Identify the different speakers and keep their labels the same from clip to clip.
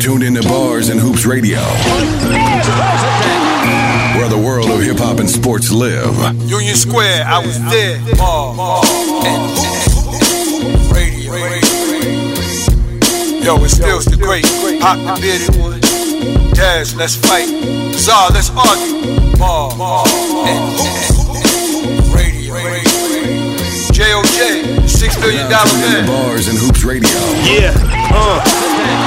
Speaker 1: tuned into Bars and Hoops Radio, where the world of hip hop and sports live.
Speaker 2: Union Square, I was there. Ball, ball, and radio. Yo, it's still the great. Pop the bearded one. Daz, let's fight. Czar, let's argue. Ball, ball, and radio. JOJ, six billion
Speaker 1: Now
Speaker 2: dollar
Speaker 1: tuned into
Speaker 2: man.
Speaker 1: Bars and Hoops Radio.
Speaker 3: Yeah, uh.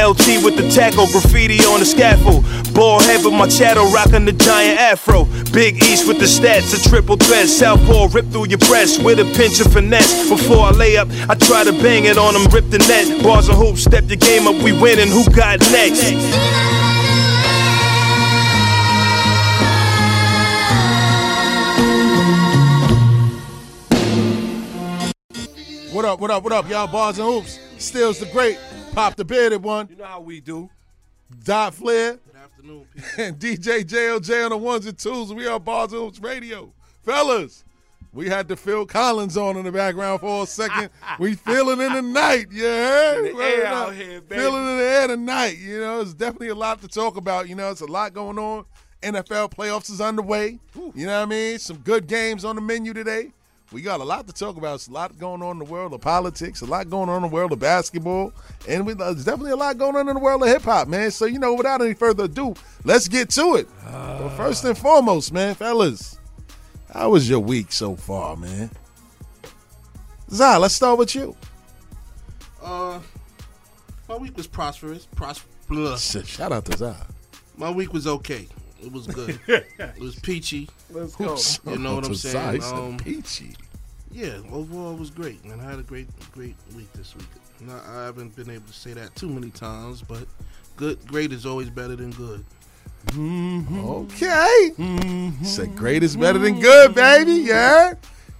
Speaker 3: LT with the tackle, graffiti on the scaffold. Ball head with my shadow, rocking the giant afro. Big East with the stats, a triple threat. Southpaw rip through your breast with a pinch of finesse. Before I lay up, I try to bang it on them, rip the net. Bars and hoops, step your game up, we winning. Who got next?
Speaker 4: What up, what up, what up, y'all? Bars and Hoops. Steals the Great. Pop the Bearded One.
Speaker 5: You know how we do.
Speaker 4: Dot Flair.
Speaker 5: Good afternoon, people.
Speaker 4: And DJ JLJ on the ones and twos. We are Bars and Hoops Radio. Fellas, we had the Phil Collins on in the background for a second. we feeling in the night, yeah.
Speaker 5: In the air out here, baby.
Speaker 4: Feeling in the air tonight. You know, it's definitely a lot to talk about. You know, it's a lot going on. NFL playoffs is underway. You know what I mean? Some good games on the menu today. We got a lot to talk about. It's a lot going on in the world of politics, a lot going on in the world of basketball, and we, there's definitely a lot going on in the world of hip hop, man. So, you know, without any further ado, let's get to it.
Speaker 5: Ah.
Speaker 4: but first and foremost, man, fellas, how was your week so far, man? Zai, let's start with you.
Speaker 5: Uh, my week was prosperous. Pros- blah.
Speaker 4: Shit, shout out to Zai.
Speaker 5: My week was okay. It was good. it was peachy. You know what I'm
Speaker 4: Shout out to Zai.
Speaker 5: saying?
Speaker 4: He said
Speaker 5: Um,
Speaker 4: peachy.
Speaker 5: yeah, overall it was great, man. I had a great, great week this week. Now, I haven't been able to say that too many times, but good, great is always better than good.
Speaker 4: Mm-hmm. Okay.
Speaker 6: Mm-hmm.
Speaker 4: Said great is better than good, baby. Yeah.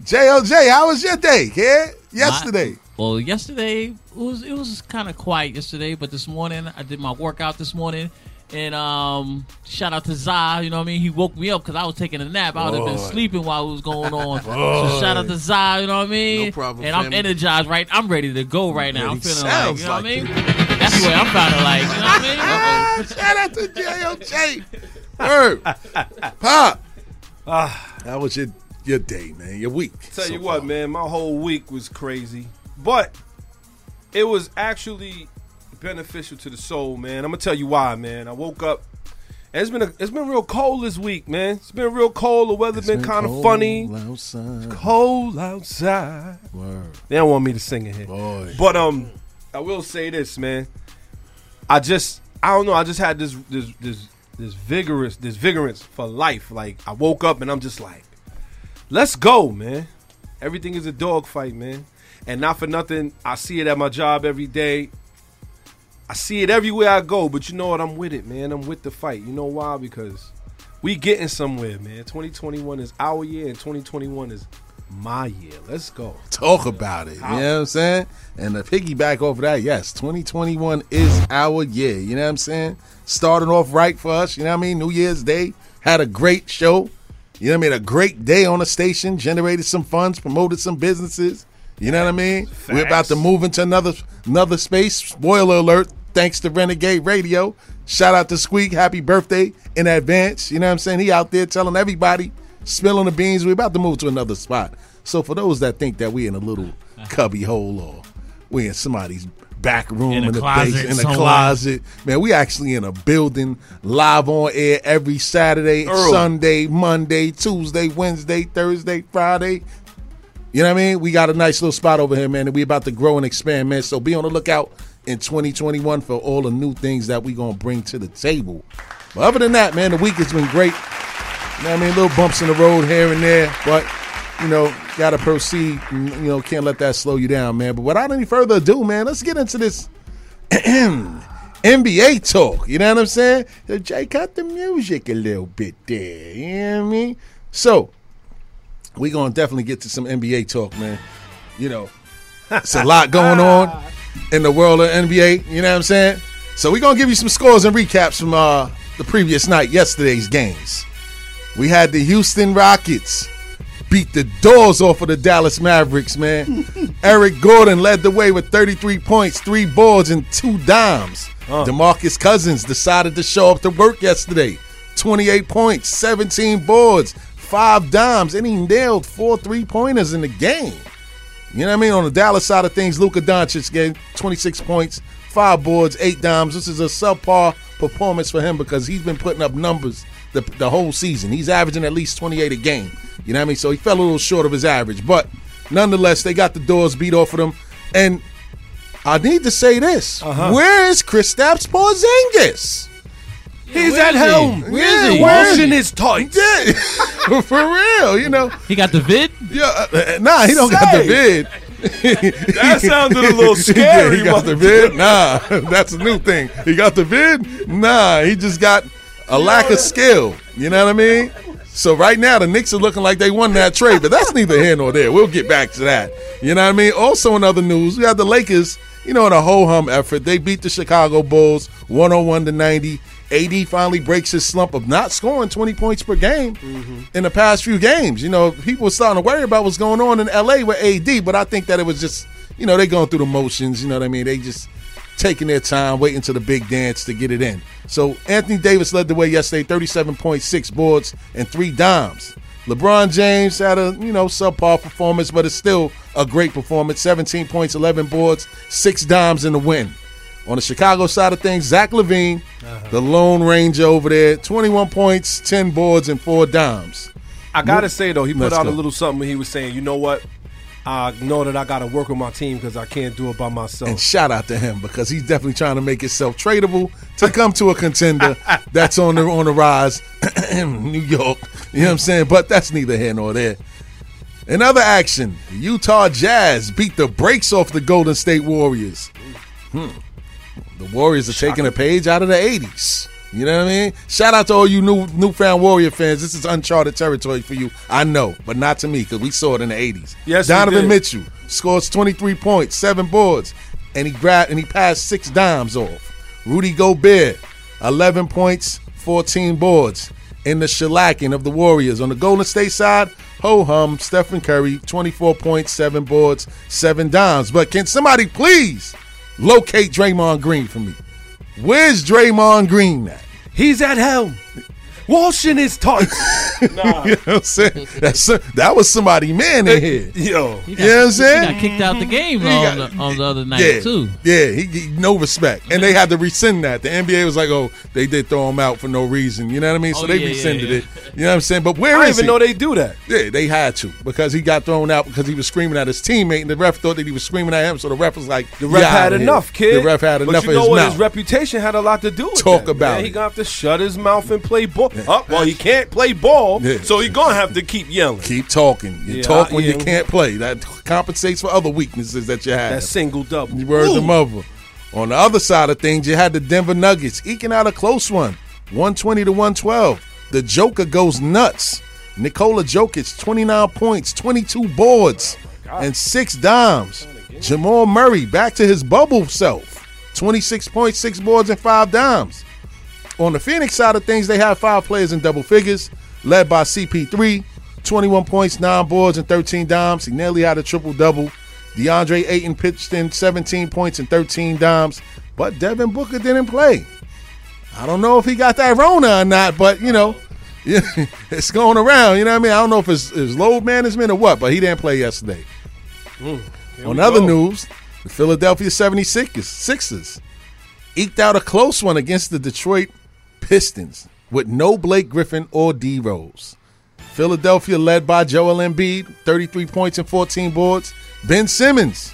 Speaker 4: JLJ, how was your day, kid? Yesterday.
Speaker 6: Well, yesterday it was it was kind of quiet yesterday, but this morning I did my workout this morning, and um, shout out to Zai. You know what I mean? He woke me up because I was taking a nap. I would have been sleeping while it was going on. so shout out to Zai. You know what I mean?
Speaker 5: No problem,
Speaker 6: And I'm
Speaker 5: family.
Speaker 6: energized. Right, I'm ready to go right now. I'm
Speaker 4: He
Speaker 6: feeling like
Speaker 4: sounds
Speaker 6: you know what I
Speaker 4: like
Speaker 6: mean. That's where I'm feeling like you know what I mean. Uh-oh.
Speaker 4: Ah, shout out to JLJ. Herb. Pop. How was your your day, man? Your week.
Speaker 7: Tell
Speaker 4: so
Speaker 7: you
Speaker 4: far?
Speaker 7: what, man, my whole week was crazy, but it was actually beneficial to the soul, man. I'm gonna tell you why, man. I woke up. and It's been a, it's been real cold this week, man. It's been real cold. The weather's been, kind of
Speaker 4: cold
Speaker 7: funny.
Speaker 4: outside.
Speaker 7: Cold outside.
Speaker 4: Word.
Speaker 7: They don't want me to sing it here.
Speaker 4: Boy.
Speaker 7: But um, I will say this, man. I just I don't know. I just had this this this this vigorous this vigorance for life. Like I woke up and I'm just like, let's go, man. Everything is a dogfight, man. And not for nothing, I see it at my job every day. I see it everywhere I go. But you know what? I'm with it, man. I'm with the fight. You know why? Because we getting somewhere, man. 2021 is our year, and 2021 is my year. Let's go.
Speaker 4: Talk about it. You know what I'm saying? And to piggyback off of that, yes, 2021 is our year. You know what I'm saying? Starting off right for us. You know what I mean? New Year's Day had a great show. You know what I mean? A great day on the station, generated some funds, promoted some businesses. You know what I mean? We're about to move into another another space. Spoiler alert, thanks to Renegade Radio. Shout out to Squeak. Happy birthday in advance. You know what I'm saying? He out there telling everybody, spilling the beans. We're about to move to another spot. So for those that think that we in a little cubby hole or we in somebody's back room in,
Speaker 6: a
Speaker 4: the
Speaker 6: closet
Speaker 4: basement, in a
Speaker 6: somewhere.
Speaker 4: closet. Man, we actually in a building live on air every Saturday,
Speaker 7: Earl.
Speaker 4: Sunday, Monday, Tuesday, Wednesday, Thursday, Friday, you know what I mean? We got a nice little spot over here, man, and we about to grow and expand, man. So be on the lookout in 2021 for all the new things that we gonna bring to the table. But other than that, man, the week has been great. You know what I mean? Little bumps in the road here and there, but you know, gotta proceed. and, You know, can't let that slow you down, man. But without any further ado, man, let's get into this NBA talk. You know what I'm saying? So Jay cut the music a little bit there. You know what I mean? So we gonna definitely get to some NBA talk, man. You know, it's a lot going on in the world of NBA. You know what I'm saying? So we gonna give you some scores and recaps from uh, the previous night, yesterday's games. We had the Houston Rockets beat the doors off of the Dallas Mavericks, man. Eric Gordon led the way with 33 points, three boards, and two dimes. DeMarcus Cousins decided to show up to work yesterday. 28 points, 17 boards, five dimes, and he nailed four three pointers in the game. You know what I mean? On the Dallas side of things, Luka Doncic gave 26 points, five boards, eight dimes. This is a subpar performance for him because he's been putting up numbers the, the whole season. He's averaging at least 28 a game. You know what I mean? So he fell a little short of his average. But nonetheless, they got the doors beat off of them. And I need to say this.
Speaker 6: Uh-huh.
Speaker 4: Where is Kristaps Porzingis?
Speaker 7: He's
Speaker 6: where
Speaker 7: at
Speaker 6: is he?
Speaker 7: home.
Speaker 6: Where is he?
Speaker 7: Washing his tights.
Speaker 4: Yeah. For real, you know.
Speaker 6: He got the vid.
Speaker 4: Yeah, uh, uh, nah, he don't got the
Speaker 7: Say.
Speaker 4: vid.
Speaker 7: That sounded a little
Speaker 4: Yeah,
Speaker 7: scary.
Speaker 4: he got the vid. Nah, that's a new thing. He got the vid. Nah, he just got a lack of skill. You know what I mean? So right now the Knicks are looking like they won that trade, but that's neither here nor there. We'll get back to that. You know what I mean? Also in other news, we had the Lakers. You know, in a ho hum effort, they beat the Chicago Bulls 101 to 90. AD finally breaks his slump of not scoring 20 points per game
Speaker 5: Mm-hmm.
Speaker 4: in the past few games. You know, people were starting to worry about what's going on in LA with AD, but I think that it was just, you know, they going through the motions. You know what I mean? They just taking their time, waiting to the big dance to get it in. So Anthony Davis led the way yesterday, 37.6 boards and three dimes. LeBron James had a you know subpar performance, but it's still a great performance. 17 points, 11 boards, six dimes in the win. On the Chicago side of things, Zach Levine,
Speaker 7: Uh-huh.
Speaker 4: the Lone Ranger over there, 21 points, 10 boards, and four dimes.
Speaker 7: I gotta say though, he put
Speaker 4: Let's
Speaker 7: out a
Speaker 4: go.
Speaker 7: little something. When he was saying, you know what? I know that I gotta work with my team because I can't do it by myself.
Speaker 4: And shout out to him because he's definitely trying to make himself tradable to come to a contender that's on the on the rise in New York. You know what I'm saying? But that's neither here nor there. In other action, Utah Jazz beat the brakes off the Golden State Warriors. The Warriors are taking a page out of the 80s. You know what I mean? Shout out to all you new newfound Warrior fans. This is uncharted territory for you. I know, but not to me because we saw it in the 80s.
Speaker 7: Yes, we
Speaker 4: Donovan
Speaker 7: did.
Speaker 4: Mitchell scores 23 points, seven boards, and he grabbed and he passed six dimes off. Rudy Gobert, 11 points, 14 boards in the shellacking of the Warriors. On the Golden State side, ho hum, Stephen Curry, 24 points, seven boards, seven dimes. But can somebody please locate Draymond Green for me? Where's Draymond Green at?
Speaker 7: He's at home, washing his tights.
Speaker 4: You know what I'm saying? That's, that was somebody man in here.
Speaker 7: Yo,
Speaker 4: You know what I'm
Speaker 6: He
Speaker 4: saying?
Speaker 6: got kicked out the game on,
Speaker 4: got-
Speaker 6: the, on the other night
Speaker 4: yeah,
Speaker 6: too.
Speaker 4: Yeah, he, he- no respect, and they had to rescind that. The NBA was like, "Oh, they did throw him out for no reason." You know what I mean? So
Speaker 6: Oh,
Speaker 4: they
Speaker 6: yeah, yeah,
Speaker 4: rescinded
Speaker 6: yeah.
Speaker 4: it. You know what I'm saying? But where
Speaker 7: I didn't
Speaker 4: is
Speaker 7: even
Speaker 4: he?
Speaker 7: know they do that.
Speaker 4: Yeah, they had to because he got thrown out because he was screaming at his teammate, and the ref thought that he was screaming at him. So the ref was like,
Speaker 7: The ref
Speaker 4: "Yeah,
Speaker 7: had
Speaker 4: outta here."
Speaker 7: enough, kid.
Speaker 4: The ref had enough
Speaker 7: But you
Speaker 4: of
Speaker 7: know
Speaker 4: his
Speaker 7: what?
Speaker 4: mouth.
Speaker 7: His reputation had a lot to do with
Speaker 4: Talk
Speaker 7: that,
Speaker 4: about
Speaker 7: man. He
Speaker 4: it.
Speaker 7: gonna have to shut his mouth and play ball. Uh, well, he can't play ball,
Speaker 4: Yeah.
Speaker 7: so he gonna have to keep yelling.
Speaker 4: Keep talking. You
Speaker 7: Yeah,
Speaker 4: talk
Speaker 7: I-
Speaker 4: when you
Speaker 7: yeah.
Speaker 4: can't play. That compensates for other weaknesses that you have.
Speaker 7: That single double.
Speaker 4: You word
Speaker 7: Ooh.
Speaker 4: them over. On the other side of things, you had the Denver Nuggets eking out a close one, 120 to 112. The Joker goes nuts. Nikola Jokic, 29 points, 22 boards,
Speaker 7: Oh,
Speaker 4: and six dimes. Jamal Murray back to his bubble self, 26.6 boards and five dimes. On the Phoenix side of things, they have five players in double figures, led by CP3, 21 points, 9 boards, and 13 dimes. He nearly had a triple double. DeAndre Ayton pitched in 17 points and 13 dimes, but Devin Booker didn't play. I don't know if he got that Rona or not, but you know, it's going around. You know what I mean? I don't know if it's, it's load management or what, but he didn't play yesterday.
Speaker 5: Mm-hmm.
Speaker 4: On
Speaker 7: we
Speaker 4: other
Speaker 7: go.
Speaker 4: news, the Philadelphia 76ers Sixers eked out a close one against the Detroit Pistons with no Blake Griffin or D Rose. Philadelphia led by Joel Embiid, 33 points and 14 boards. Ben Simmons,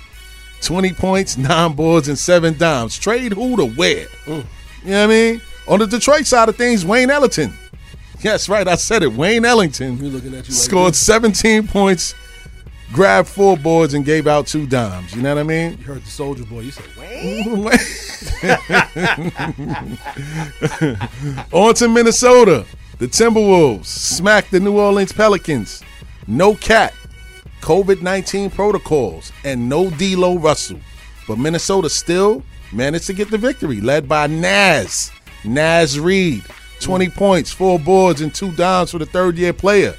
Speaker 4: 20 points, 9 boards, and 7 dimes. Trade who to where? You know what I mean? On the Detroit side of things, Wayne Ellington. Yes, right, I said it. Wayne Ellington
Speaker 7: looking at you like
Speaker 4: scored 17 points, grabbed four boards and gave out two dimes. You know what I mean?
Speaker 7: You heard the soldier boy. You said, wait.
Speaker 4: On to Minnesota. The Timberwolves smacked the New Orleans Pelicans. No cat, COVID 19 protocols, and no D'Lo Russell. But Minnesota still managed to get the victory, led by Nas. Nas Reed, 20 points, four boards, and two dimes for the third year player.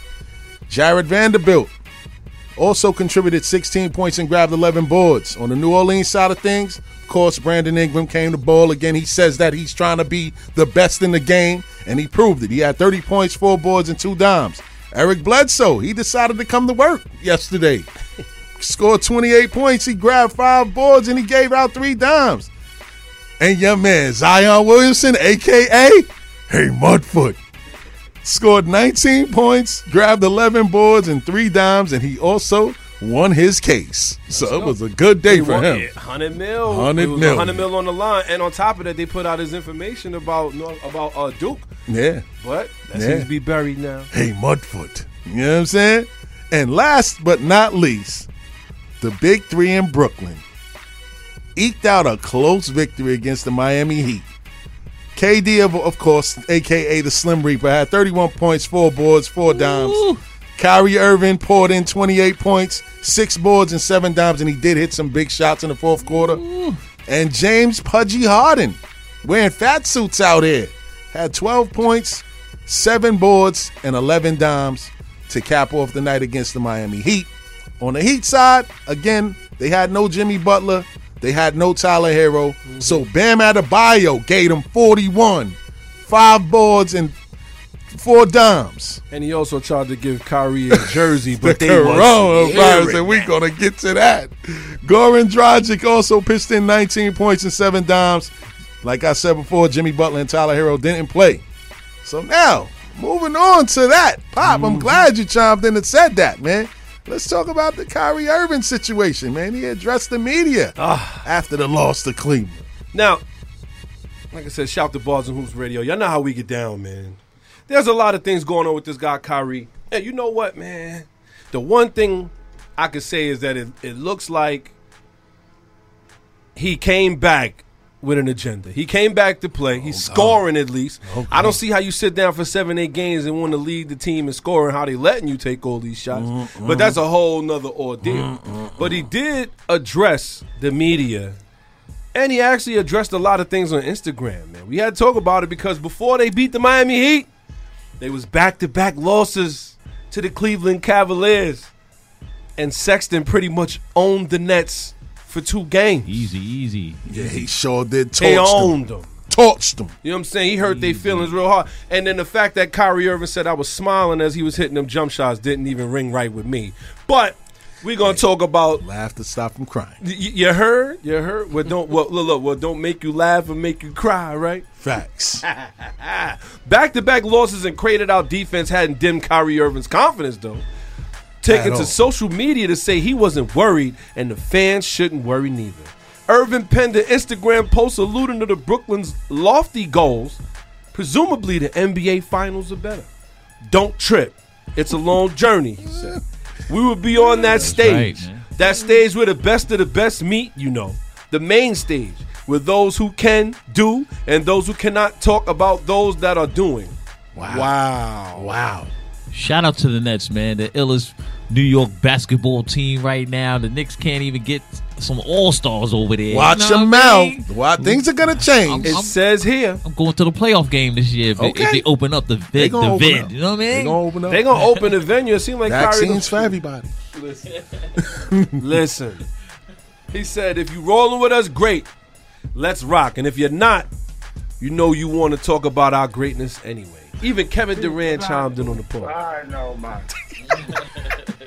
Speaker 4: Jared Vanderbilt also contributed 16 points and grabbed 11 boards. On the New Orleans side of things, of course, Brandon Ingram came to ball again. He says that he's trying to be the best in the game, and he proved it. He had 30 points, four boards, and two dimes. Eric Bledsoe, he decided to come to work yesterday. Scored 28 points, he grabbed five boards, and he gave out three dimes. And your man, Zion Williamson, aka Hey Mudfoot scored 19 points, grabbed 11 boards and three dimes, and he also won his case. so it was a good day for him.
Speaker 7: 100 mil.
Speaker 4: 100
Speaker 7: It was
Speaker 4: mil.
Speaker 7: 100 mil on the line. And on top of that, they put out his information about Nor- about uh, Duke.
Speaker 4: Yeah.
Speaker 7: But that
Speaker 4: Yeah.
Speaker 7: seems to be buried now.
Speaker 4: Hey, Mudfoot. You know what I'm saying? And last but not least, the Big Three in Brooklyn eked out a close victory against the Miami Heat. KD, of, of course, aka the Slim Reaper, had 31 points, four boards, four dimes. Kyrie Irving poured in 28 points, six boards, and seven dimes, and he did hit some big shots in the fourth quarter. And James Pudgy Harden, wearing fat suits out here, had 12 points, seven boards, and 11 dimes to cap off the night against the Miami Heat. On the Heat side, again, they had no Jimmy Butler. They had no Tyler Hero. So Bam Adebayo gave them 41, five boards, and four dimes.
Speaker 7: And he also tried to give Kyrie a jersey, but they was
Speaker 4: coronavirus, and we're going to get to that. Goran Dragic also pitched in 19 points and seven dimes. Like I said before, Jimmy Butler and Tyler Hero didn't play. So now, moving on to that. Pop,
Speaker 7: Mm-hmm.
Speaker 4: I'm glad you chimed in and said that, man. Let's talk about the Kyrie Irving situation, man. He addressed the media
Speaker 7: Ah.
Speaker 4: after the loss to Cleveland.
Speaker 7: Now, like I said, shout to Bars and Hoops Radio. Y'all know how we get down, man. There's a lot of things going on with this guy, Kyrie. And you know what, man? The one thing I could say is that it, it looks like he came back with an agenda. He came back to play. He's scoring at least. I don't see how you sit down for seven, eight games and want to lead the team and score and how they letting you take all these shots. But that's a whole nother ordeal. But he did address the media. And he actually addressed a lot of things on Instagram, man. We had to talk about it because before they beat the Miami Heat, they was back-to-back losses to the Cleveland Cavaliers. And Sexton pretty much owned the Nets for two games.
Speaker 6: Easy, easy.
Speaker 4: Yeah, he sure did torch
Speaker 7: They
Speaker 4: them.
Speaker 7: owned them.
Speaker 4: Torched them.
Speaker 7: You know what I'm saying? He hurt their feelings real hard. And then the fact that Kyrie Irving said I was smiling as he was hitting them jump shots didn't even ring right with me. But we're gonna talk about
Speaker 4: Laugh to stop from crying.
Speaker 7: y- y- you heard, you heard. Well, don't well, look, look, well, don't make you laugh and make you cry, right?
Speaker 4: Facts.
Speaker 7: Back to back losses and crated out defense hadn't dimmed Kyrie Irving's confidence though. Taken
Speaker 4: At all.
Speaker 7: to social media to say he wasn't worried, and the fans shouldn't worry neither. Irvin penned an Instagram post alluding to the Brooklyn's lofty goals. Presumably, the NBA Finals are better. Don't trip. It's a long journey, he said. We will be on that stage.
Speaker 6: right, man.
Speaker 7: that stage where the best of the best meet, you know. The main stage where those who can do and those who cannot talk about those that are doing.
Speaker 4: wow. Wow.
Speaker 6: Shout out to the Nets, man. The illest New York basketball team right now. The Knicks can't even get some All Stars over there.
Speaker 4: Watch
Speaker 6: You know what
Speaker 4: your
Speaker 6: I
Speaker 4: mouth.
Speaker 6: mean?
Speaker 4: Why things are gonna change.
Speaker 7: It
Speaker 6: I'm-
Speaker 7: says here
Speaker 6: I'm going to the playoff game this year if,
Speaker 4: Okay.
Speaker 6: if they open up the vid.
Speaker 4: gonna
Speaker 6: The
Speaker 4: open
Speaker 6: vid.
Speaker 4: up.
Speaker 6: You know what I
Speaker 4: They
Speaker 6: mean?
Speaker 4: gonna open up.
Speaker 7: they gonna open the venue. It seemed like Kyrie.
Speaker 4: vaccines for everybody.
Speaker 7: Listen, he said, if you rolling with us, great. Let's rock. And if you're not, you know you want to talk about our greatness anyway. Even Kevin Durant chimed in on the poll. I know, man.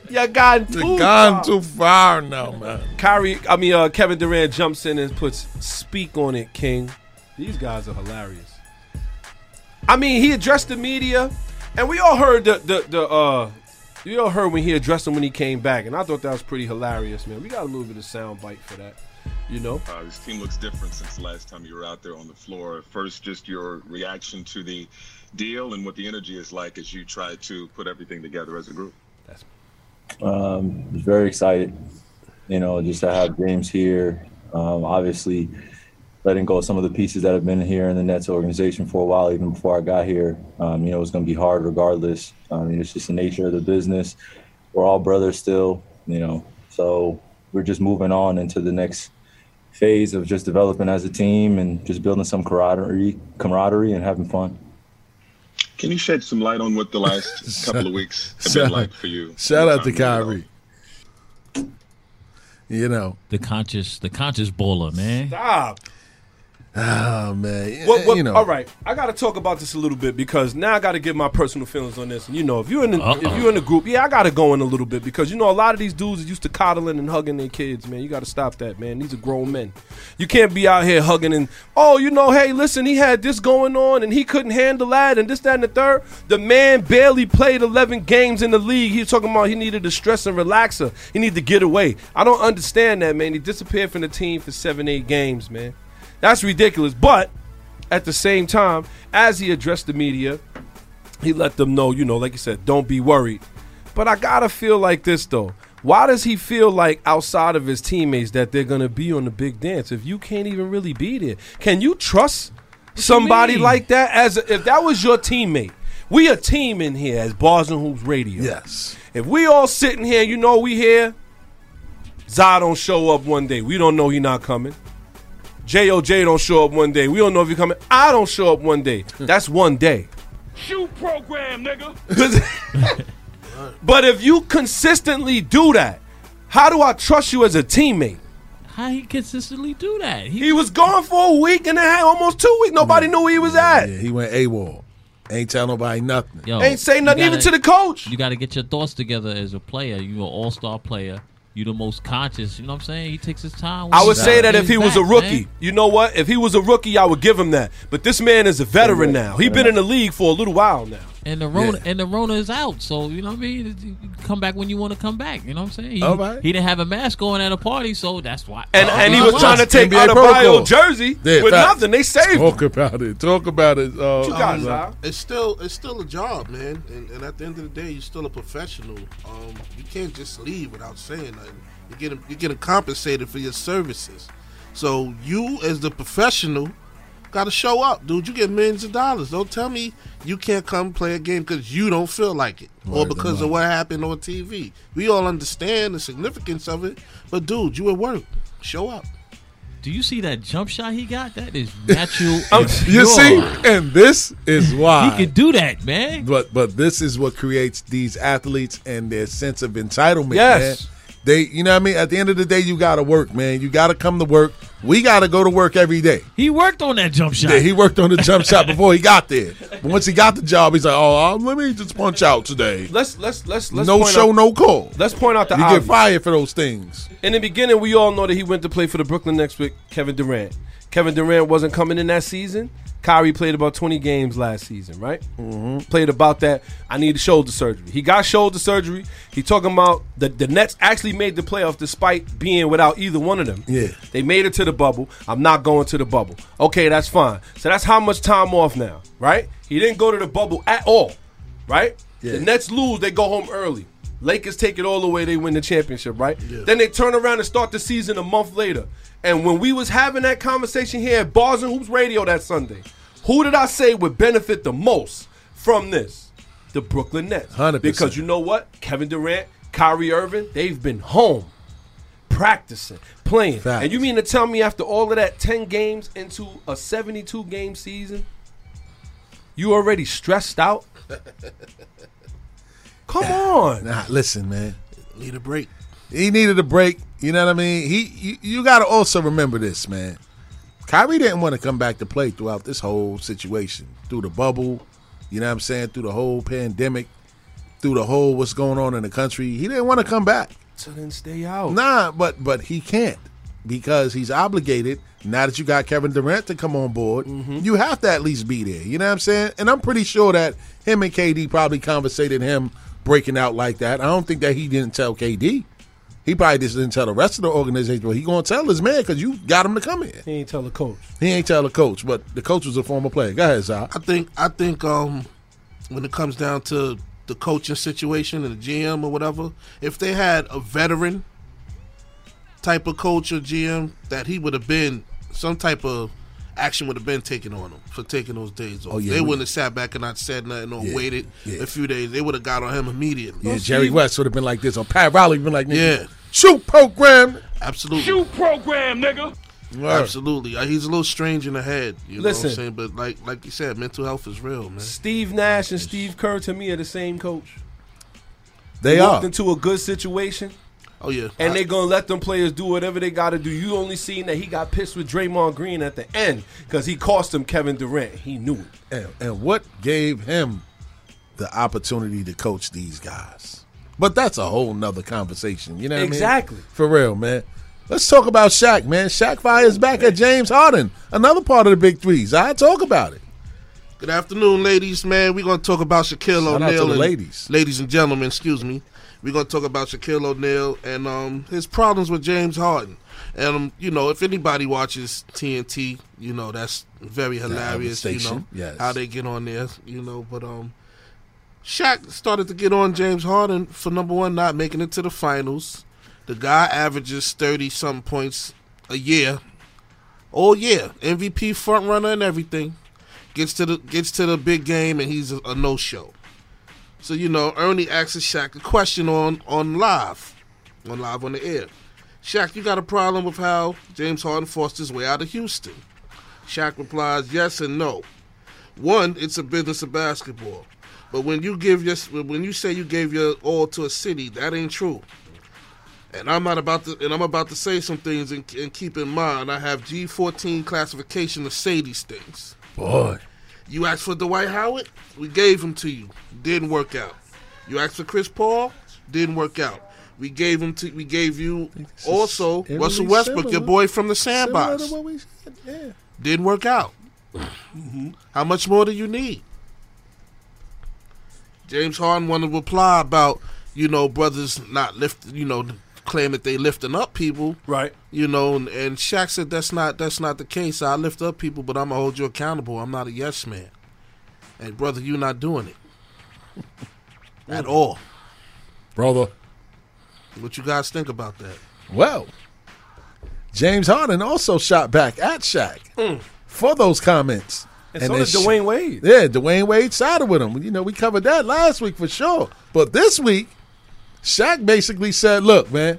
Speaker 7: you got two.
Speaker 4: Gone too far now, man.
Speaker 7: Kyrie, I mean, uh, Kevin Durant jumps in and puts "Speak on it, King." These guys are hilarious. I mean, he addressed the media, and we all heard the the the. Uh, we all heard when he addressed them when he came back, and I thought that was pretty hilarious, man. We got a little bit of sound bite for that, you know.
Speaker 8: Uh, this team looks different since the last time you were out there on the floor. First, just your reaction to the deal and what the energy is like as you try to put everything together as a group.
Speaker 9: Um, was very excited, you know, just to have James here. Um, obviously, letting go of some of the pieces that have been here in the Nets organization for a while, even before I got here. Um, you know, it's going to be hard regardless. I mean, it's just the nature of the business. We're all brothers still, you know. So we're just moving on into the next phase of just developing as a team and just building some camaraderie, camaraderie and having fun.
Speaker 8: Can you shed some light on what the last couple of weeks have
Speaker 4: Shout-
Speaker 8: been like for you?
Speaker 4: Shout out
Speaker 8: Um,
Speaker 4: to
Speaker 8: you know,
Speaker 4: Kyrie. You know,
Speaker 6: The conscious, the conscious bowler, man.
Speaker 7: Stop.
Speaker 4: oh man,
Speaker 7: What, what,
Speaker 4: you know,
Speaker 7: All right, I got to talk about this a little bit because now I got to give my personal feelings on this. And you know, if you're in the,
Speaker 6: Uh-oh.
Speaker 7: if you're in the group, yeah, I got to go in a little bit because you know a lot of these dudes is used to coddling and hugging their kids, man. You got to stop that, man. These are grown men. You can't be out here hugging and oh, you know, hey, listen, he had this going on and he couldn't handle that and this, that, and the third. The man barely played 11 games in the league. He's talking about he needed a stress and relaxer. He needed to get away. I don't understand that, man. He disappeared from the team for seven, eight games, man. That's ridiculous. But at the same time, as he addressed the media, he let them know, you know, like you said, don't be worried. But I gotta feel like this though. Why does he feel like outside of his teammates that they're gonna be on the big dance if you can't even really be there? Can you trust somebody
Speaker 6: mean?
Speaker 7: like that? As if that was your teammate, we a team in here as Bars and Hoops Radio.
Speaker 4: yes,
Speaker 7: If we all sitting here, you know we here. Zai don't show up one day. We don't know he not coming. J.O.J. don't show up one day. We don't know if he coming. I don't show up one day. That's one day. Shoot program, nigga. but if you consistently do that, how do I trust you as a teammate?
Speaker 6: How he consistently do that? He,
Speaker 7: He was gone for a week and a half, almost two weeks. Nobody knew where he was at.
Speaker 4: yeah, he went AWOL. Ain't tell nobody nothing.
Speaker 6: yo,
Speaker 7: Ain't say nothing
Speaker 6: you
Speaker 7: even to
Speaker 6: gotta-
Speaker 7: the coach.
Speaker 6: You got to get your thoughts together as a player. You're an all star player. You're the most conscious. You know what I'm saying? He takes his time. when
Speaker 7: I
Speaker 6: he
Speaker 7: would say
Speaker 6: got
Speaker 7: that if
Speaker 6: things
Speaker 7: he was a
Speaker 6: back,
Speaker 7: rookie,
Speaker 6: man.
Speaker 7: you know what? If he was a rookie, I would give him that. But this man is a veteran now. He's been in the league for a little while now.
Speaker 6: and the Rona
Speaker 4: Yeah.
Speaker 6: and the Rona is out, so you know what I mean. You- you Come back when you want to come back. You know what I'm saying? He,
Speaker 4: All right.
Speaker 6: he didn't have a mask on at a party, so that's why.
Speaker 7: And
Speaker 6: that's
Speaker 7: and he
Speaker 4: Uh,
Speaker 6: why
Speaker 7: was
Speaker 6: lost.
Speaker 7: trying to take
Speaker 4: NBA
Speaker 7: out a
Speaker 4: protocol.
Speaker 7: bio jersey
Speaker 4: Yeah,
Speaker 7: with
Speaker 4: facts.
Speaker 7: nothing. They saved him.
Speaker 4: Talk about it. Talk about it. Uh,
Speaker 7: You guys
Speaker 4: uh,
Speaker 7: out.
Speaker 5: Um, It's still it's still a job, man. And, and at the end of the day, you're still a professional. Um, you can't just leave without saying nothing. You're getting you're getting compensated for your services. So you, as the professional, got to show up, dude. You get millions of dollars. Don't tell me you can't come play a game because you don't feel like it, or
Speaker 4: Right,
Speaker 5: because
Speaker 4: right.
Speaker 5: of what happened on TV. We all understand the significance of it, but dude, you at work. Show up.
Speaker 6: Do you see that jump shot he got? That is natural. and
Speaker 4: You
Speaker 6: pure.
Speaker 4: see, and this is
Speaker 6: he
Speaker 4: why.
Speaker 6: could do that, man.
Speaker 4: But but this is what creates these athletes and their sense of entitlement.
Speaker 7: Yes.
Speaker 4: man. They you know what I mean? At the end of the day, you gotta work, man. You gotta come to work. We gotta go to work every day.
Speaker 6: He worked on that jump shot.
Speaker 4: Yeah, he worked on the jump shot before he got there. But once he got the job, he's like, Oh, uh, let me just punch out today.
Speaker 7: Let's let's let's let's
Speaker 4: no
Speaker 7: point
Speaker 4: show,
Speaker 7: out,
Speaker 4: no call.
Speaker 7: Let's point out the
Speaker 4: you
Speaker 7: obvious.
Speaker 4: get fired for those things.
Speaker 7: In the beginning, we all know that he went to play for the Brooklyn Nets with Kevin Durant. Kevin Durant wasn't coming in that season. Kyrie played about 20 games last season, right? Mm-hmm. Played about that. I need shoulder surgery. He got shoulder surgery. He talking about the, the Nets actually made the playoffs despite being without either one of them.
Speaker 4: Yeah.
Speaker 7: They made it to the bubble. I'm not going to the bubble. Okay, that's fine. So that's how much time off now, right? He didn't go to the bubble at all, right?
Speaker 4: Yeah.
Speaker 7: The Nets lose, they go home early. Lakers take it all away, they win the championship, right? Then they turn around and start the season a month later. And when we was having that conversation here at Bars and Hoops Radio that Sunday, who did I say would benefit the most from this? The Brooklyn Nets.
Speaker 4: 100%.
Speaker 7: Because you know what? Kevin Durant, Kyrie Irving, they've been home practicing, playing.
Speaker 4: Facts.
Speaker 7: And you mean to tell me after all of that, 10 games into a 72 game season, you already stressed out? Come on.
Speaker 4: Nah, listen, man.
Speaker 5: Need a break.
Speaker 4: He needed a break. You know what I mean? He you, you gotta also remember this, man. Kyrie didn't want to come back to play throughout this whole situation. Through the bubble, you know what I'm saying, through the whole pandemic, through the whole what's going on in the country. He didn't want to come back.
Speaker 7: So then stay out.
Speaker 4: Nah, but but he can't because he's obligated. Now that you got Kevin Durant to come on board,
Speaker 7: Mm-hmm.
Speaker 4: you have to at least be there. You know what I'm saying? And I'm pretty sure that him and KD probably conversated him breaking out like that. I don't think that he didn't tell KD. He probably just didn't tell the rest of the organization. But he gonna tell his man because you got him to come here.
Speaker 7: He ain't tell the coach.
Speaker 4: He ain't tell the coach, but the coach was a former player. Go ahead, Zai.
Speaker 5: I think I think um when it comes down to the coaching situation and the GM or whatever, if they had a veteran type of coach or GM, that he would have been some type of action would have been taken on him for taking those days off.
Speaker 4: Oh, yeah,
Speaker 5: they
Speaker 4: we-
Speaker 5: wouldn't have sat back and not said nothing or
Speaker 4: Yeah,
Speaker 5: waited
Speaker 4: yeah.
Speaker 5: a few days. They would have got on him immediately.
Speaker 4: Yeah, Jerry West would have been like this, or Pat Riley would have been like,
Speaker 5: Yeah.
Speaker 4: nigga, shoot program.
Speaker 5: Absolutely.
Speaker 7: program, nigga.
Speaker 5: Absolutely. Uh, He's a little strange in the head. You know what
Speaker 7: Listen.
Speaker 5: I'm saying? But like like you said, mental health is real, man.
Speaker 7: Steve Nash and Steve Kerr to me are the same coach.
Speaker 4: They
Speaker 7: Walked
Speaker 4: are.
Speaker 7: into a good situation,
Speaker 5: Oh yeah.
Speaker 7: and
Speaker 5: I-
Speaker 7: they gonna let them players do whatever they gotta do. You only seen that he got pissed with Draymond Green at the end because he cost him Kevin Durant. He knew it.
Speaker 4: And, and what gave him the opportunity to coach these guys? But that's a whole nother conversation. You know what I mean?
Speaker 7: Exactly.
Speaker 4: For real, man. Let's talk about Shaq, man. Shaq fires back at James Harden. Another part of the big threes. I talk about it.
Speaker 5: Good afternoon, ladies. Man, we're gonna talk about Shaquille
Speaker 4: Shout out to
Speaker 5: O'Neal.
Speaker 4: the
Speaker 5: and-
Speaker 4: ladies.
Speaker 5: ladies and gentlemen. Excuse me. We're gonna talk about Shaquille O'Neal and um, his problems with James Harden. And um, you know, if anybody watches TNT, you know that's very hilarious. You know
Speaker 4: station, yes.
Speaker 5: how they get on there. You know, but um, Shaq started to get on James Harden for number one, not making it to the finals. The guy averages thirty something points a year. Oh yeah, MVP front runner and everything. Gets to the gets to the big game and he's a, a no show. So you know, Ernie asks Shaq a question on on live, on live on the air. Shaq, you got a problem with how James Harden forced his way out of Houston? Shaq replies, yes and no. One, it's a business of basketball, but when you give your when you say you gave your all to a city, that ain't true. And I'm not about to, and I'm about to say some things, and, and keep in mind, I have G14 classification to say these things.
Speaker 4: Boy.
Speaker 5: You asked for Dwight Howard, we gave him to you. Didn't work out. You asked for Chris Paul, didn't work out. We gave him to we gave you
Speaker 4: this is
Speaker 5: also
Speaker 4: eerily
Speaker 5: Russell Westbrook, your
Speaker 4: similar-
Speaker 5: boy from the
Speaker 4: Similar
Speaker 5: sandbox.
Speaker 4: to what we said, yeah.
Speaker 5: Didn't work out. How much more do you need? James Harden wanted to reply about, you know, brothers not lift you know, claim that they lifting up people.
Speaker 7: Right.
Speaker 5: You know, and, and Shaq said that's not that's not the case. I lift up people, but I'm gonna hold you accountable. I'm not a yes man. And brother, you're not doing it at all.
Speaker 4: Brother.
Speaker 5: What you guys think about that?
Speaker 4: Well, James Harden also shot back at Shaq for those comments.
Speaker 7: Mm. And, so
Speaker 4: then
Speaker 7: did
Speaker 4: Sha-
Speaker 7: Dwayne Wade.
Speaker 4: Yeah, Dwayne Wade sided with him. You know, we covered that last week for sure. But this week, Shaq basically said, "Look, man,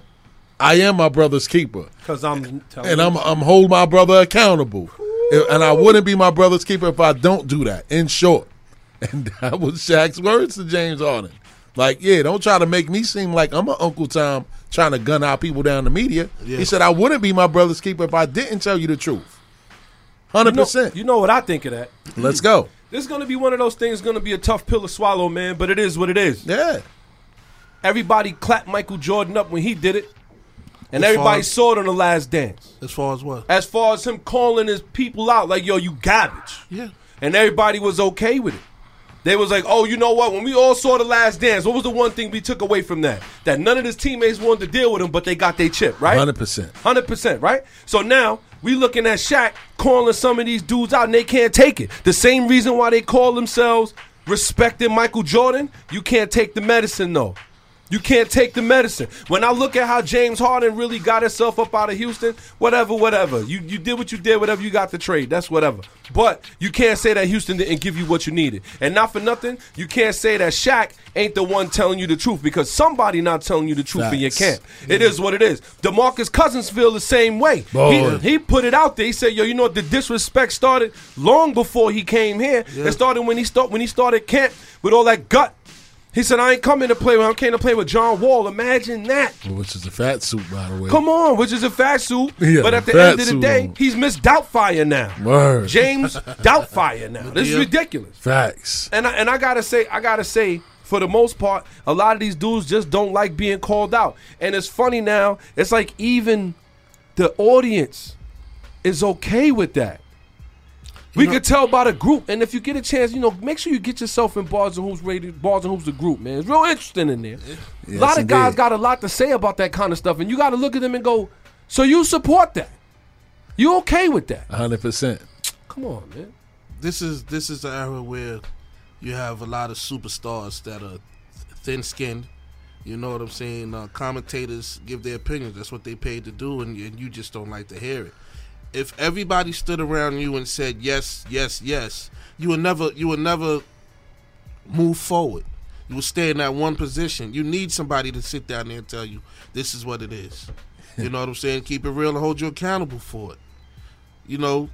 Speaker 4: I am my brother's keeper,
Speaker 7: Because I'm telling
Speaker 4: and
Speaker 7: you.
Speaker 4: I'm I'm hold my brother accountable, and I wouldn't be my brother's keeper if I don't do that." In short, and that was Shaq's words to James Harden. Like, yeah, don't try to make me seem like I'm an Uncle Tom trying to gun our people down the media. He said, "I wouldn't be my brother's keeper if I didn't tell you the truth." Hundred
Speaker 7: You know-
Speaker 4: percent.
Speaker 7: You know what I think of that?
Speaker 4: Let's go.
Speaker 7: This is gonna be one of those things. Gonna be a tough pill to swallow, man. But it is what it is.
Speaker 4: Yeah.
Speaker 7: Everybody clapped Michael Jordan up when he did it, and
Speaker 5: As far
Speaker 7: everybody
Speaker 5: as-
Speaker 7: saw it on the Last Dance.
Speaker 5: As far as what?
Speaker 7: As far as him calling his people out, like yo, you garbage.
Speaker 5: Yeah.
Speaker 7: and everybody was okay with it. They was like, oh, you know what? When we all saw the last dance, what was the one thing we took away from that? That none of his teammates wanted to deal with him, but they got their chip, right?
Speaker 4: Hundred percent.
Speaker 7: Hundred percent, right? So now we looking at Shaq calling some of these dudes out, and they can't take it. The same reason why they call themselves respected Michael Jordan. You can't take the medicine though. You can't take the medicine. When I look at how James Harden really got himself up out of Houston, whatever, whatever. You you did what you did, whatever you got the trade. That's whatever. But you can't say that Houston didn't give you what you needed. And not for nothing, you can't say that Shaq ain't the one telling you the truth because somebody not telling you the truth in your
Speaker 4: Facts.
Speaker 7: camp. It is what it is. Demarcus Cousins feel the same way. He,
Speaker 4: Boy.
Speaker 7: he put it out there. He said, "Yo, you know what? The disrespect started long before he came here. It started when he start when he started camp with all that gut." He said, "I ain't coming to play with. I came to play with John Wall. Imagine that."
Speaker 4: Which is a fat suit, by the way.
Speaker 7: Come on, which is a fat suit.
Speaker 4: Yeah,
Speaker 7: but at the
Speaker 4: fat
Speaker 7: end of the
Speaker 4: suit
Speaker 7: day,
Speaker 4: on.
Speaker 7: he's Miss Doubtfire now.
Speaker 4: Word.
Speaker 7: James Doubtfire now. This is ridiculous.
Speaker 4: Facts.
Speaker 7: And I, and I gotta say, I gotta say, for the most part, a lot of these dudes just don't like being called out. And it's funny now. It's like even the audience is okay with that. We could tell by the group, and if you get a chance, you know, make sure you get yourself in bars and hoops rated bars and hoops the group, man. It's real interesting in there. a lot of
Speaker 4: indeed.
Speaker 7: guys got a lot to say about that kind of stuff, and you got to look at them and go, "So you support that? You okay with that?
Speaker 4: hundred percent.
Speaker 7: Come on, man.
Speaker 5: This is this is the era where you have a lot of superstars that are thin skinned. You know what I'm saying? Uh, commentators give their opinions. That's what they paid to do, and, and you just don't like to hear it. If everybody stood around you and said yes, yes, yes, you would never, you would never move forward. You will stay in that one position. You need somebody to sit down there and tell you this is what it is. You know what I'm saying? Keep it real and hold you accountable for it. You know,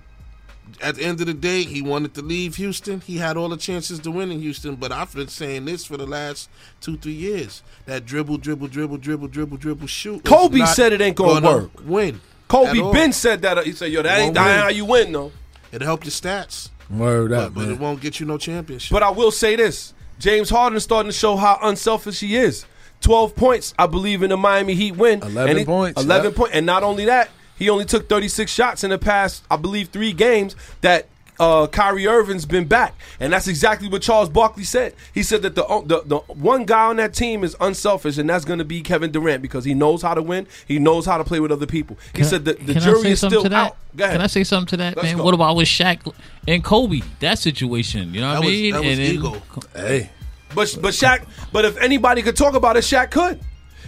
Speaker 5: at the end of the day, he wanted to leave Houston. He had all the chances to win in Houston, but I've been saying this for the last two, three years. That dribble, dribble, dribble, dribble, dribble, dribble, shoot. is
Speaker 7: Kobe
Speaker 5: not
Speaker 7: said it ain't gonna work.
Speaker 5: Win. at
Speaker 7: Kobe
Speaker 5: all.
Speaker 7: Ben said that. uh, He said, "Yo, that ain't
Speaker 5: Won't win.
Speaker 7: that ain't how you win, though."
Speaker 5: It helped your stats,
Speaker 4: Word
Speaker 5: but,
Speaker 4: up,
Speaker 5: but it
Speaker 4: man.
Speaker 5: won't get you no championship.
Speaker 7: But I will say this: James Harden is starting to show how unselfish he is. Twelve points, I believe, in the Miami Heat win.
Speaker 4: 11
Speaker 7: And he-
Speaker 4: points,
Speaker 7: Eleven
Speaker 4: yeah.
Speaker 7: point- and not only that, he only took thirty-six shots in the past, I believe, three games that. Uh, Kyrie Irving's been back, and that's exactly what Charles Barkley said. He said that the the, the one guy on that team is unselfish, and that's going to be Kevin Durant because he knows how to win. He knows how to play with other people. He said that the
Speaker 6: Can I
Speaker 7: jury
Speaker 6: say
Speaker 7: is
Speaker 6: something
Speaker 7: still
Speaker 6: to that?
Speaker 7: out. Go ahead.
Speaker 6: Can I say something to that,
Speaker 7: Let's
Speaker 6: man?
Speaker 7: go.
Speaker 6: What about with Shaq and Kobe? That situation, you know
Speaker 5: that
Speaker 6: what I mean?
Speaker 5: was, that was
Speaker 6: and then-
Speaker 5: ego.
Speaker 4: Hey,
Speaker 7: But but Shaq, but if anybody could talk about it, Shaq could.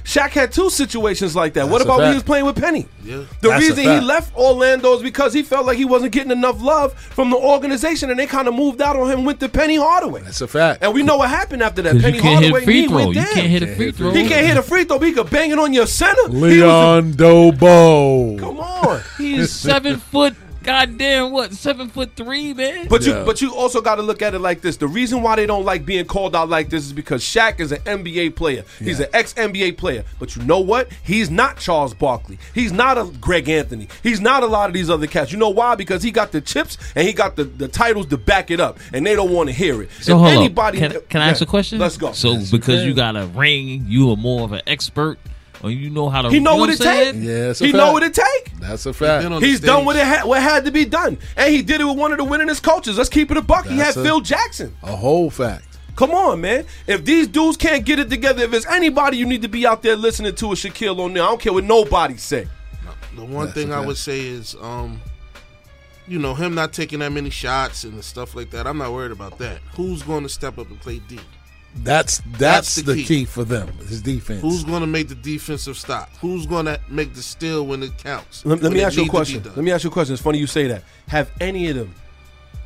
Speaker 7: Shaq had two situations like that. what
Speaker 4: That's a
Speaker 7: about when he
Speaker 4: fact.
Speaker 7: was playing with Penny?
Speaker 5: Yeah.
Speaker 7: The
Speaker 4: That's a
Speaker 7: reason he
Speaker 4: fact.
Speaker 7: left Orlando is because he felt like he wasn't getting enough love from the organization, and they kind of moved out on him. Went to Penny Hardaway,
Speaker 4: that's a fact.
Speaker 7: and we know what happened after that.
Speaker 6: 'cause
Speaker 7: Penny
Speaker 6: you can't hit
Speaker 7: Hardaway
Speaker 6: a free
Speaker 7: knee
Speaker 6: throw.
Speaker 7: went
Speaker 6: You
Speaker 7: down.
Speaker 6: can't hit a free throw.
Speaker 7: He can't hit a free throw. But he could bang it on your center. He was a-
Speaker 4: Leon Dobo.
Speaker 7: come on.
Speaker 6: He's seven foot. Goddamn, what seven foot three, man?
Speaker 7: But
Speaker 4: Yeah.
Speaker 7: you but you also got to look at it like this. The reason why they don't like being called out like this is because Shaq is an NBA player. He's an ex NBA player. But you know what? He's not Charles Barkley. He's not a Greg Anthony. He's not a lot of these other cats. You know why? Because he got the chips and he got the, the titles to back it up, and they don't want to hear it.
Speaker 6: so
Speaker 7: If
Speaker 6: hold
Speaker 7: anybody,
Speaker 6: up. Can, can I ask
Speaker 7: Yeah.
Speaker 6: a question?
Speaker 7: Let's go.
Speaker 6: So because you got a ring, you are more of an expert, or you know how to.
Speaker 7: he know
Speaker 6: you
Speaker 7: what
Speaker 6: I'm
Speaker 7: it
Speaker 6: saying?
Speaker 7: takes.
Speaker 4: Yeah, it's a
Speaker 7: he know
Speaker 4: fact.
Speaker 7: what it takes.
Speaker 4: That's a fact.
Speaker 5: Been on the
Speaker 7: He's done
Speaker 5: stage.
Speaker 7: what it had, what had to be done, and he did it with one of the winningest coaches. Let's keep it a buck. he had
Speaker 4: That's a-
Speaker 7: Phil Jackson.
Speaker 4: A whole fact.
Speaker 7: Come on, man. If these dudes can't get it together, if there's anybody you need to be out there listening to is Shaquille O'Neal. I don't care what nobody say.
Speaker 5: The one
Speaker 4: That's
Speaker 5: thing
Speaker 4: a
Speaker 5: I
Speaker 4: fact.
Speaker 5: would say is, um, you know, him not taking that many shots and stuff like that. I'm not worried about that. Who's going to step up and play D?
Speaker 4: That's that's,
Speaker 5: the
Speaker 4: the,
Speaker 5: key.
Speaker 4: key. for them. His defense.
Speaker 5: Who's going to make the defensive stop? Who's going to make the steal when it counts?
Speaker 7: Let, let
Speaker 5: When
Speaker 7: me
Speaker 5: it
Speaker 7: ask you a
Speaker 5: need to be
Speaker 7: question.
Speaker 5: done?
Speaker 7: Let me ask you a question. It's funny you say that. Have any of them,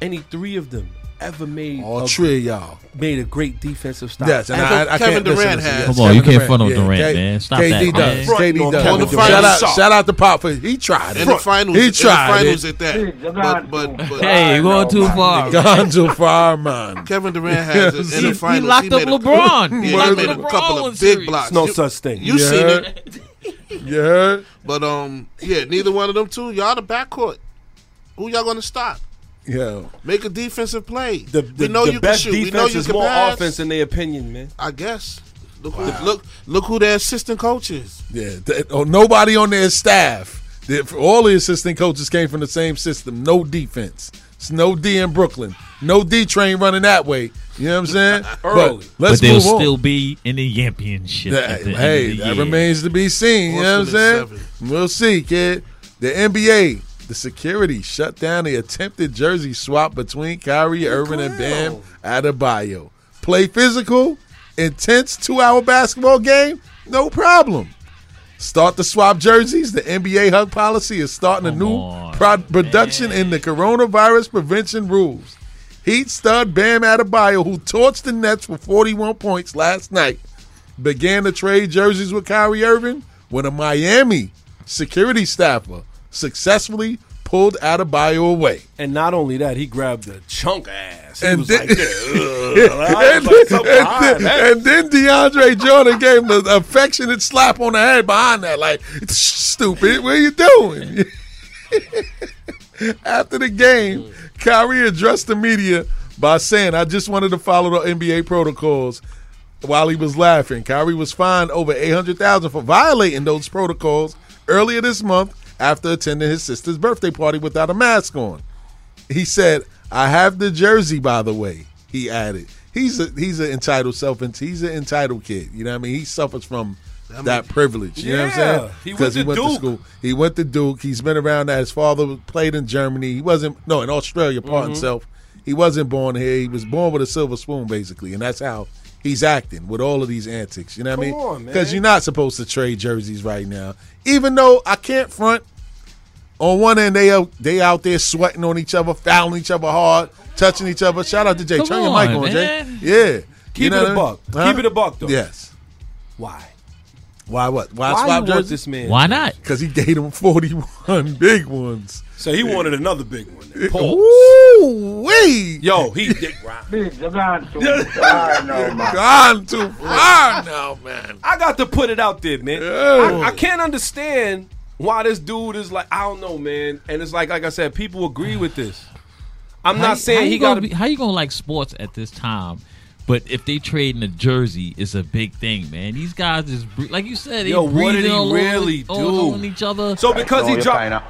Speaker 7: any three of them, ever made
Speaker 4: all
Speaker 7: a,
Speaker 4: three of y'all?
Speaker 7: made a great defensive stop?
Speaker 4: Yes, and
Speaker 5: That's
Speaker 4: I,
Speaker 5: what
Speaker 4: I
Speaker 5: Kevin
Speaker 4: can't listen
Speaker 5: Durant
Speaker 4: to
Speaker 5: has.
Speaker 4: this.
Speaker 6: Come on, you can't front on
Speaker 4: Yeah,
Speaker 6: Durant,
Speaker 4: K-
Speaker 6: man. Stop
Speaker 4: KD
Speaker 6: that, man.
Speaker 4: does. KD
Speaker 7: Front on Kevin
Speaker 4: does.
Speaker 7: Durant.
Speaker 4: Shout out,
Speaker 7: Suck.
Speaker 4: shout out to Pop for he tried it.
Speaker 5: In the finals,
Speaker 4: he
Speaker 5: in the
Speaker 4: tried
Speaker 5: finals
Speaker 4: it.
Speaker 5: at that. But, but, but
Speaker 6: Hey, you're going too far.
Speaker 4: Gonzo Farman.
Speaker 5: Kevin Durant has it in
Speaker 6: He-
Speaker 5: the
Speaker 6: he
Speaker 5: finals.
Speaker 6: locked up
Speaker 5: made a-
Speaker 6: LeBron.
Speaker 5: Yeah,
Speaker 6: He
Speaker 5: He
Speaker 6: locked
Speaker 5: made
Speaker 6: up
Speaker 5: a
Speaker 6: LeBron
Speaker 5: couple
Speaker 6: one
Speaker 5: of big
Speaker 6: series.
Speaker 5: blocks.
Speaker 7: It's no
Speaker 5: You-
Speaker 7: such thing.
Speaker 5: You seen
Speaker 4: heard?
Speaker 5: it.
Speaker 4: You heard?
Speaker 5: But um, yeah, neither one of them two. Y'all the backcourt. Who y'all gonna stop?
Speaker 4: Yo,
Speaker 5: Make a defensive play.
Speaker 7: the the,
Speaker 5: we know
Speaker 7: the
Speaker 5: you
Speaker 7: best
Speaker 5: can shoot. We know
Speaker 7: defense
Speaker 5: you
Speaker 7: is
Speaker 5: can
Speaker 7: more
Speaker 5: pass.
Speaker 7: offense in their opinion, man.
Speaker 5: I guess. Look, who, look, look who their assistant coach is.
Speaker 4: yeah. Th- oh, nobody on their staff. They- for All the assistant coaches came from the same system. No defense. It's no D in Brooklyn. No D train running that way. You know what I'm saying?
Speaker 7: Early.
Speaker 4: But let's
Speaker 6: but they'll
Speaker 4: move on.
Speaker 6: still be in the championship.
Speaker 4: That-
Speaker 6: at the
Speaker 4: hey,
Speaker 6: end of the
Speaker 4: that
Speaker 6: year.
Speaker 4: remains to be seen. You know what I'm saying?
Speaker 5: Boston is
Speaker 4: We'll see, kid. The NBA, the security shut down the attempted jersey swap between Kyrie Irving and Bam Adebayo. Play physical, intense two-hour basketball game, no problem. Start to swap jerseys. The NBA hug policy is starting a
Speaker 6: Come
Speaker 4: new
Speaker 6: on,
Speaker 4: pro- production in the coronavirus prevention rules. Heat stud Bam Adebayo, who torched the Nets for 41 points last night, began to trade jerseys with Kyrie Irving when a Miami security staffer successfully pulled Adebayo away.
Speaker 7: And not only that, he grabbed a chunk ass. He
Speaker 4: And
Speaker 7: was
Speaker 4: then-
Speaker 7: like, "Ugh." I was
Speaker 4: And,
Speaker 7: like, "Something
Speaker 4: and
Speaker 7: behind that."
Speaker 4: then, and then DeAndre Jordan gave him the affectionate slap on the head behind that, like, stupid, what are you doing? After the game, Kyrie addressed the media by saying, I just wanted to follow the NBA protocols while he was laughing. Kyrie was fined over 800000 for violating those protocols earlier this month after attending his sister's birthday party without a mask on. He said, "I have the jersey, by the way." He added, "He's a he's an entitled self, he's an entitled kid. You know what I mean? He suffers from that privilege. You know what
Speaker 7: Yeah,
Speaker 4: I'm saying?
Speaker 7: he went
Speaker 4: Because
Speaker 7: to Duke.
Speaker 4: school. He went to Duke. He's been around that. His father played in Germany. He wasn't no in
Speaker 7: Mm-hmm.
Speaker 4: Australia. Part himself. He wasn't born here. He was born with a silver spoon, basically, and that's how he's acting with all of these antics. You know what
Speaker 7: Come
Speaker 4: I mean?
Speaker 7: on, man.
Speaker 4: Because you're not supposed to trade jerseys right now. Even though I can't front. On one end, they out, they out there sweating on each other, fouling each other hard, touching each other. Shout out to Jay.
Speaker 6: Come
Speaker 4: Turn your
Speaker 6: on,
Speaker 4: mic on,
Speaker 6: man.
Speaker 4: Jay. Yeah.
Speaker 7: Keep it a buck. Keep it a buck, though.
Speaker 4: Yes.
Speaker 7: Why?
Speaker 4: Why what? Why,
Speaker 7: Why
Speaker 4: swap
Speaker 7: you want
Speaker 4: jerseys?
Speaker 7: this man?
Speaker 6: Why not?
Speaker 4: Because he gave him 41 big ones.
Speaker 7: So he wanted another big one. then. Pause.
Speaker 4: Ooh, wee.
Speaker 7: Yo, he dick rock.
Speaker 4: Gone too far now, man.
Speaker 7: I got to put it out there, man.
Speaker 4: Yeah.
Speaker 7: I, I can't understand why this dude is like. I don't know, man. And it's like, like I said, people agree with this. I'm
Speaker 6: How-
Speaker 7: not
Speaker 6: how
Speaker 7: saying
Speaker 6: you
Speaker 7: he
Speaker 6: gonna
Speaker 7: got to
Speaker 6: be- how you gonna like sports at this time. But if they trade in a jersey, it's a big thing, man. These guys is bre- like you said, they
Speaker 7: Yo, what did
Speaker 6: breathing
Speaker 7: he
Speaker 6: all over-
Speaker 7: really
Speaker 6: all
Speaker 7: do?
Speaker 6: on each other,
Speaker 7: So because he dropped,
Speaker 6: sweating on the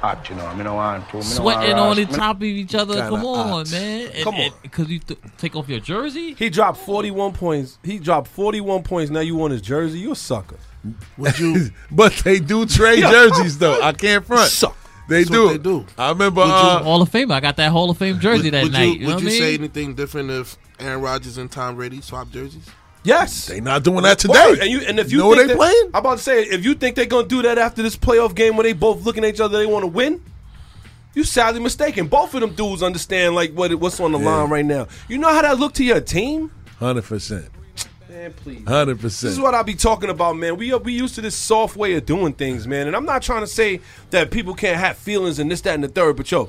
Speaker 6: top of each other.
Speaker 4: Kinda
Speaker 6: Come on,
Speaker 4: ox.
Speaker 6: man. And,
Speaker 7: Come on.
Speaker 6: because you th- take off your jersey.
Speaker 7: he dropped 41 points. He dropped 41 points. Now you want his jersey? You a sucker.
Speaker 5: Would you?
Speaker 4: But they do trade jerseys though. I can't front.
Speaker 7: Suck.
Speaker 4: They
Speaker 5: That's
Speaker 4: do.
Speaker 5: what they do.
Speaker 4: I remember.
Speaker 5: Would you-
Speaker 4: Uh,
Speaker 6: Hall of Famer. I got that Hall of Fame jersey
Speaker 5: Would,
Speaker 6: that
Speaker 5: would
Speaker 6: night.
Speaker 5: you,
Speaker 6: you know
Speaker 5: would you
Speaker 6: what I mean?
Speaker 5: say anything different if Aaron Rodgers and Tom Brady swap jerseys?
Speaker 7: Yes.
Speaker 4: they not doing that today.
Speaker 7: Word. And you and if you
Speaker 4: know what
Speaker 7: think
Speaker 4: they
Speaker 7: that-
Speaker 4: playing?
Speaker 7: I'm about to say if you think they're gonna do that after this playoff game when they both looking at each other, they want to win. You sadly mistaken. Both of them dudes understand like what it- what's on the line right now. You know how that look to your team,
Speaker 4: Hundred percent.
Speaker 7: man. Please.
Speaker 4: Hundred
Speaker 7: This is
Speaker 4: percent.
Speaker 7: what I be talking about, man. We we used to this soft way of doing things, man. And I'm not trying to say that people can't have feelings and this, that, and the third, but yo,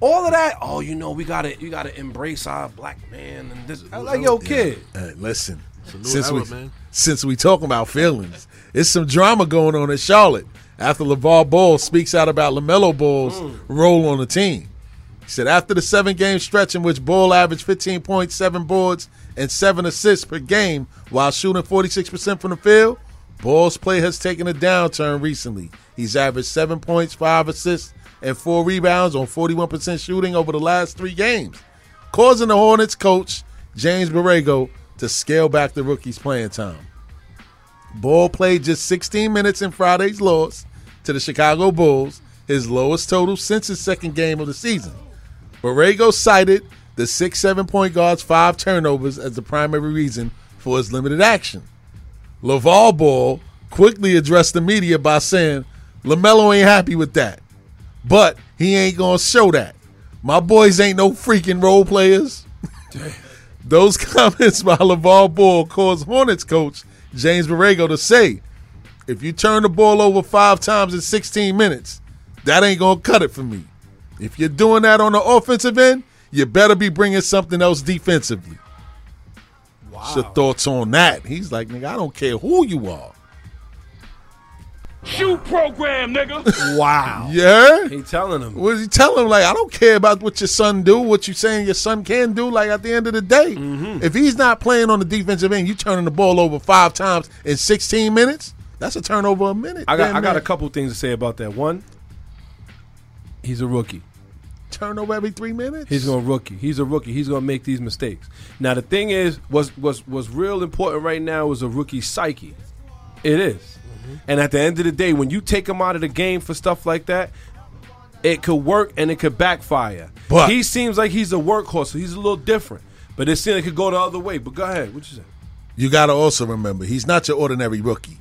Speaker 7: all of that. Oh, you know, we gotta you gotta embrace our black man and this. I like yo, kid.
Speaker 4: Hey, listen,
Speaker 5: new
Speaker 4: since
Speaker 5: era,
Speaker 4: we
Speaker 5: man.
Speaker 4: since we talking about feelings, it's some drama going on in Charlotte after LeVar Ball speaks out about Lamelo Ball's role on the team. He said after the seven game stretch in which Ball averaged 15.7 boards and seven assists per game while shooting 46% from the field, Ball's play has taken a downturn recently. He's averaged seven points, five assists, and four rebounds on 41% shooting over the last three games causing the Hornets coach James Borrego to scale back the rookie's playing time. Ball played just 16 minutes in Friday's loss to the Chicago Bulls, his lowest total since his second game of the season. Borrego cited the six seven point guard's five turnovers as the primary reason for his limited action. LaVar Ball quickly addressed the media by saying, LaMelo ain't happy with that, but he ain't going to show that. My boys ain't no freaking role players. Those comments by LaVar Ball caused Hornets coach James Borrego to say, if you turn the ball over five times in 16 minutes, that ain't going to cut it for me. If you're doing that on the offensive end, you better be bringing something else defensively. What's your thoughts on that? He's like, nigga, I don't care who you are.
Speaker 7: Wow.
Speaker 4: Yeah?
Speaker 7: He telling him.
Speaker 4: What you tell him? Like, I don't care about what your son do, what you saying your son can do. Like, at the end of the day,
Speaker 7: Mm-hmm.
Speaker 4: if he's not playing on the defensive end, you turning the ball over five times in 16 minutes, that's a turnover a minute.
Speaker 7: I got
Speaker 4: Damn
Speaker 7: I got
Speaker 4: near.
Speaker 7: a couple things to say about that. One, he's a rookie.
Speaker 4: turnover every three minutes.
Speaker 7: He's gonna rookie. He's a rookie. He's gonna make these mistakes. Now the thing is, what's what's what's real important right now is a rookie psyche. It is.
Speaker 4: Mm-hmm.
Speaker 7: And at the end of the day, when you take him out of the game for stuff like that, it could work and it could backfire.
Speaker 4: But-
Speaker 7: he seems like he's a workhorse, so he's a little different. But it seems like it could go the other way. But go ahead, what you say?
Speaker 4: you got to also remember he's not your ordinary rookie.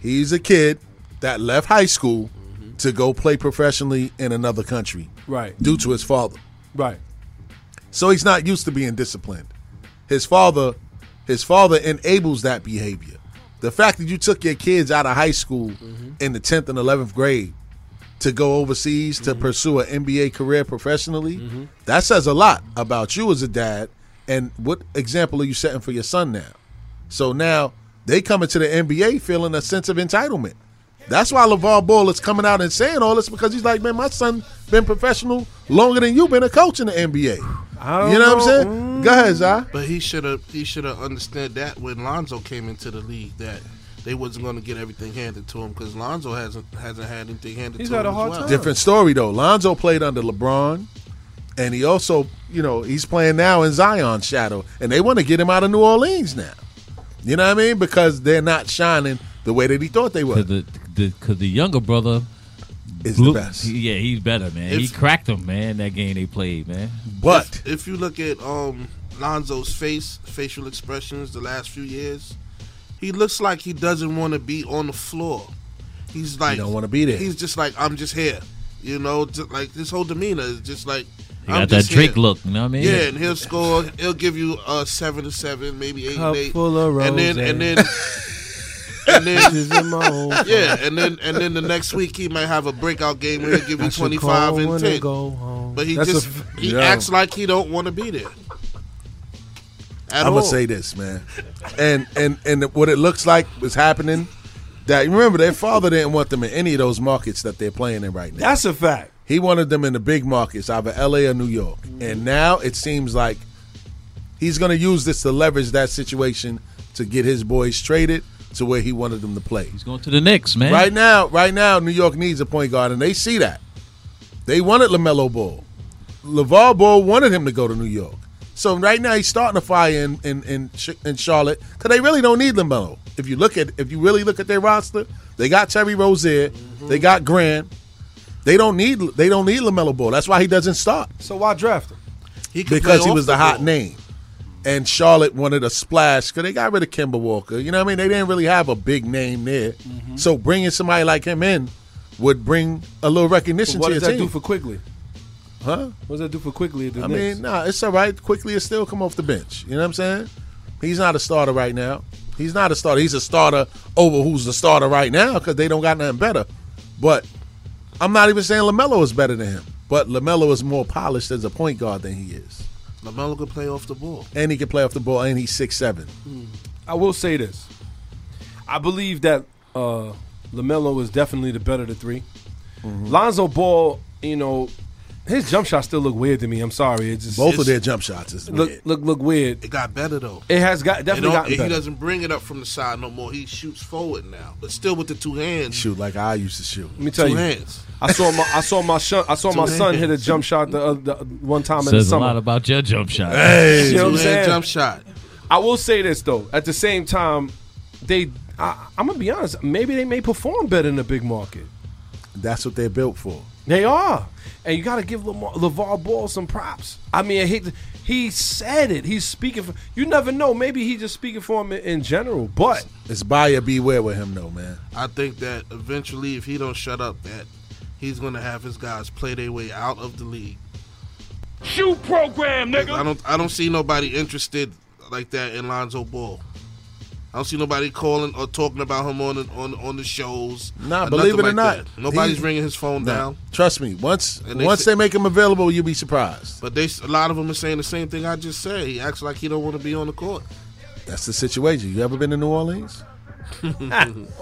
Speaker 4: He's a kid that left high school
Speaker 7: Mm-hmm.
Speaker 4: to go play professionally in another country
Speaker 7: Right,
Speaker 4: due to his father.
Speaker 7: right.
Speaker 4: So he's not used to being disciplined. His father, his father enables that behavior. The fact that you took your kids out of high school Mm-hmm. in the tenth and eleventh grade to go overseas
Speaker 7: Mm-hmm.
Speaker 4: to pursue an NBA career professionally, that says a lot about you as a dad. And what example are you setting for your son now? So now they coming to the NBA feeling a sense of entitlement. That's why LeVar Ball is coming out and saying all this because he's like, man, my son been professional longer than you've been a coach in the NBA.
Speaker 7: don't
Speaker 4: you know,
Speaker 7: know.
Speaker 4: what I'm saying? Go ahead, Zai.
Speaker 5: But he should have he should have understood that when Lonzo came into the league that they wasn't going to get everything handed to him because Lonzo hasn't hasn't had anything handed
Speaker 7: He's
Speaker 5: to
Speaker 7: had
Speaker 5: him
Speaker 7: a
Speaker 5: as
Speaker 7: hard
Speaker 5: well.
Speaker 7: time.
Speaker 4: Different story though. Lonzo played under LeBron, and he also, you know, he's playing now in Zion's shadow, and they want to get him out of New Orleans now. You know what I mean? Because they're not shining the way that he thought they were.
Speaker 6: Because the, the, 'cause the younger brother,
Speaker 4: Is the
Speaker 6: blew-
Speaker 4: best.
Speaker 6: yeah, he's better, man. he
Speaker 5: If-
Speaker 6: cracked him, man. That game they played, man.
Speaker 4: But
Speaker 5: If you look at um Lonzo's face, facial expressions the last few years. He looks like he doesn't want to be on the floor. He's like
Speaker 4: don't wanna be there.
Speaker 5: He's just like I'm just here. You know, just like his whole demeanor is just like
Speaker 6: He
Speaker 5: I'm
Speaker 6: got that
Speaker 5: just
Speaker 6: Drake
Speaker 5: here.
Speaker 6: look. You know what I mean?
Speaker 5: Yeah, and he'll score. He'll give you uh seven to seven, maybe eight and eight,
Speaker 7: full of
Speaker 5: and then and then and then yeah, and then and then the next week he might have a breakout game where he'll give you twenty five and ten. But he
Speaker 7: That's a
Speaker 5: just
Speaker 7: f-
Speaker 5: he
Speaker 4: Yeah.
Speaker 5: acts like he don't want to be there. At
Speaker 4: I'm
Speaker 5: all.
Speaker 4: gonna say this, man, and and and what it looks like is happening. That remember, their father didn't want them in any of those markets that they're playing in right now.
Speaker 7: That's a fact.
Speaker 4: He wanted them in the big markets, either LA or New York. And now it seems like he's going to use this to leverage that situation to get his boys traded to where he wanted them to play.
Speaker 6: He's going to the Knicks, man.
Speaker 4: Right now, right now, New York needs a point guard, and they see that. They wanted LaMelo Ball. LeVar Ball wanted him to go to New York. So right now he's starting a fire in in in, Ch- in Charlotte because they really don't need LaMelo. If you look at if you really look at their roster, they got Terry Rozier, they got Grant. They don't need they don't need LaMelo Ball. That's why he doesn't start
Speaker 7: So why draft him?
Speaker 5: He could
Speaker 4: because
Speaker 5: play
Speaker 4: he
Speaker 5: off
Speaker 4: was the hot
Speaker 5: ball.
Speaker 4: name. And Charlotte wanted a splash because they got rid of Kimber Walker. You know what I mean? They didn't really have a big name there.
Speaker 7: Mm-hmm.
Speaker 4: So bringing somebody like him in would bring a little recognition
Speaker 7: What
Speaker 4: to
Speaker 7: does
Speaker 4: your
Speaker 7: that
Speaker 4: team.
Speaker 7: do for quickly?
Speaker 4: huh?
Speaker 7: What does that do for quickly? At the
Speaker 4: I
Speaker 7: Knicks?
Speaker 4: mean, nah, it's all right. Quickly, it still come off the bench. You know what I'm saying? He's not a starter right now. He's not a starter. He's a starter over who's the starter right now because they don't got nothing better. But I'm not even saying LaMelo is better than him. But LaMelo is more polished as a point guard than he is.
Speaker 5: Lamelo could play off the ball.
Speaker 4: And he can play off the ball and he's six seven.
Speaker 7: I will say this. I believe that uh, LaMelo is definitely the better of the 3
Speaker 4: Mm-hmm.
Speaker 7: Lonzo Ball, you know, his jump shots still look weird to me. I'm sorry. It just
Speaker 4: Both
Speaker 7: it's-
Speaker 4: of their jump shots is
Speaker 7: look
Speaker 4: weird.
Speaker 7: look look weird.
Speaker 5: It got better though.
Speaker 7: It has got
Speaker 5: It
Speaker 7: definitely
Speaker 5: don't-
Speaker 7: gotten
Speaker 5: he
Speaker 7: better.
Speaker 5: doesn't bring it up from the side no more. He shoots forward now, but still with the two hands.
Speaker 4: shoot like I used to shoot.
Speaker 7: Let me tell
Speaker 5: Two
Speaker 7: you.
Speaker 5: hands.
Speaker 7: I saw my I saw my son I saw my
Speaker 5: Two
Speaker 7: son hit a
Speaker 5: hands.
Speaker 7: jump shot the, other the one time in the
Speaker 6: Says a
Speaker 7: summer.
Speaker 6: lot about your jump shot.
Speaker 7: you know what I'm
Speaker 5: Two hand
Speaker 7: saying?
Speaker 5: jump shot.
Speaker 7: I will say this though. At the same time, they I, I'm gonna be honest. Maybe they may perform better in the big market.
Speaker 4: That's what they're built for.
Speaker 7: They are, and you got to give Lamar, LeVar Ball some props. I mean, he he said it. He's speaking for. You never know. Maybe he just speaking for him in, in general. But
Speaker 4: It's buyer beware with him though, man.
Speaker 5: I think that eventually, if he don't shut up, that he's going to have his guys play their way out of the league.
Speaker 10: Shoot program,
Speaker 5: I don't, I don't see nobody interested like that in Lonzo Ball. I don't see nobody calling or talking about him on the, on on the shows.
Speaker 4: Nah,
Speaker 5: or
Speaker 4: believe
Speaker 5: nothing
Speaker 4: it or
Speaker 5: like
Speaker 4: not,
Speaker 5: that. nobody's
Speaker 4: he-
Speaker 5: ringing his phone
Speaker 4: Now,
Speaker 5: down.
Speaker 4: trust me. Once
Speaker 5: And they
Speaker 4: once
Speaker 5: say-
Speaker 4: they make him available, you'll be surprised.
Speaker 5: But they, a lot of them are saying the same thing I just said. He acts like he don't want to be on the court.
Speaker 4: That's the situation. You ever been to New Orleans?
Speaker 7: oh man,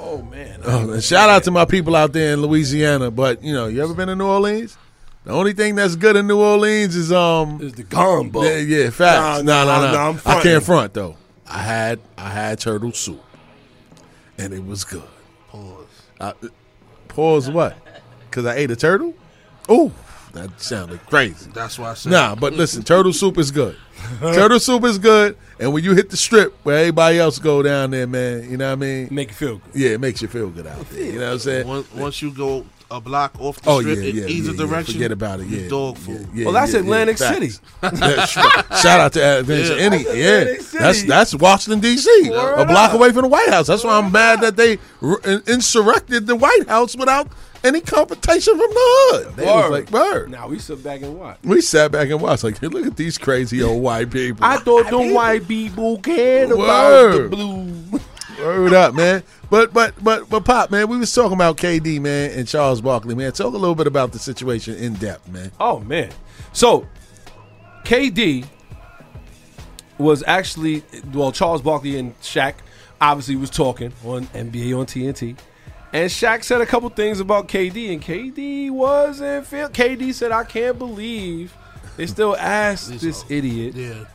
Speaker 4: Oh, and shout out to my people out there in Louisiana. But you know, you ever been to New Orleans? The only thing that's good in New Orleans is um.
Speaker 7: is the combo.
Speaker 4: Yeah, yeah, facts.
Speaker 7: Nah,
Speaker 4: Nah,
Speaker 7: nah,
Speaker 4: nah, nah.
Speaker 7: nah, I'm
Speaker 4: I
Speaker 7: fronting.
Speaker 4: can't front though. I had I had turtle soup, and it was good.
Speaker 5: Pause.
Speaker 4: Pause what? Because I ate a turtle? Ooh, that sounded crazy.
Speaker 5: That's why I said.
Speaker 4: Nah, but listen, turtle soup is good. turtle soup is good, and when you hit the strip where everybody else go down there, man, you know what I mean?
Speaker 7: Make you feel good.
Speaker 4: Yeah, it makes you feel good out there. You know what I'm saying?
Speaker 5: Once, once you go a block off the
Speaker 4: Oh yeah,
Speaker 5: strip in
Speaker 4: yeah,
Speaker 5: either
Speaker 4: yeah, yeah.
Speaker 5: direction,
Speaker 4: Forget about it.
Speaker 5: you
Speaker 4: Yeah,
Speaker 5: dog
Speaker 4: yeah,
Speaker 5: food.
Speaker 4: yeah,
Speaker 7: Well, that's
Speaker 4: yeah, yeah.
Speaker 7: Atlantic
Speaker 4: Facts.
Speaker 7: City.
Speaker 4: Yeah, sh- Shout out to Atlantic Any, yeah,
Speaker 7: Atlantic City.
Speaker 4: that's that's Washington D.C.,
Speaker 7: Word
Speaker 4: a block
Speaker 7: up.
Speaker 4: away from the White House. That's why I'm mad that they r- in- insurrected the White House without any confrontation from the hood. They was like, word.
Speaker 7: Now we sit back and watch.
Speaker 4: We sat back and watched, like, look at these crazy old white people.
Speaker 7: I thought them white people cared about the
Speaker 4: Word.
Speaker 7: blue.
Speaker 4: Word up, man. But but but but pop, man, we was talking about KD, man, and Charles Barkley, man. Talk a little bit about the situation in depth, man.
Speaker 7: Oh man. So KD was actually well Charles Barkley and Shaq obviously was talking on NBA on TNT. And Shaq said a couple things about KD and KD wasn't feel KD said I can't believe they still asked this idiot.
Speaker 5: Yeah,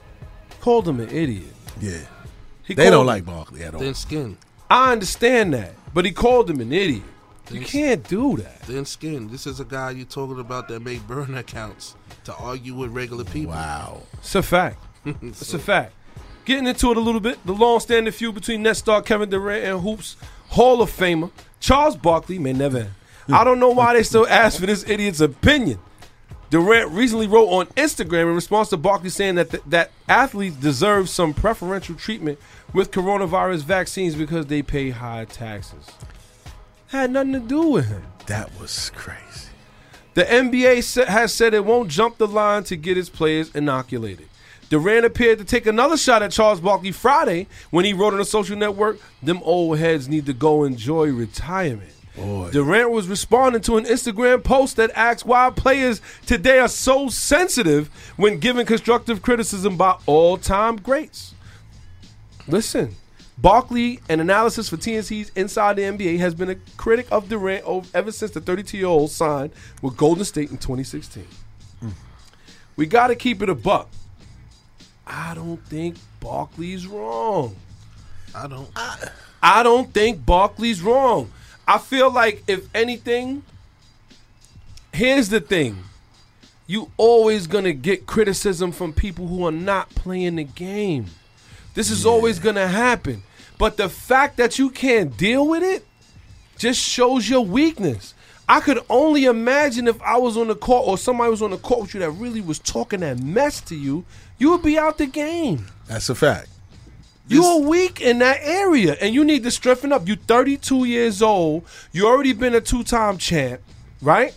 Speaker 7: Called him an idiot.
Speaker 4: Yeah.
Speaker 7: He
Speaker 4: They
Speaker 7: called
Speaker 4: don't
Speaker 7: him-
Speaker 4: like Barkley at all.
Speaker 5: thin skin,
Speaker 7: I understand that, but he called him an idiot. You can't do that.
Speaker 5: thin skin. This is a guy you talking about that made burn accounts to argue with regular people.
Speaker 4: Wow.
Speaker 7: It's a fact. It's a fact. Getting into it a little bit, the long-standing feud between net star Kevin Durant and Hoops Hall of Famer
Speaker 4: Hmm.
Speaker 7: Charles Barkley may never end. I don't know why they still ask for this idiot's opinion. Durant recently wrote on Instagram in response to Barkley saying that th- that athletes deserve some preferential treatment with coronavirus vaccines because they pay high taxes. Had nothing to do with him.
Speaker 4: That was crazy.
Speaker 7: The NBA sa- has said it won't jump the line to get its players inoculated. Durant appeared to take another shot at Charles Barkley Friday when he wrote on a social network, "Them old heads need to go enjoy retirement."
Speaker 4: Boy.
Speaker 7: Durant was responding to an Instagram post that asked why players today are so sensitive when given constructive criticism by all-time greats. Listen, Barkley, an analysis for TNC's Inside the NBA, has been a critic of Durant ov- ever since the 32-year-old signed with Golden State in 2016.
Speaker 5: Hmm.
Speaker 7: We got to keep it a buck. I don't think Barkley's wrong.
Speaker 5: I don't.
Speaker 7: I don't think Barkley's wrong. I feel like if anything, here's the thing. You always gonna get criticism from people who are not playing the game. This is always gonna happen. But the fact that you can't deal with it just shows your weakness. I could only imagine if I was on the court or somebody was on the court with you that really was talking that mess to you, you would be out the game.
Speaker 4: That's a fact.
Speaker 7: You are weak in that area, and you need to strengthen up. You're 32 years old. You already been a two-time champ, right?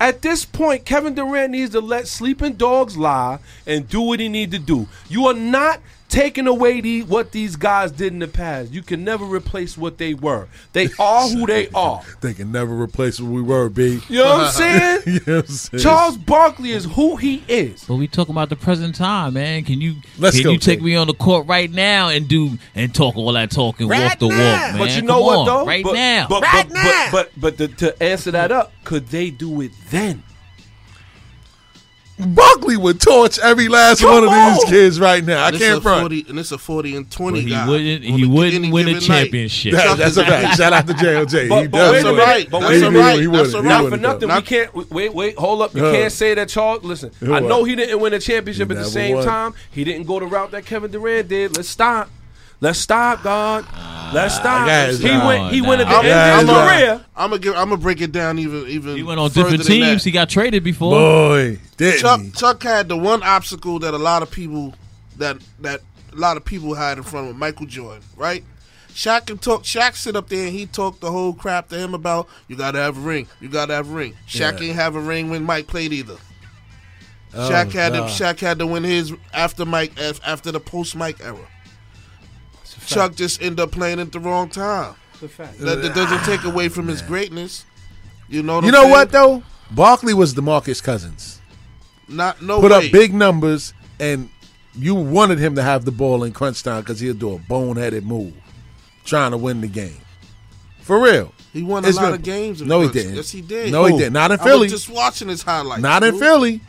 Speaker 7: At this point, Kevin Durant needs to let sleeping dogs lie and do what he need to do. You are not taking away the, what these guys did in the past. You can never replace what they were. They are who they are.
Speaker 4: They can never replace what we were, B.
Speaker 7: You know what I'm
Speaker 4: You
Speaker 7: saying?
Speaker 4: know what I'm saying?
Speaker 7: Charles Barkley is who he is.
Speaker 6: But we talking about the present time, man. Can you
Speaker 4: Let's
Speaker 6: can
Speaker 4: go,
Speaker 6: you take
Speaker 4: King.
Speaker 6: me on the court right now and do and talk all that talk and walk the walk, man?
Speaker 7: But you
Speaker 6: Come
Speaker 7: know what
Speaker 6: on,
Speaker 7: though?
Speaker 6: Right
Speaker 7: but,
Speaker 6: now,
Speaker 7: But, but, but but but to, to answer that up, could they do it then?
Speaker 4: Buckley would torch every last
Speaker 7: Come
Speaker 4: one of these
Speaker 7: on.
Speaker 4: kids right now. I
Speaker 5: And it's
Speaker 4: can't
Speaker 5: a
Speaker 4: front.
Speaker 5: 40, and it's a 40 and 20
Speaker 6: But he
Speaker 5: guy.
Speaker 6: wouldn't
Speaker 5: on
Speaker 6: he
Speaker 5: a-
Speaker 6: wouldn't
Speaker 5: any
Speaker 6: win a
Speaker 5: given night.
Speaker 6: championship.
Speaker 4: That- that's a fact. Shout out to JLJ.
Speaker 7: But-
Speaker 4: he
Speaker 7: but wait
Speaker 4: does
Speaker 7: a
Speaker 4: something.
Speaker 7: minute, but
Speaker 4: He
Speaker 7: wait a
Speaker 4: would,
Speaker 7: minute,
Speaker 5: that's
Speaker 4: he would,
Speaker 5: a
Speaker 4: he
Speaker 5: right.
Speaker 7: Not
Speaker 4: would
Speaker 7: for
Speaker 4: have done.
Speaker 7: nothing.
Speaker 5: Not-
Speaker 7: we can't. w- Wait, wait, hold up. You
Speaker 4: Huh.
Speaker 7: can't say that Charles. Listen,
Speaker 4: Who
Speaker 7: I
Speaker 4: what?
Speaker 7: know he didn't win a championship at the
Speaker 4: never
Speaker 7: same
Speaker 4: won.
Speaker 7: time. He didn't go the route that Kevin Durant did. Let's stop. Let's stop, God. Let's stop.
Speaker 4: Ah, guys,
Speaker 7: he
Speaker 4: nah,
Speaker 7: went. He
Speaker 6: nah.
Speaker 7: went at the
Speaker 6: I'm-
Speaker 7: end of his
Speaker 4: I'm-
Speaker 7: career.
Speaker 5: I'm gonna give. I'm gonna break it down even even.
Speaker 6: He went on
Speaker 5: further
Speaker 6: different
Speaker 5: than that.
Speaker 6: teams. He got traded before.
Speaker 4: Boy, didn't
Speaker 5: Chuck
Speaker 4: he?
Speaker 5: Chuck had the one obstacle that a lot of people that that a lot of people had in front of him, Michael Jordan, right? Shaq can talk. Shaq sit up there and he talked the whole crap to him about you gotta have a ring, you gotta have a ring. Shaq
Speaker 4: Yeah. Oh,
Speaker 5: ain't have a ring when Mike played either. Shaq had to,
Speaker 4: God.
Speaker 5: Shaq had to win his after Mike af- after the post Mike era. Chuck just ended up playing at the wrong time. That, that doesn't take away from his greatness. You know. What
Speaker 4: You
Speaker 5: I'm
Speaker 4: know
Speaker 5: saying?
Speaker 4: what though? Barkley was DeMarcus Cousins.
Speaker 5: Not no
Speaker 4: Put up
Speaker 5: way.
Speaker 4: big numbers, and you wanted him to have the ball in crunch time because he'll do a boneheaded move, trying to win the game. For real,
Speaker 5: He won a
Speaker 4: It's
Speaker 5: lot
Speaker 4: been-
Speaker 5: of games. in
Speaker 4: No, he
Speaker 5: Brooklyn.
Speaker 4: didn't.
Speaker 5: Yes, he did.
Speaker 4: No, he didn't. Not in
Speaker 5: I was
Speaker 4: Philly.
Speaker 5: just watching his highlights.
Speaker 4: not in
Speaker 5: dude.
Speaker 4: Philly.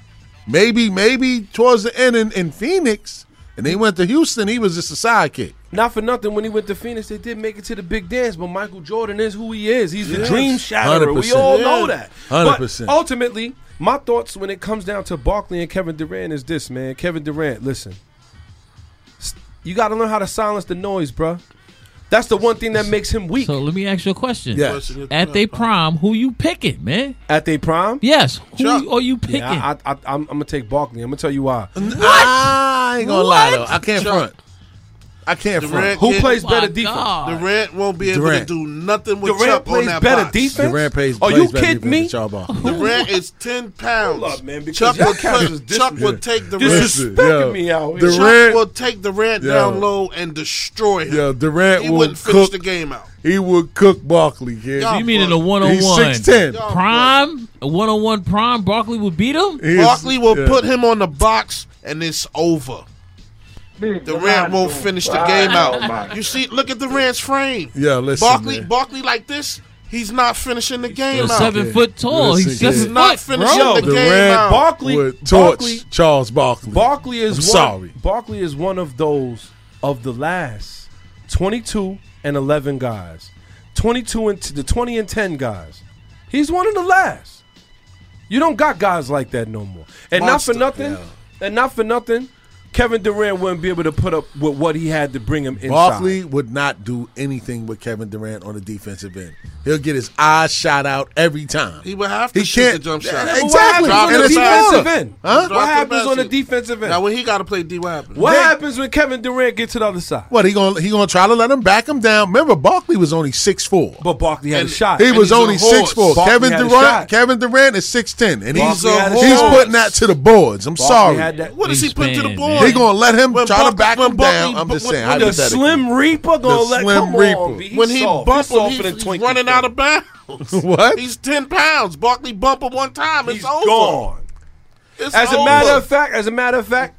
Speaker 4: Maybe, maybe towards the end in, in Phoenix, and they went to Houston. He was just a sidekick.
Speaker 7: Not for nothing. When he went to Phoenix, they did make it to the big dance. But Michael Jordan is who he is. He's the
Speaker 4: Yes.
Speaker 7: dream shatterer. We
Speaker 4: 100%.
Speaker 7: all
Speaker 4: Yeah.
Speaker 7: know that.
Speaker 4: 100%.
Speaker 7: But ultimately, my thoughts when it comes down to Barkley and Kevin Durant is this, man. Kevin Durant, listen. S- You got to learn how to silence the noise, bruh. That's the one thing that makes him weak.
Speaker 6: So let me ask you a question.
Speaker 4: Yeah.
Speaker 6: At they prime, who you picking, man?
Speaker 7: At they prime,
Speaker 6: Yes, who
Speaker 5: Chuck.
Speaker 6: are you picking?
Speaker 7: yeah, I, I, I, am gonna take Barkley. I'm gonna tell you why.
Speaker 4: I ain't gonna lie though. I can't
Speaker 5: Chuck.
Speaker 4: front. I can't
Speaker 5: Durant
Speaker 4: front.
Speaker 7: Who
Speaker 5: can't-
Speaker 7: plays
Speaker 6: My
Speaker 7: better defense?
Speaker 6: God.
Speaker 5: Durant won't be able
Speaker 4: Durant.
Speaker 5: to do nothing with
Speaker 7: Oh, Durant
Speaker 5: Chuck on
Speaker 7: plays
Speaker 5: that
Speaker 7: better
Speaker 5: box.
Speaker 7: defense.
Speaker 4: Durant plays.
Speaker 7: Are
Speaker 4: plays
Speaker 7: you
Speaker 4: better
Speaker 7: kidding
Speaker 4: defense
Speaker 7: me?
Speaker 4: than Charles Barkley.
Speaker 5: Durant is ten pounds.
Speaker 7: Hold up, man, because
Speaker 5: Chuck,
Speaker 7: y'all
Speaker 5: will,
Speaker 7: cats is
Speaker 5: put, Chuck
Speaker 7: disrespecting-
Speaker 5: will take the
Speaker 7: Disres-
Speaker 5: Durant.
Speaker 4: Listen,
Speaker 7: disrespecting
Speaker 4: yo,
Speaker 7: me out here.
Speaker 5: Chuck
Speaker 4: Durant,
Speaker 5: will take Durant
Speaker 4: Yo.
Speaker 5: down low and destroy him.
Speaker 4: yo, Durant
Speaker 5: he
Speaker 4: will
Speaker 5: wouldn't finish
Speaker 4: cook.
Speaker 5: the game out.
Speaker 4: He would cook Barkley, kid.
Speaker 5: Y'all
Speaker 6: you mean in a one on
Speaker 4: He's
Speaker 6: one?
Speaker 4: six ten.
Speaker 5: Y'all-
Speaker 6: Prime, a one on one prime. Barkley would beat him.
Speaker 5: Barkley will put him on the box, and it's over. Durant won't finish the game
Speaker 7: Oh
Speaker 5: out. You see, look at Durant's frame.
Speaker 4: Yeah, listen,
Speaker 5: Barkley,
Speaker 4: man.
Speaker 5: Barkley like this, he's not finishing the game
Speaker 6: He's
Speaker 5: out.
Speaker 6: seven foot tall.
Speaker 4: Listen,
Speaker 6: He's seven
Speaker 4: kid.
Speaker 6: foot,
Speaker 5: Not
Speaker 6: bro.
Speaker 5: finishing the game out.
Speaker 7: Barkley-
Speaker 4: would torch
Speaker 7: Barkley-
Speaker 4: Charles Barkley.
Speaker 7: Barkley is
Speaker 4: I'm
Speaker 7: one,
Speaker 4: sorry.
Speaker 7: Barkley is one of those of the last 22 and 11 guys. 22 and t- the 20 and 10 guys. He's one of the last. You don't got guys like that no more. And not for
Speaker 5: Monster.
Speaker 7: nothing. And not for nothing. Kevin Durant wouldn't be able to put up with what he had to bring him inside.
Speaker 4: Barkley would not do anything with Kevin Durant on the defensive end. He'll get his eyes shot out every time.
Speaker 5: He would have to
Speaker 4: He
Speaker 5: shoot
Speaker 4: can't-
Speaker 5: the jump
Speaker 4: Yeah,
Speaker 5: shot.
Speaker 4: yeah,
Speaker 7: But
Speaker 4: Exactly.
Speaker 7: What happens on
Speaker 4: And
Speaker 7: the
Speaker 4: it's
Speaker 7: defensive
Speaker 4: not-
Speaker 7: end?
Speaker 4: Huh?
Speaker 7: What happens on the
Speaker 5: Dropped the
Speaker 7: defensive
Speaker 5: Now
Speaker 7: end?
Speaker 5: when he got to play D. Wap.
Speaker 7: What happens when Kevin Durant gets to the other side?
Speaker 4: What he gonna he gonna try to let him back him down? Remember, Barkley was only six four.
Speaker 7: But Barkley had a
Speaker 5: And-
Speaker 7: shot.
Speaker 4: He was
Speaker 5: he's a
Speaker 4: only
Speaker 5: horse.
Speaker 4: six four.
Speaker 7: Barkley
Speaker 4: Kevin
Speaker 7: had a
Speaker 4: Durant
Speaker 7: shot.
Speaker 4: Kevin Durant is six ten, and he's uh,
Speaker 7: Barkley had a
Speaker 4: he's
Speaker 7: shot.
Speaker 4: putting that to the boards. I'm
Speaker 7: Barkley
Speaker 4: sorry.
Speaker 7: had that-
Speaker 5: What is he putting to the
Speaker 6: Wingspan,
Speaker 5: board?
Speaker 6: man.
Speaker 4: He gonna let him
Speaker 5: When
Speaker 4: try to
Speaker 5: Barkley-
Speaker 4: back
Speaker 5: when
Speaker 4: him
Speaker 5: Barkley-
Speaker 4: down. I'm just
Speaker 5: when-
Speaker 4: saying.
Speaker 5: when
Speaker 7: The
Speaker 4: hypothetically.
Speaker 7: Slim Reaper gonna
Speaker 4: The
Speaker 7: let
Speaker 4: Slim
Speaker 7: come
Speaker 4: Reaper.
Speaker 7: on. B.
Speaker 5: when he
Speaker 7: soft.
Speaker 5: bump him,
Speaker 7: soft
Speaker 5: he's,
Speaker 7: and a
Speaker 5: he's
Speaker 7: twinkie
Speaker 5: running
Speaker 7: thing.
Speaker 5: out of bounds.
Speaker 4: What?
Speaker 5: He's ten pounds. Barkley bump him one time. It's
Speaker 7: He's
Speaker 5: over.
Speaker 7: gone.
Speaker 5: It's
Speaker 7: As a
Speaker 5: over.
Speaker 7: matter of fact, as a matter of fact,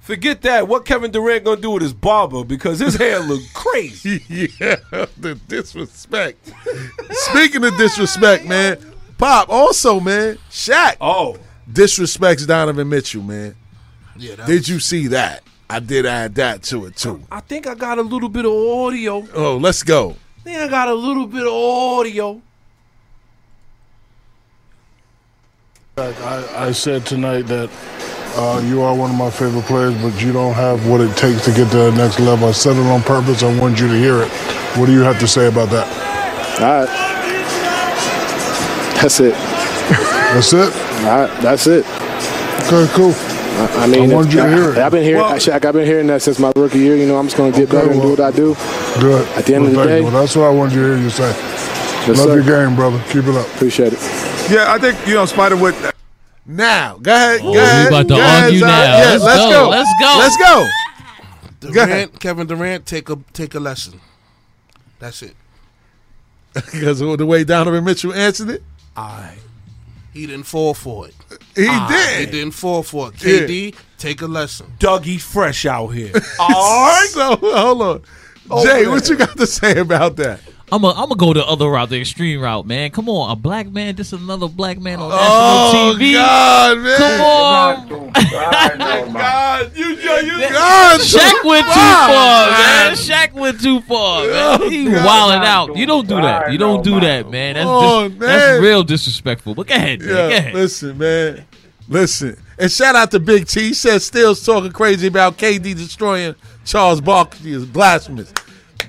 Speaker 7: forget that. What Kevin Durant gonna do with his barber because his hair look crazy.
Speaker 4: yeah, the disrespect. Speaking of disrespect, man, Pop also, man, Shaq
Speaker 7: Oh,
Speaker 4: disrespects Donovan Mitchell, man.
Speaker 5: yeah, that-
Speaker 4: Did you see that? I did add that to it too.
Speaker 7: I think I got a little bit of audio.
Speaker 4: Oh, let's go.
Speaker 7: I think I got a little bit of audio.
Speaker 11: I, I said tonight that uh, you are one of my favorite players, but you don't have what it takes to get to the next level. I said it on purpose. I wanted you to hear it. What do you have to say about that?
Speaker 12: All right. That's it.
Speaker 11: That's it?
Speaker 12: All right. That's it.
Speaker 11: Okay, cool.
Speaker 12: I, I mean,
Speaker 11: I wanted you to hear it.
Speaker 12: I, have been hearing,
Speaker 7: Well-
Speaker 12: Shaq, I've been hearing that since my rookie year. You know, I'm just going to get
Speaker 11: Okay,
Speaker 12: better and do
Speaker 11: well-
Speaker 12: what I do.
Speaker 11: Good.
Speaker 12: At the end of the
Speaker 11: Well, thank
Speaker 12: day-
Speaker 11: you. Well, that's what I wanted you to hear you say.
Speaker 12: Yes,
Speaker 11: Love
Speaker 12: sir.
Speaker 11: your game, brother. Keep it up.
Speaker 12: Appreciate it.
Speaker 13: Yeah, I think you know, in spite of what
Speaker 4: Now, go ahead.
Speaker 6: Oh,
Speaker 4: go
Speaker 6: we
Speaker 4: ahead.
Speaker 6: about to
Speaker 4: go ahead,
Speaker 6: argue
Speaker 4: Zion.
Speaker 6: now.
Speaker 4: Yeah,
Speaker 6: Let's
Speaker 4: let's,
Speaker 6: go,
Speaker 4: go.
Speaker 6: let's go.
Speaker 4: Let's go. Go ahead.
Speaker 5: Durant, Kevin Durant, take a take a lesson. That's it.
Speaker 4: Because of the way Donovan Mitchell answered it,
Speaker 5: He didn't fall for it.
Speaker 4: he
Speaker 6: Ah,
Speaker 5: He
Speaker 4: did.
Speaker 5: didn't fall for it. KD, take a lesson.
Speaker 7: Dougie Fresh out here.
Speaker 4: All right. So hold on, Jay, what you got to say about that?
Speaker 6: I'm gonna I'm gonna go the other route, the extreme route, man. Come on, a black man, this another black man on
Speaker 4: Oh
Speaker 6: national TV.
Speaker 4: God, man!
Speaker 6: Come on,
Speaker 7: God, you, yo, you,
Speaker 4: God,
Speaker 6: Shaq went too
Speaker 4: Wow,
Speaker 6: far, man. Shaq went too far, man. He wilding out. You don't do that. You don't do that, man. That's
Speaker 4: Come on,
Speaker 6: dis- that's
Speaker 4: man.
Speaker 6: real disrespectful. But go ahead, man. Go
Speaker 4: Yeah,
Speaker 6: ahead.
Speaker 4: listen, man. Listen. And shout out to Big T. He says Steel's talking crazy about KD destroying Charles Barkley is blasphemous.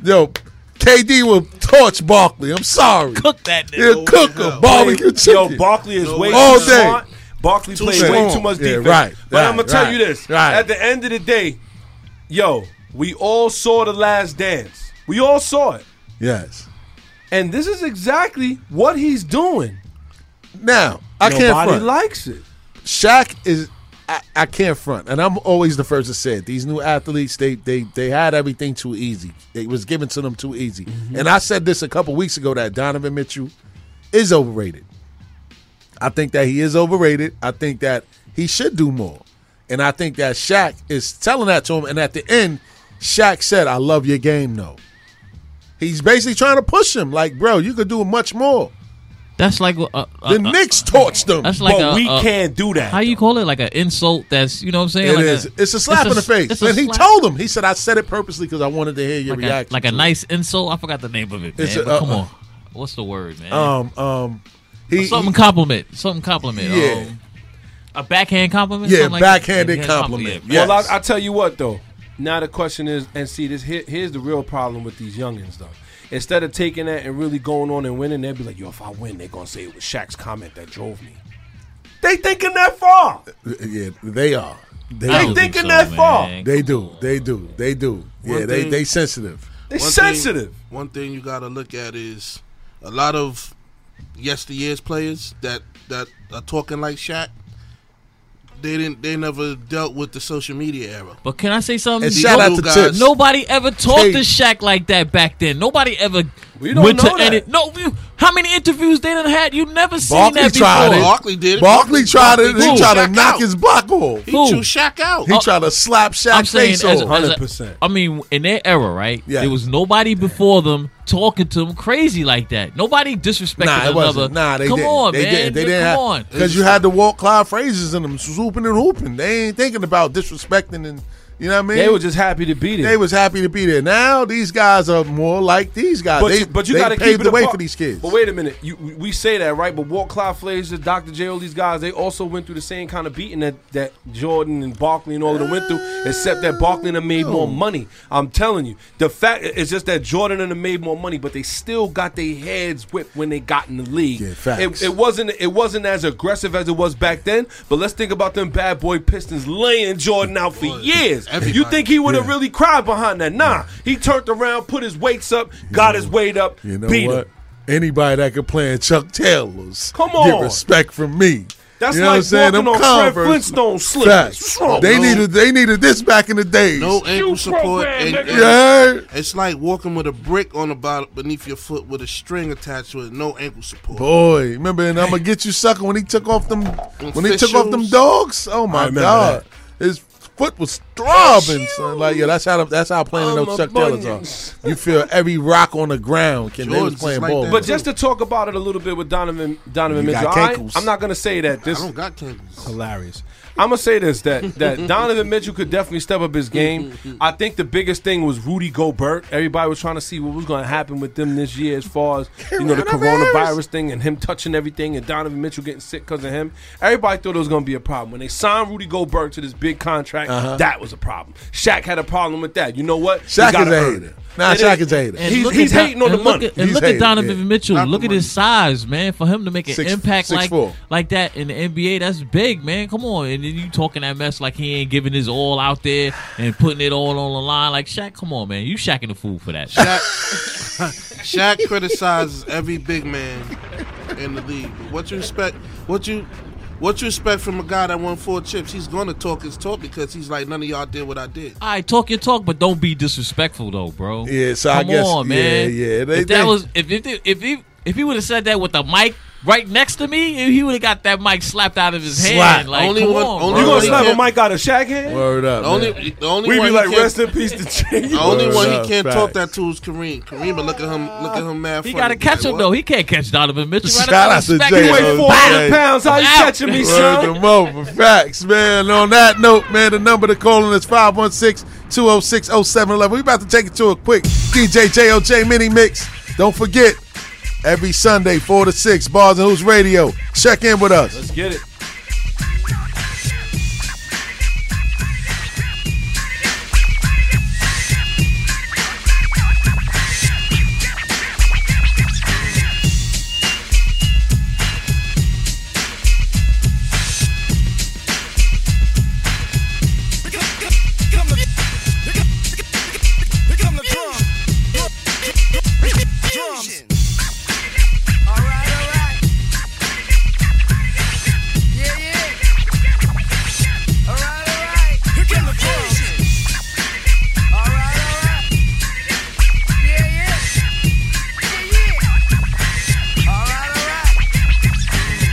Speaker 4: Yo, KD will torch Barkley. I'm sorry.
Speaker 6: Cook that nigga.
Speaker 4: He'll cook a barbecue
Speaker 7: yo,
Speaker 4: chicken.
Speaker 7: Barkley is way
Speaker 4: All
Speaker 7: too
Speaker 4: day.
Speaker 7: smart. Barkley plays way
Speaker 4: strong.
Speaker 7: too much
Speaker 4: Yeah,
Speaker 7: defense.
Speaker 4: right,
Speaker 7: But I'm
Speaker 4: right,
Speaker 7: gonna tell
Speaker 4: right,
Speaker 7: you this:
Speaker 4: right.
Speaker 7: at the end of the day, yo, we all saw the Last Dance. We all saw it,
Speaker 4: yes.
Speaker 7: and this is exactly what he's doing.
Speaker 4: Now, I can't
Speaker 7: Nobody
Speaker 4: front.
Speaker 7: likes it.
Speaker 4: Shaq is I, I can't front, and I'm always the first to say it. These new athletes, they they they had everything too easy. It was given to them too easy.
Speaker 6: Mm-hmm.
Speaker 4: And I said this a couple weeks ago that Donovan Mitchell is overrated. I think that he is overrated. I think that he should do more, and I think that Shaq is telling that to him. And at the end, Shaq said, "I love your game, though." He's basically trying to push him, like, bro, you could do much more.
Speaker 6: That's like uh, uh,
Speaker 4: The
Speaker 6: uh,
Speaker 4: Knicks torched him.
Speaker 6: That's like
Speaker 7: but
Speaker 6: a,
Speaker 7: we
Speaker 6: a-
Speaker 7: can't do that.
Speaker 6: How you call it? Like an insult? That's you know what I'm saying?
Speaker 4: It
Speaker 6: like
Speaker 4: is. it's a slap in the
Speaker 6: it's
Speaker 4: face.
Speaker 6: a
Speaker 4: And he
Speaker 6: slap-
Speaker 4: told him. He said, "I said it purposely because I wanted to hear your
Speaker 6: like a,
Speaker 4: reaction."
Speaker 6: like a
Speaker 4: to it."
Speaker 6: nice insult. I forgot the name of it, man.
Speaker 4: It's a-
Speaker 6: but come
Speaker 4: uh,
Speaker 6: on, what's the word, man?
Speaker 4: Um, um, he,
Speaker 6: something compliment. Something compliment.
Speaker 4: Yeah.
Speaker 6: Um, a backhand compliment.
Speaker 4: Yeah,
Speaker 6: something like
Speaker 4: backhanded
Speaker 6: that?
Speaker 4: compliment.
Speaker 6: Yeah.
Speaker 4: Yes.
Speaker 7: Well, I, I tell you what though. Now the question is, and see this here, here's the real problem with these youngins though. Instead of taking that and really going on and winning, they'd be like, "Yo, if I win, they're gonna say it was Shaq's comment that drove me." They thinking that far.
Speaker 4: he- yeah, they are. They
Speaker 6: Oh. I
Speaker 4: do.
Speaker 6: don't think
Speaker 7: thinking
Speaker 6: so,
Speaker 7: that far.
Speaker 6: man.
Speaker 4: They do. They do. They do. Yeah,
Speaker 5: One
Speaker 4: they
Speaker 5: thing-
Speaker 4: they sensitive.
Speaker 7: They
Speaker 5: One
Speaker 7: sensitive.
Speaker 5: Thing, one thing you got to look at is a lot of yesteryear's players that that are talking like Shaq. They didn't. They never dealt with the social media era.
Speaker 6: But can I say something?
Speaker 4: And shout out to
Speaker 5: guys-
Speaker 4: Tips.
Speaker 6: Nobody ever talked to
Speaker 4: Hey.
Speaker 6: Shaq like that back then. Nobody ever
Speaker 7: We don't
Speaker 6: went
Speaker 7: know
Speaker 6: to
Speaker 7: that.
Speaker 6: any. No, you, how many interviews they done had? You never seen
Speaker 4: Barkley
Speaker 6: that before.
Speaker 4: tried it.
Speaker 5: Barkley did it.
Speaker 4: Barkley tried it. and
Speaker 5: Barkley
Speaker 4: He
Speaker 6: Who?
Speaker 4: tried to
Speaker 5: Shaq
Speaker 4: knock
Speaker 5: out.
Speaker 4: his block off.
Speaker 5: He
Speaker 4: He
Speaker 6: Who?
Speaker 5: chewed Shaq out.
Speaker 4: tried to slap
Speaker 6: Oh, I'm
Speaker 4: Shaq
Speaker 6: saying,
Speaker 4: face
Speaker 6: as, a-
Speaker 4: off.
Speaker 6: as a,
Speaker 7: 100%.
Speaker 6: I mean, in their era, right?
Speaker 4: Yeah.
Speaker 6: There was nobody before them talking to them crazy like that. Nobody disrespected
Speaker 4: Nah, it
Speaker 6: another.
Speaker 4: wasn't. Nah, they
Speaker 6: come
Speaker 4: didn't.
Speaker 6: on,
Speaker 4: they
Speaker 6: man.
Speaker 4: didn't. They didn't
Speaker 6: come
Speaker 4: have,
Speaker 6: on.
Speaker 4: Because you had to walk Clyde Phrases in them, swooping and hooping. They ain't thinking about disrespecting and You know what I mean?
Speaker 7: They were just happy to be there.
Speaker 4: They was happy to be there. Now these guys are more like these guys.
Speaker 7: But
Speaker 4: they,
Speaker 7: you, but you
Speaker 4: they
Speaker 7: got to
Speaker 4: paved
Speaker 7: keep it
Speaker 4: the way
Speaker 7: apart.
Speaker 4: for these kids.
Speaker 7: But wait a minute, you, we we say that right? But Walt Clyde Frazier, Dr. J, all these guys, they also went through the same kind of beating that, that Jordan and Barkley and all of them went through, except that Barkley and them made more money. I'm telling you, the fact it's just that Jordan and them made more money, but they still got their heads whipped when they got in the league.
Speaker 4: facts.
Speaker 7: It, it wasn't it wasn't as aggressive as it was back then. But let's think about them bad boy Pistons laying Jordan out for years. You think he would have really cried behind that? Nah, he turned around, put his weights up, got his weight up,
Speaker 4: You know
Speaker 7: beat
Speaker 4: what?
Speaker 7: him.
Speaker 4: Anybody that could play in Chuck Taylor's
Speaker 7: Come
Speaker 4: get
Speaker 7: on.
Speaker 4: respect from me.
Speaker 7: That's
Speaker 4: you know
Speaker 7: like
Speaker 4: what I'm saying?
Speaker 7: walking
Speaker 4: Them
Speaker 7: on Fred
Speaker 4: Converse-
Speaker 7: Flintstone slippers.
Speaker 4: Facts.
Speaker 7: What's wrong,
Speaker 4: They
Speaker 7: bro?
Speaker 4: needed they needed this back in the days.
Speaker 5: No ankle support. And, and-
Speaker 4: Yeah.
Speaker 5: It's like walking with a brick on the bottom beneath your foot with a string attached to it. No ankle support.
Speaker 4: Boy, remember, and I'm gonna get you sucker when he took off them when he took off them
Speaker 5: Officials.
Speaker 4: dogs. Oh
Speaker 5: I
Speaker 4: my
Speaker 5: remember
Speaker 4: god, his foot was throbbing. Son. Like yeah, that's how them- that's how playing
Speaker 7: I'm
Speaker 4: those
Speaker 7: a
Speaker 4: Chuck Taylors
Speaker 7: bunions.
Speaker 4: are. You feel every rock on the ground. Can they was playing ball,
Speaker 7: But just to talk about it a little bit with Donovan Donovan
Speaker 4: You
Speaker 7: Mitchell,
Speaker 4: got
Speaker 7: I,
Speaker 4: cankles.
Speaker 7: I'm not gonna say that this
Speaker 5: I don't got cankles.
Speaker 7: hilarious. I'm gonna say this that that Donovan Mitchell could definitely step up his game. I think the biggest thing was Rudy Gobert. Everybody was trying to see what was gonna happen with them this year as far as you know the coronavirus thing and him touching everything and Donovan Mitchell getting sick because of him. Everybody thought it was gonna be a problem when they signed Rudy Gobert to this big contract.
Speaker 4: Uh-huh.
Speaker 7: That was a problem. Shaq had a problem with that. You know what? You
Speaker 4: Shaq
Speaker 7: gotta
Speaker 4: is a
Speaker 7: earn
Speaker 4: hater.
Speaker 7: it.
Speaker 4: Nah,
Speaker 7: It
Speaker 4: Shaq is a hater.
Speaker 6: And
Speaker 7: He's,
Speaker 6: look
Speaker 7: he's
Speaker 6: at Don-
Speaker 7: hating on the
Speaker 6: and look
Speaker 7: money.
Speaker 6: at- and
Speaker 4: He's
Speaker 6: look
Speaker 4: hating,
Speaker 6: at Donovan
Speaker 4: yeah.
Speaker 6: Mitchell.
Speaker 4: Not the
Speaker 6: look at
Speaker 4: money.
Speaker 6: his size, man. For him to make an
Speaker 4: Six-
Speaker 6: impact
Speaker 4: six
Speaker 6: like
Speaker 4: four.
Speaker 6: like that in the NBA, that's big, man. Come on. And then you talking that mess like he ain't giving his all out there and putting it all on the line. Like Shaq, come on, man. You shacking the fool for that.
Speaker 5: Shaq criticizes every big man in the league. But what you expect? What you what you expect from a guy that won four chips? He's gonna talk his talk because he's like none of y'all did what I did.
Speaker 6: All right, talk your talk, but don't be disrespectful though, bro.
Speaker 4: Yeah, so I
Speaker 6: Come
Speaker 4: guess-
Speaker 6: on, man.
Speaker 4: yeah, yeah, they-
Speaker 6: if that
Speaker 4: they-
Speaker 6: was if if they- if he if he would have said that with the mic right next to me, he would have got that mic slapped out of his hand. Like,
Speaker 5: Only
Speaker 6: come
Speaker 5: one-
Speaker 6: on,
Speaker 5: only
Speaker 6: bro.
Speaker 7: You gonna
Speaker 5: one
Speaker 7: slap
Speaker 5: can't-
Speaker 7: a mic out of Shaq hand?
Speaker 4: word up.
Speaker 5: The only,
Speaker 4: man.
Speaker 5: the only
Speaker 7: We
Speaker 5: one
Speaker 7: be
Speaker 5: he
Speaker 7: like,
Speaker 5: can't-
Speaker 7: rest in peace to Jay.
Speaker 5: The only
Speaker 4: Word
Speaker 5: one
Speaker 4: up,
Speaker 5: he can't
Speaker 4: facts.
Speaker 5: talk that to is Kareem. Kareem, but look at him, look at him, mad.
Speaker 6: He
Speaker 5: funny.
Speaker 6: gotta catch
Speaker 5: Like,
Speaker 6: him
Speaker 5: what?
Speaker 6: though. He can't catch Donovan Mitchell.
Speaker 4: Shout
Speaker 6: Right
Speaker 4: out to
Speaker 6: Respect
Speaker 4: Jay.
Speaker 6: him.
Speaker 7: You weigh
Speaker 4: Jay.
Speaker 7: 400 pounds. How you catching me,
Speaker 4: Word
Speaker 7: son?
Speaker 4: them up for facts, man. On that note, man, the number to call in is 516-206-0711. We about to take it to a quick DJ JOJ mini mix. Don't forget, every Sunday, 4 to 6, Bars and Who's Radio. Check in with us.
Speaker 7: Let's get it.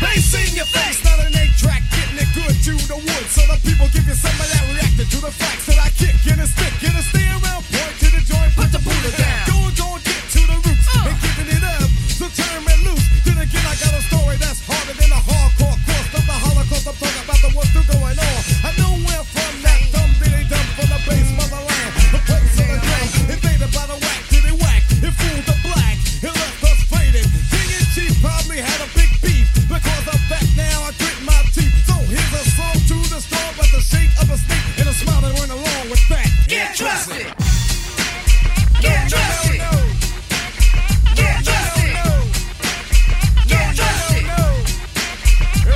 Speaker 1: Bass in your face, not an eight track, getting it good to the wood. So the people give you some of that reactor to the facts that I kick, get a stick, get a stay around, point to the joint, put the booty down. Uh. Go and go and get to the roots, and giving it up, so turn it loose. Then again, I got a story that's harder than a hardcore course of the Holocaust. I'm talking about the ones still going on. I know where from that dumb dilly dumb from the base motherland. The place of the ground, invaded by the whack, did it whack, it fooled the black, it left us faded. King and chief probably had a big beef because I'm back now. I grit my teeth. So here's a song to the storm, but the shake of a snake and a smile that went along with that. Get trusted. Get trusted. Get trusted. Get trusted.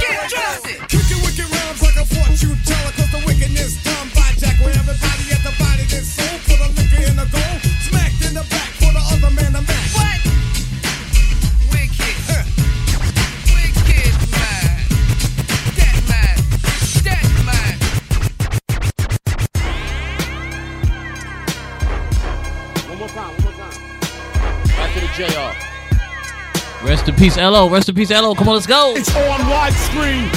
Speaker 1: Get trusted. Kick your wicked rhymes like a fortune teller, cause the wickedness done by Jack. Where everybody at the body that's sold for the liquor and the gold. Smacked in the back for the other man the Mac. What? Wicked. Wicked man. That man. That man.
Speaker 14: One more time, one more time. Back to the JR.
Speaker 6: Rest in peace, LO. Rest in peace, LO. Come on, let's go.
Speaker 14: It's on widescreen.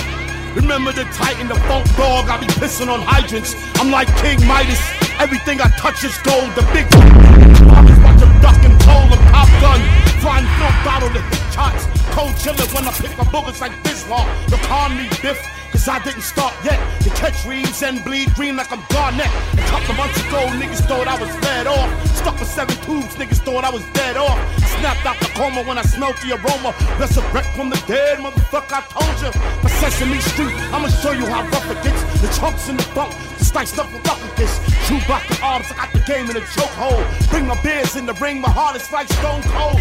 Speaker 14: Remember the Titan, the funk dog. I be pissing on hydrants. I'm like King Midas. Everything I touch is gold. The big I was watching duck and pole and pop gun. Flying milk bottle to hit shots. Cold chillin' when I pick my bullets like Bismarck. The palm me biff. cause I didn't start yet. To catch reads and bleed green like I'm Garnett. A couple months ago, niggas thought I was fed off. Stuck with seven tubes, niggas thought I was dead off. Snapped out the coma when I smelled the aroma. Resurrect from the dead, motherfucker, I told ya. But Sesame Street, I'ma show you how rough it gets. The chunks in the bunk, sliced up with this. Chewbacca arms, I got the game in a chokehold. Bring my beers in the ring, my heart is like stone cold.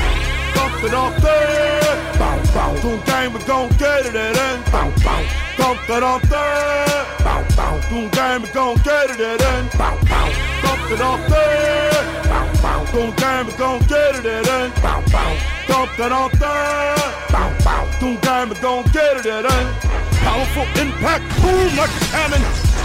Speaker 14: Dump it off there. Bow, bow. Doom game, we gon' get it at end. Bow, bow. Dump it off there. Bow, bow. Doom game, we gon' get it at end. Bow, bow. Dump it off there. Bow, bow. Doom game, we gon' get it at end. Bow, bow. Dump it off there. Bow, bow. Doom game, we gon' get it at end. Powerful impact, boom like a cannon.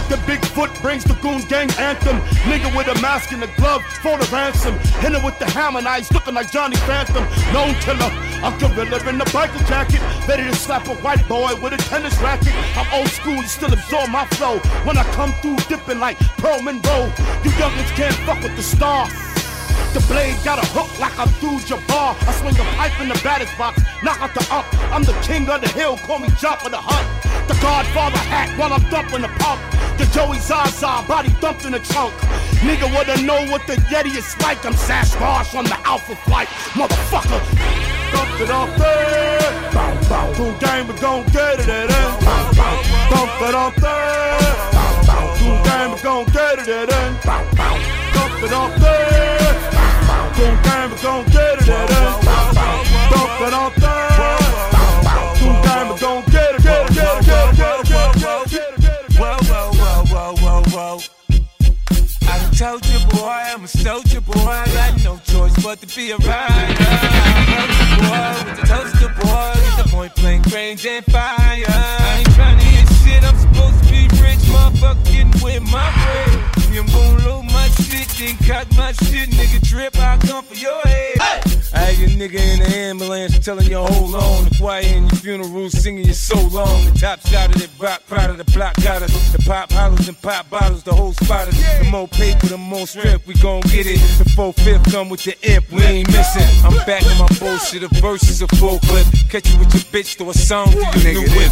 Speaker 14: The Bigfoot brings the goon gang anthem. Nigga with a mask and a glove for the ransom. Hitting with the hammer and eyes looking like Johnny Phantom. Known killer, a gorilla in a biker jacket. Ready to slap a white boy with a tennis racket. I'm old school and still absorb my flow. When I come through dipping like Pearl Monroe. You youngins can't fuck with the star. The blade got a hook like I'm through Jabbar. I swing a pipe in the batter's box, knock out the up. I'm the king of the hill, call me Jump of the Hunt. The Godfather hat while I'm dumping the pump. The Joey Zaza body dumped in the trunk. Nigga wouldn't know what the Yeti is like. I'm Sasquatch on the Alpha flight, motherfucker. Dump it off there. Bow, bow. Two game, we gon' get it at end. Bow, bow. Dump it off there. Bow, bow. Two game, we gon' get it at end. Bow, bow. Dump it off there. Don't time it, don't get it at us. Don't get on that. Don't time it, don't get it, get it, get it, get it, get it, get it, get it, get it.
Speaker 15: Whoa, whoa, whoa, whoa, whoa, whoa. I done told you, boy, I'm a soldier, boy. I got no choice but to be a rider. I heard you, boy, with the toaster, boy, with the point blank range and fire. I ain't tryna hit shit. I'm supposed to be rich, motherfucking with my bread. You won't load my shit, then cut my shit, nigga. Trip, I come for your head. I had your nigga in the ambulance telling you hold on. The choir in your funeral singing you so long. The top shot of that rock, proud of the block got us. The pop hollers and pop bottles, the whole spotters. The more paper, the more strength, we gon' get it. The four fifth come with the imp, we ain't missing. I'm back in my bullshit, the verses a full clip. Catch you with your bitch, throw a song through your new whip.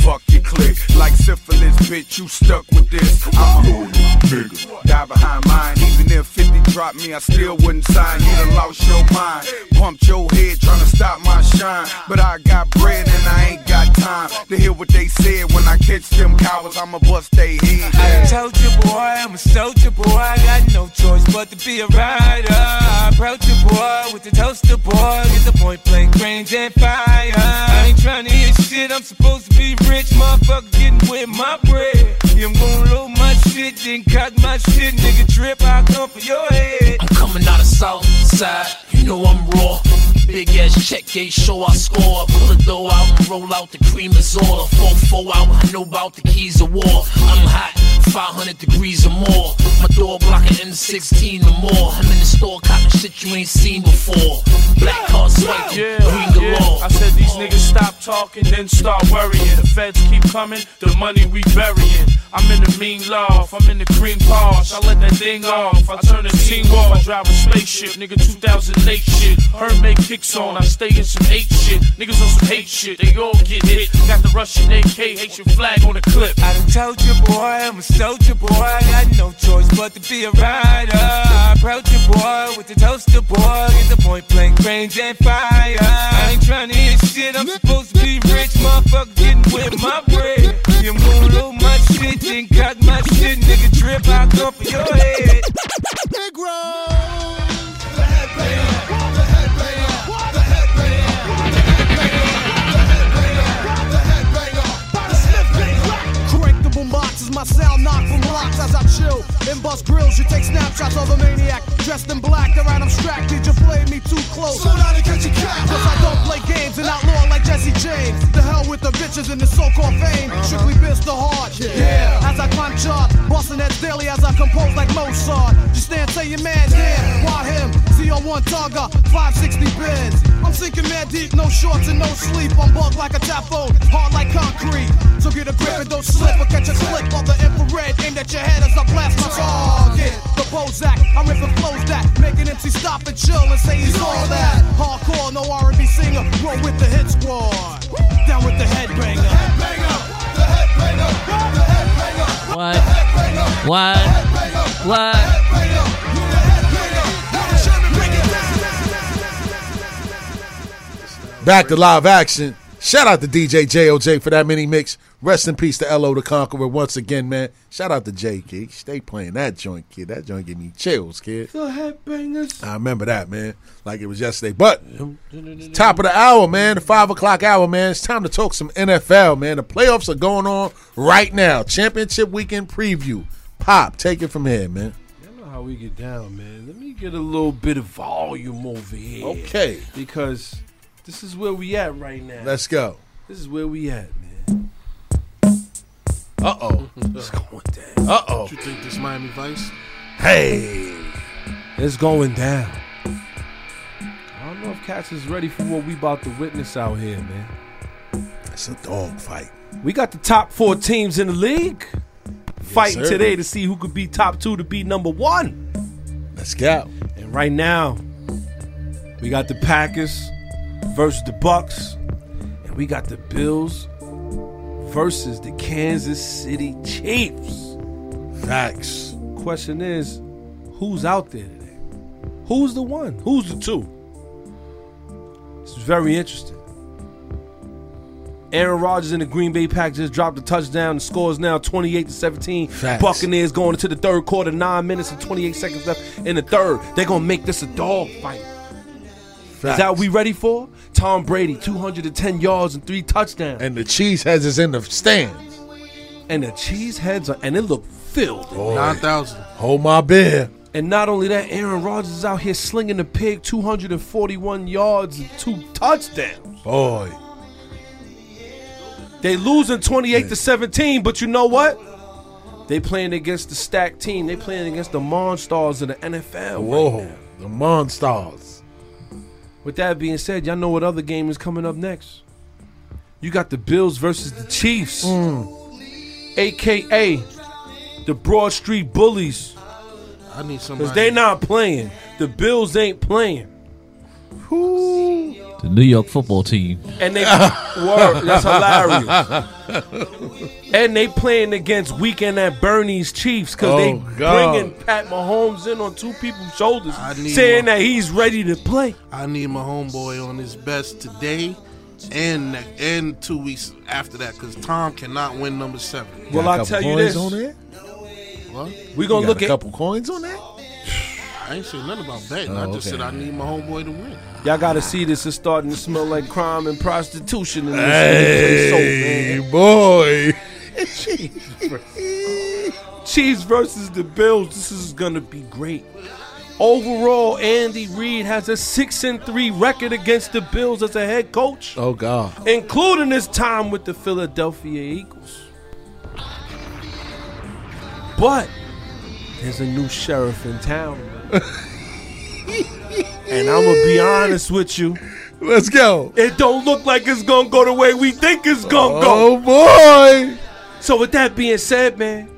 Speaker 16: Fuck your click like syphilis, bitch. You stuck with this. I'm loyal, nigga. Die behind mine. Even if 50 dropped me, I still wouldn't sign. You done lost your mind. Pumped your head tryna stop my shine. But I got bread and I ain't got time to hear what they said when I catch them cowards. I'ma bust they head.
Speaker 15: I told you, boy, I'm a soldier, boy. I got no choice but to be a rider. I approach you, boy, with the toaster, boy. Get the point blank range and fire. I ain't tryna hear shit. I'm supposed to be rich, motherfucker, getting with my bread. Yeah, I'm gonna load my shit, then cock my shit, nigga. Trip, I come for your head.
Speaker 17: I'm coming out of South Side, you know I'm raw. Big ass check gate, show I score. Pull the dough out and roll out, the cream is all. Four four out, I know about the keys of war. I'm hot, 500 degrees or more. My door blocking M16 or more. I'm in the store copping shit you ain't seen before. Black car swipe, green galore.
Speaker 18: I said these niggas stop talking, then start worrying. The feds keep coming, the money we burying. I'm in the mean loft, I'm in the cream posh. I let that thing off, I turn the team off. I drive a spaceship, nigga 2008 shit. Her make kicks on, I stay in some hate shit. Niggas on some hate shit, they all get hit. Got the Russian AK, Haitian flag on the clip.
Speaker 15: I done told you, boy, I'm a soldier, boy. I got no choice but to be a rider. I approach you, boy, with the toaster, boy. Get the point blank range and fire. I ain't tryna hear shit. I'm supposed to be rich, motherfucker, getting with my bread. You move low my shit, then got my shit, nigga. Drip, I come for your head.
Speaker 19: Correctable marks is my sound knock from blocks as I chill and bust grills. You take snapshots of the maniac dressed in black. Around abstracted, you played me too close. Slow down and catch a cat. Cause I don't play games and outlaw like Jesse James. The hell with the bitches and the so-called fame. Strictly biz the hard. Yeah. As I climb charts, busting that daily as I compose like Mozart. You stand, say your man, damn, why him? CO1 Tugger, 560 bins. I'm sinking mad deep, no shorts and no sleep. I'm bugged like a typhoon, hard like concrete. So get a grip and don't slip or catch a clip on the infrared aimed at your head as I blast my target. The Bozak, I'm ripping flows that make an MC stop and chill and say he's all that. Hardcore, no R&B singer, roll with the hit squad. Down with the headbanger.
Speaker 6: What? What?
Speaker 4: Back to live action. Shout out to DJ JOJ for that mini mix. Rest in peace to LO the Conqueror once again, man. Shout out to J Kid. Stay playing that joint, kid. That joint give me chills, kid.
Speaker 7: The headbangers.
Speaker 4: I remember that, man. Like it was yesterday. But it's top of the hour, man. The five o'clock hour, man. It's time to talk some NFL, man. The playoffs are going on right now. Championship weekend preview. Pop, take it from here, man.
Speaker 7: know how we get down, man. Let me get a little bit of volume over here.
Speaker 4: Okay.
Speaker 7: Because this is where we at right now.
Speaker 4: Let's go.
Speaker 7: This is where we at, man.
Speaker 4: Uh oh.
Speaker 7: It's going down.
Speaker 4: Uh oh.
Speaker 5: You think this Miami Vice?
Speaker 4: Hey.
Speaker 7: It's going down. I don't know if Cats is ready for what we about to witness out here, man.
Speaker 4: It's a dog fight.
Speaker 7: We got the top four teams in the league fighting
Speaker 4: sir.
Speaker 7: today to see who could be top two to be number one.
Speaker 4: Let's go.
Speaker 7: And right now, we got the Packers versus the Bucks, and we got the Bills versus the Kansas City Chiefs.
Speaker 4: Facts.
Speaker 7: Question is, who's out there today? Who's the one? Who's the two? It's very interesting. Aaron Rodgers and the Green Bay Packers just dropped a touchdown. The score is now 28 to 17. Buccaneers going into the third quarter, nine minutes and 28 seconds left in the third. They're gonna make this a dog fight. Is that what we ready for? Tom Brady, 210 yards and three touchdowns.
Speaker 4: And the Cheeseheads is in the stands.
Speaker 7: And the Cheeseheads are, and it look filled.
Speaker 4: Boy.
Speaker 5: 9,000.
Speaker 4: Hold my beer.
Speaker 7: And not only that, Aaron Rodgers is out here slinging the pig 241 yards and two touchdowns.
Speaker 4: Boy.
Speaker 7: They losing 28 to 17, but you know what? They playing against the stacked team. They playing against the Monstars of the NFL.
Speaker 4: Whoa. the Monstars.
Speaker 7: With that being said, y'all know what other game is coming up next. You got the Bills versus the Chiefs. AKA the Broad Street Bullies.
Speaker 5: I need somebody.
Speaker 7: Because they not playing. The Bills ain't playing.
Speaker 6: The New York football team.
Speaker 7: And they word, that's hilarious. and they playing against weekend at Bernie's Chiefs because they
Speaker 4: Oh, God.
Speaker 7: bringing Pat Mahomes in on two people's shoulders, saying that he's ready to play.
Speaker 5: I need my homeboy on his best today and ne- and two weeks after that because Tom cannot win number seven.
Speaker 7: Well, I'll tell you this.
Speaker 5: What?
Speaker 7: We gonna look at
Speaker 4: coins on that.
Speaker 5: I ain't say nothing about betting.
Speaker 7: Oh,
Speaker 5: I just
Speaker 7: okay.
Speaker 5: said I need my homeboy to win.
Speaker 7: Y'all gotta see this. It's starting to smell like crime and prostitution in this
Speaker 4: Hey,
Speaker 7: place, so, man.
Speaker 4: boy.
Speaker 7: Chiefs versus the Bills. This is gonna be great. Overall, Andy Reid has a six and three record against the Bills as a head coach.
Speaker 4: Oh, God.
Speaker 7: including his time with the Philadelphia Eagles. But there's a new sheriff in town. and I'm going to be honest with you.
Speaker 4: Let's go.
Speaker 7: It don't look like it's going to go the way we think it's going to
Speaker 4: Oh,
Speaker 7: go.
Speaker 4: boy.
Speaker 7: So with that being said, man,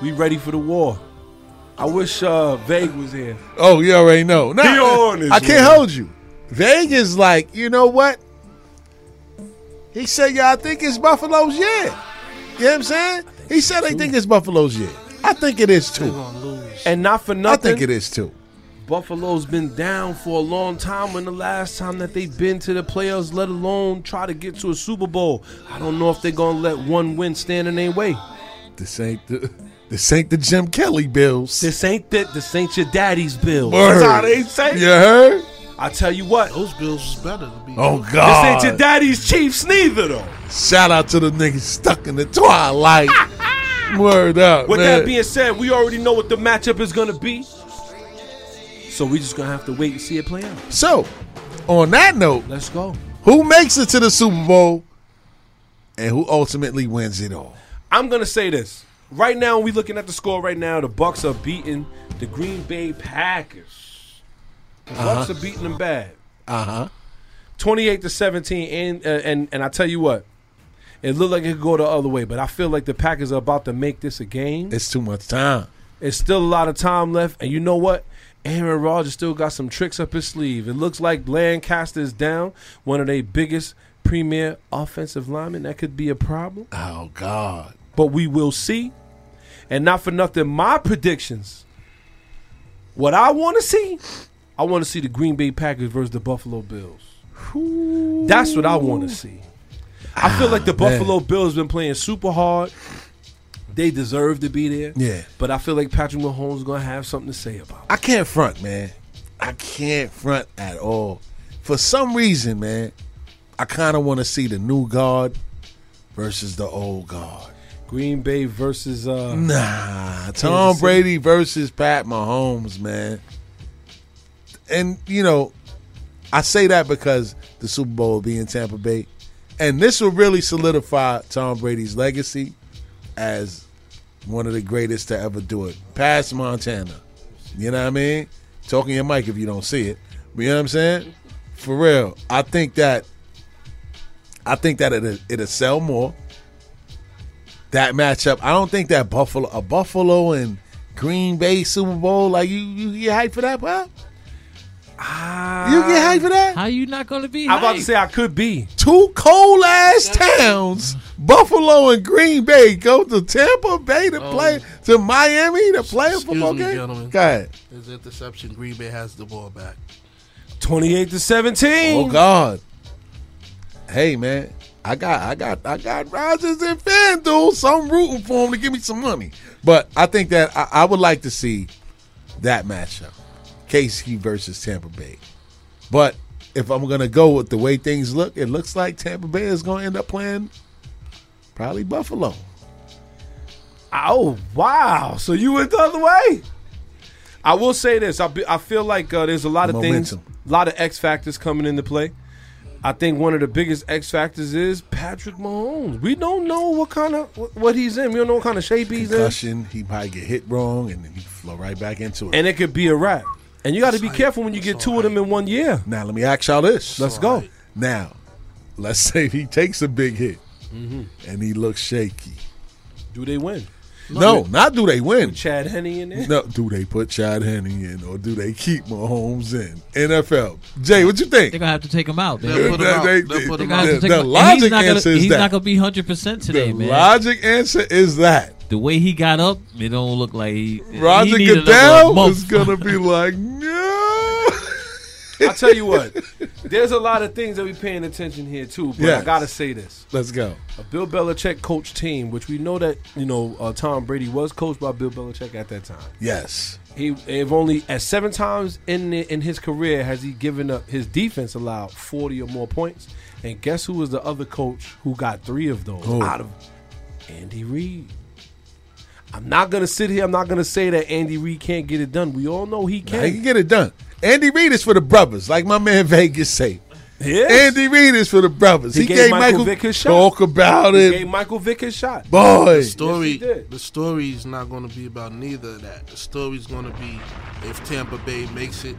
Speaker 7: we ready for the war. I wish uh Vague was here.
Speaker 4: Oh, you already know. Nah,
Speaker 7: Be honest,
Speaker 4: I can't
Speaker 7: man.
Speaker 4: hold you. Vegas, like, you know what? He said, yeah, I think it's Buffalo's year. You know what I'm saying? He said they think it's Buffalo's year. I think it is too.
Speaker 7: And not for
Speaker 4: I
Speaker 7: nothing.
Speaker 4: think it is too.
Speaker 7: Buffalo's been down for a long time. When the last time that they've been to the playoffs, let alone try to get to a Super Bowl, I don't know if they're gonna let one win stand in their way.
Speaker 4: This ain't the this ain't the Jim Kelly Bills.
Speaker 7: This ain't that. This ain't your daddy's Bills.
Speaker 4: Word.
Speaker 7: That's how they say. it.
Speaker 4: You heard?
Speaker 7: I tell you what,
Speaker 5: those Bills is better. To be
Speaker 4: Oh
Speaker 7: This
Speaker 4: God!
Speaker 7: ain't your daddy's Chiefs neither, though.
Speaker 4: Shout out to the niggas stuck in the twilight. Word up,
Speaker 7: With
Speaker 4: man.
Speaker 7: that being said, we already know what the matchup is gonna be. So we just gonna have to wait and see it play out.
Speaker 4: so, on that note,
Speaker 7: let's go.
Speaker 4: Who makes it to the Super Bowl, and who ultimately wins it all?
Speaker 7: I'm gonna say this right now. We looking at the score right now. The Bucks are beating the Green Bay Packers. The Bucks
Speaker 4: Uh-huh.
Speaker 7: are beating them bad.
Speaker 4: Uh huh.
Speaker 7: 28 to 17, and uh, and and I tell you what, it looked like it could go the other way, but I feel like the Packers are about to make this a game.
Speaker 4: It's too much time.
Speaker 7: It's still a lot of time left, and you know what? Aaron Rodgers still got some tricks up his sleeve. It looks like Lancaster is down, one of their biggest premier offensive linemen. That could be a problem.
Speaker 4: Oh God!
Speaker 7: But we will see. And not for nothing, my predictions. What I want to see, I want to see the Green Bay Packers versus the Buffalo Bills. That's what I want to see. I feel like the
Speaker 4: Ah, man.
Speaker 7: Buffalo Bills been playing super hard. They deserve to be there.
Speaker 4: Yeah.
Speaker 7: But I feel like Patrick Mahomes gonna have something to say about.
Speaker 4: I can't front, man. I can't front at all. For some reason, man, I kind of want to see the new guard versus the old guard.
Speaker 7: Green Bay versus uh
Speaker 4: Nah,
Speaker 7: Kansas
Speaker 4: Tom
Speaker 7: City.
Speaker 4: Brady versus Pat Mahomes, man. And you know, I say that because the Super Bowl will be in Tampa Bay, and this will really solidify Tom Brady's legacy as one of the greatest to ever do it, past Montana. You know what I mean? Talking your mic if you don't see it. You know what I'm saying? For real, I think that I think that it it'll sell more that matchup. I don't think that Buffalo a Buffalo and Green Bay Super Bowl like you you get hyped for that, pop? you get hyped for that?
Speaker 6: How you not gonna be?
Speaker 7: I'm about to say Ah. I could be.
Speaker 4: Two cold ass towns, Buffalo and Green Bay, go to Tampa Bay
Speaker 6: Oh.
Speaker 4: to play to Miami to play a football
Speaker 5: me,
Speaker 4: game.
Speaker 5: gentlemen.
Speaker 4: Go ahead.
Speaker 5: There's interception. Green Bay has the ball back.
Speaker 7: 28 to 17.
Speaker 4: Oh God. Hey man, I got I got I got Rogers and FanDuel, so I'm rooting for him to give me some money. But I think that I, I would like to see that matchup. KC versus Tampa Bay. But if I'm gonna go with the way things look, it looks like Tampa Bay is gonna end up playing probably Buffalo.
Speaker 7: Oh wow! So you went the other way. I will say this: I, be, I feel like uh, there's a lot of things,
Speaker 4: Momentum.
Speaker 7: a lot of X factors coming into play. I think one of the biggest X factors is Patrick Mahomes. We don't know what kind of what, what he's in. We don't know what kind of shape he's in,
Speaker 4: Concussion, he might get hit wrong and then he flow right back into it.
Speaker 7: and it could be a wrap. And you got to be careful when you get two of them in one year.
Speaker 4: Now let me ask y'all this.
Speaker 7: Let's go.
Speaker 4: Now, let's say he takes a big hit
Speaker 7: Mhm.
Speaker 4: and he looks shaky.
Speaker 7: Do they win?
Speaker 4: No, not do they win.
Speaker 7: Chad Henney in there.
Speaker 4: No, do they put Chad Henney in or do they keep Mahomes in? NFL. Jay, what you think?
Speaker 6: They're gonna have to take him out.
Speaker 4: They'll put him out.
Speaker 6: They-
Speaker 4: They'll
Speaker 6: they-
Speaker 4: put
Speaker 6: they're
Speaker 4: him
Speaker 6: gonna
Speaker 4: out.
Speaker 6: have to take
Speaker 4: The
Speaker 6: him out. And
Speaker 4: logic
Speaker 6: he's not gonna,
Speaker 4: answer is
Speaker 6: he's
Speaker 4: that.
Speaker 6: not gonna be hundred percent today,
Speaker 4: the
Speaker 6: man.
Speaker 4: logic answer is that
Speaker 6: the way he got up, it don't look like he.
Speaker 4: Roger
Speaker 6: he needed another
Speaker 4: Goodell
Speaker 6: month.
Speaker 4: is gonna be like,
Speaker 7: I tell you what, there's a lot of things that we paying attention here too. But I
Speaker 4: Yes.
Speaker 7: gotta say this.
Speaker 4: let's go.
Speaker 7: a Bill Belichick coach team, which we know that you know uh, Tom Brady was coached by Bill Belichick at that time.
Speaker 4: Yes.
Speaker 7: He have only at seven times in the, in his career has he given up his defense allowed forty or more points. And guess who was the other coach who got three of those
Speaker 4: Who?
Speaker 7: out of Andy Reid. I'm not gonna sit here. I'm not gonna say that Andy Reid can't get it done. We all know he
Speaker 4: Now,
Speaker 7: can.
Speaker 4: he can get it done. Andy Reid is for the brothers, like my man Vegas say.
Speaker 7: Yes.
Speaker 4: Andy Reid is for the brothers. He, gave, Michael,
Speaker 7: Vick his shot.
Speaker 4: talk about
Speaker 7: He
Speaker 4: it.
Speaker 7: Gave Michael Vick his shot.
Speaker 4: Boy.
Speaker 5: the story
Speaker 7: Yes, he did.
Speaker 5: the story is not going to be about neither of that. The story's going to be if Tampa Bay makes it.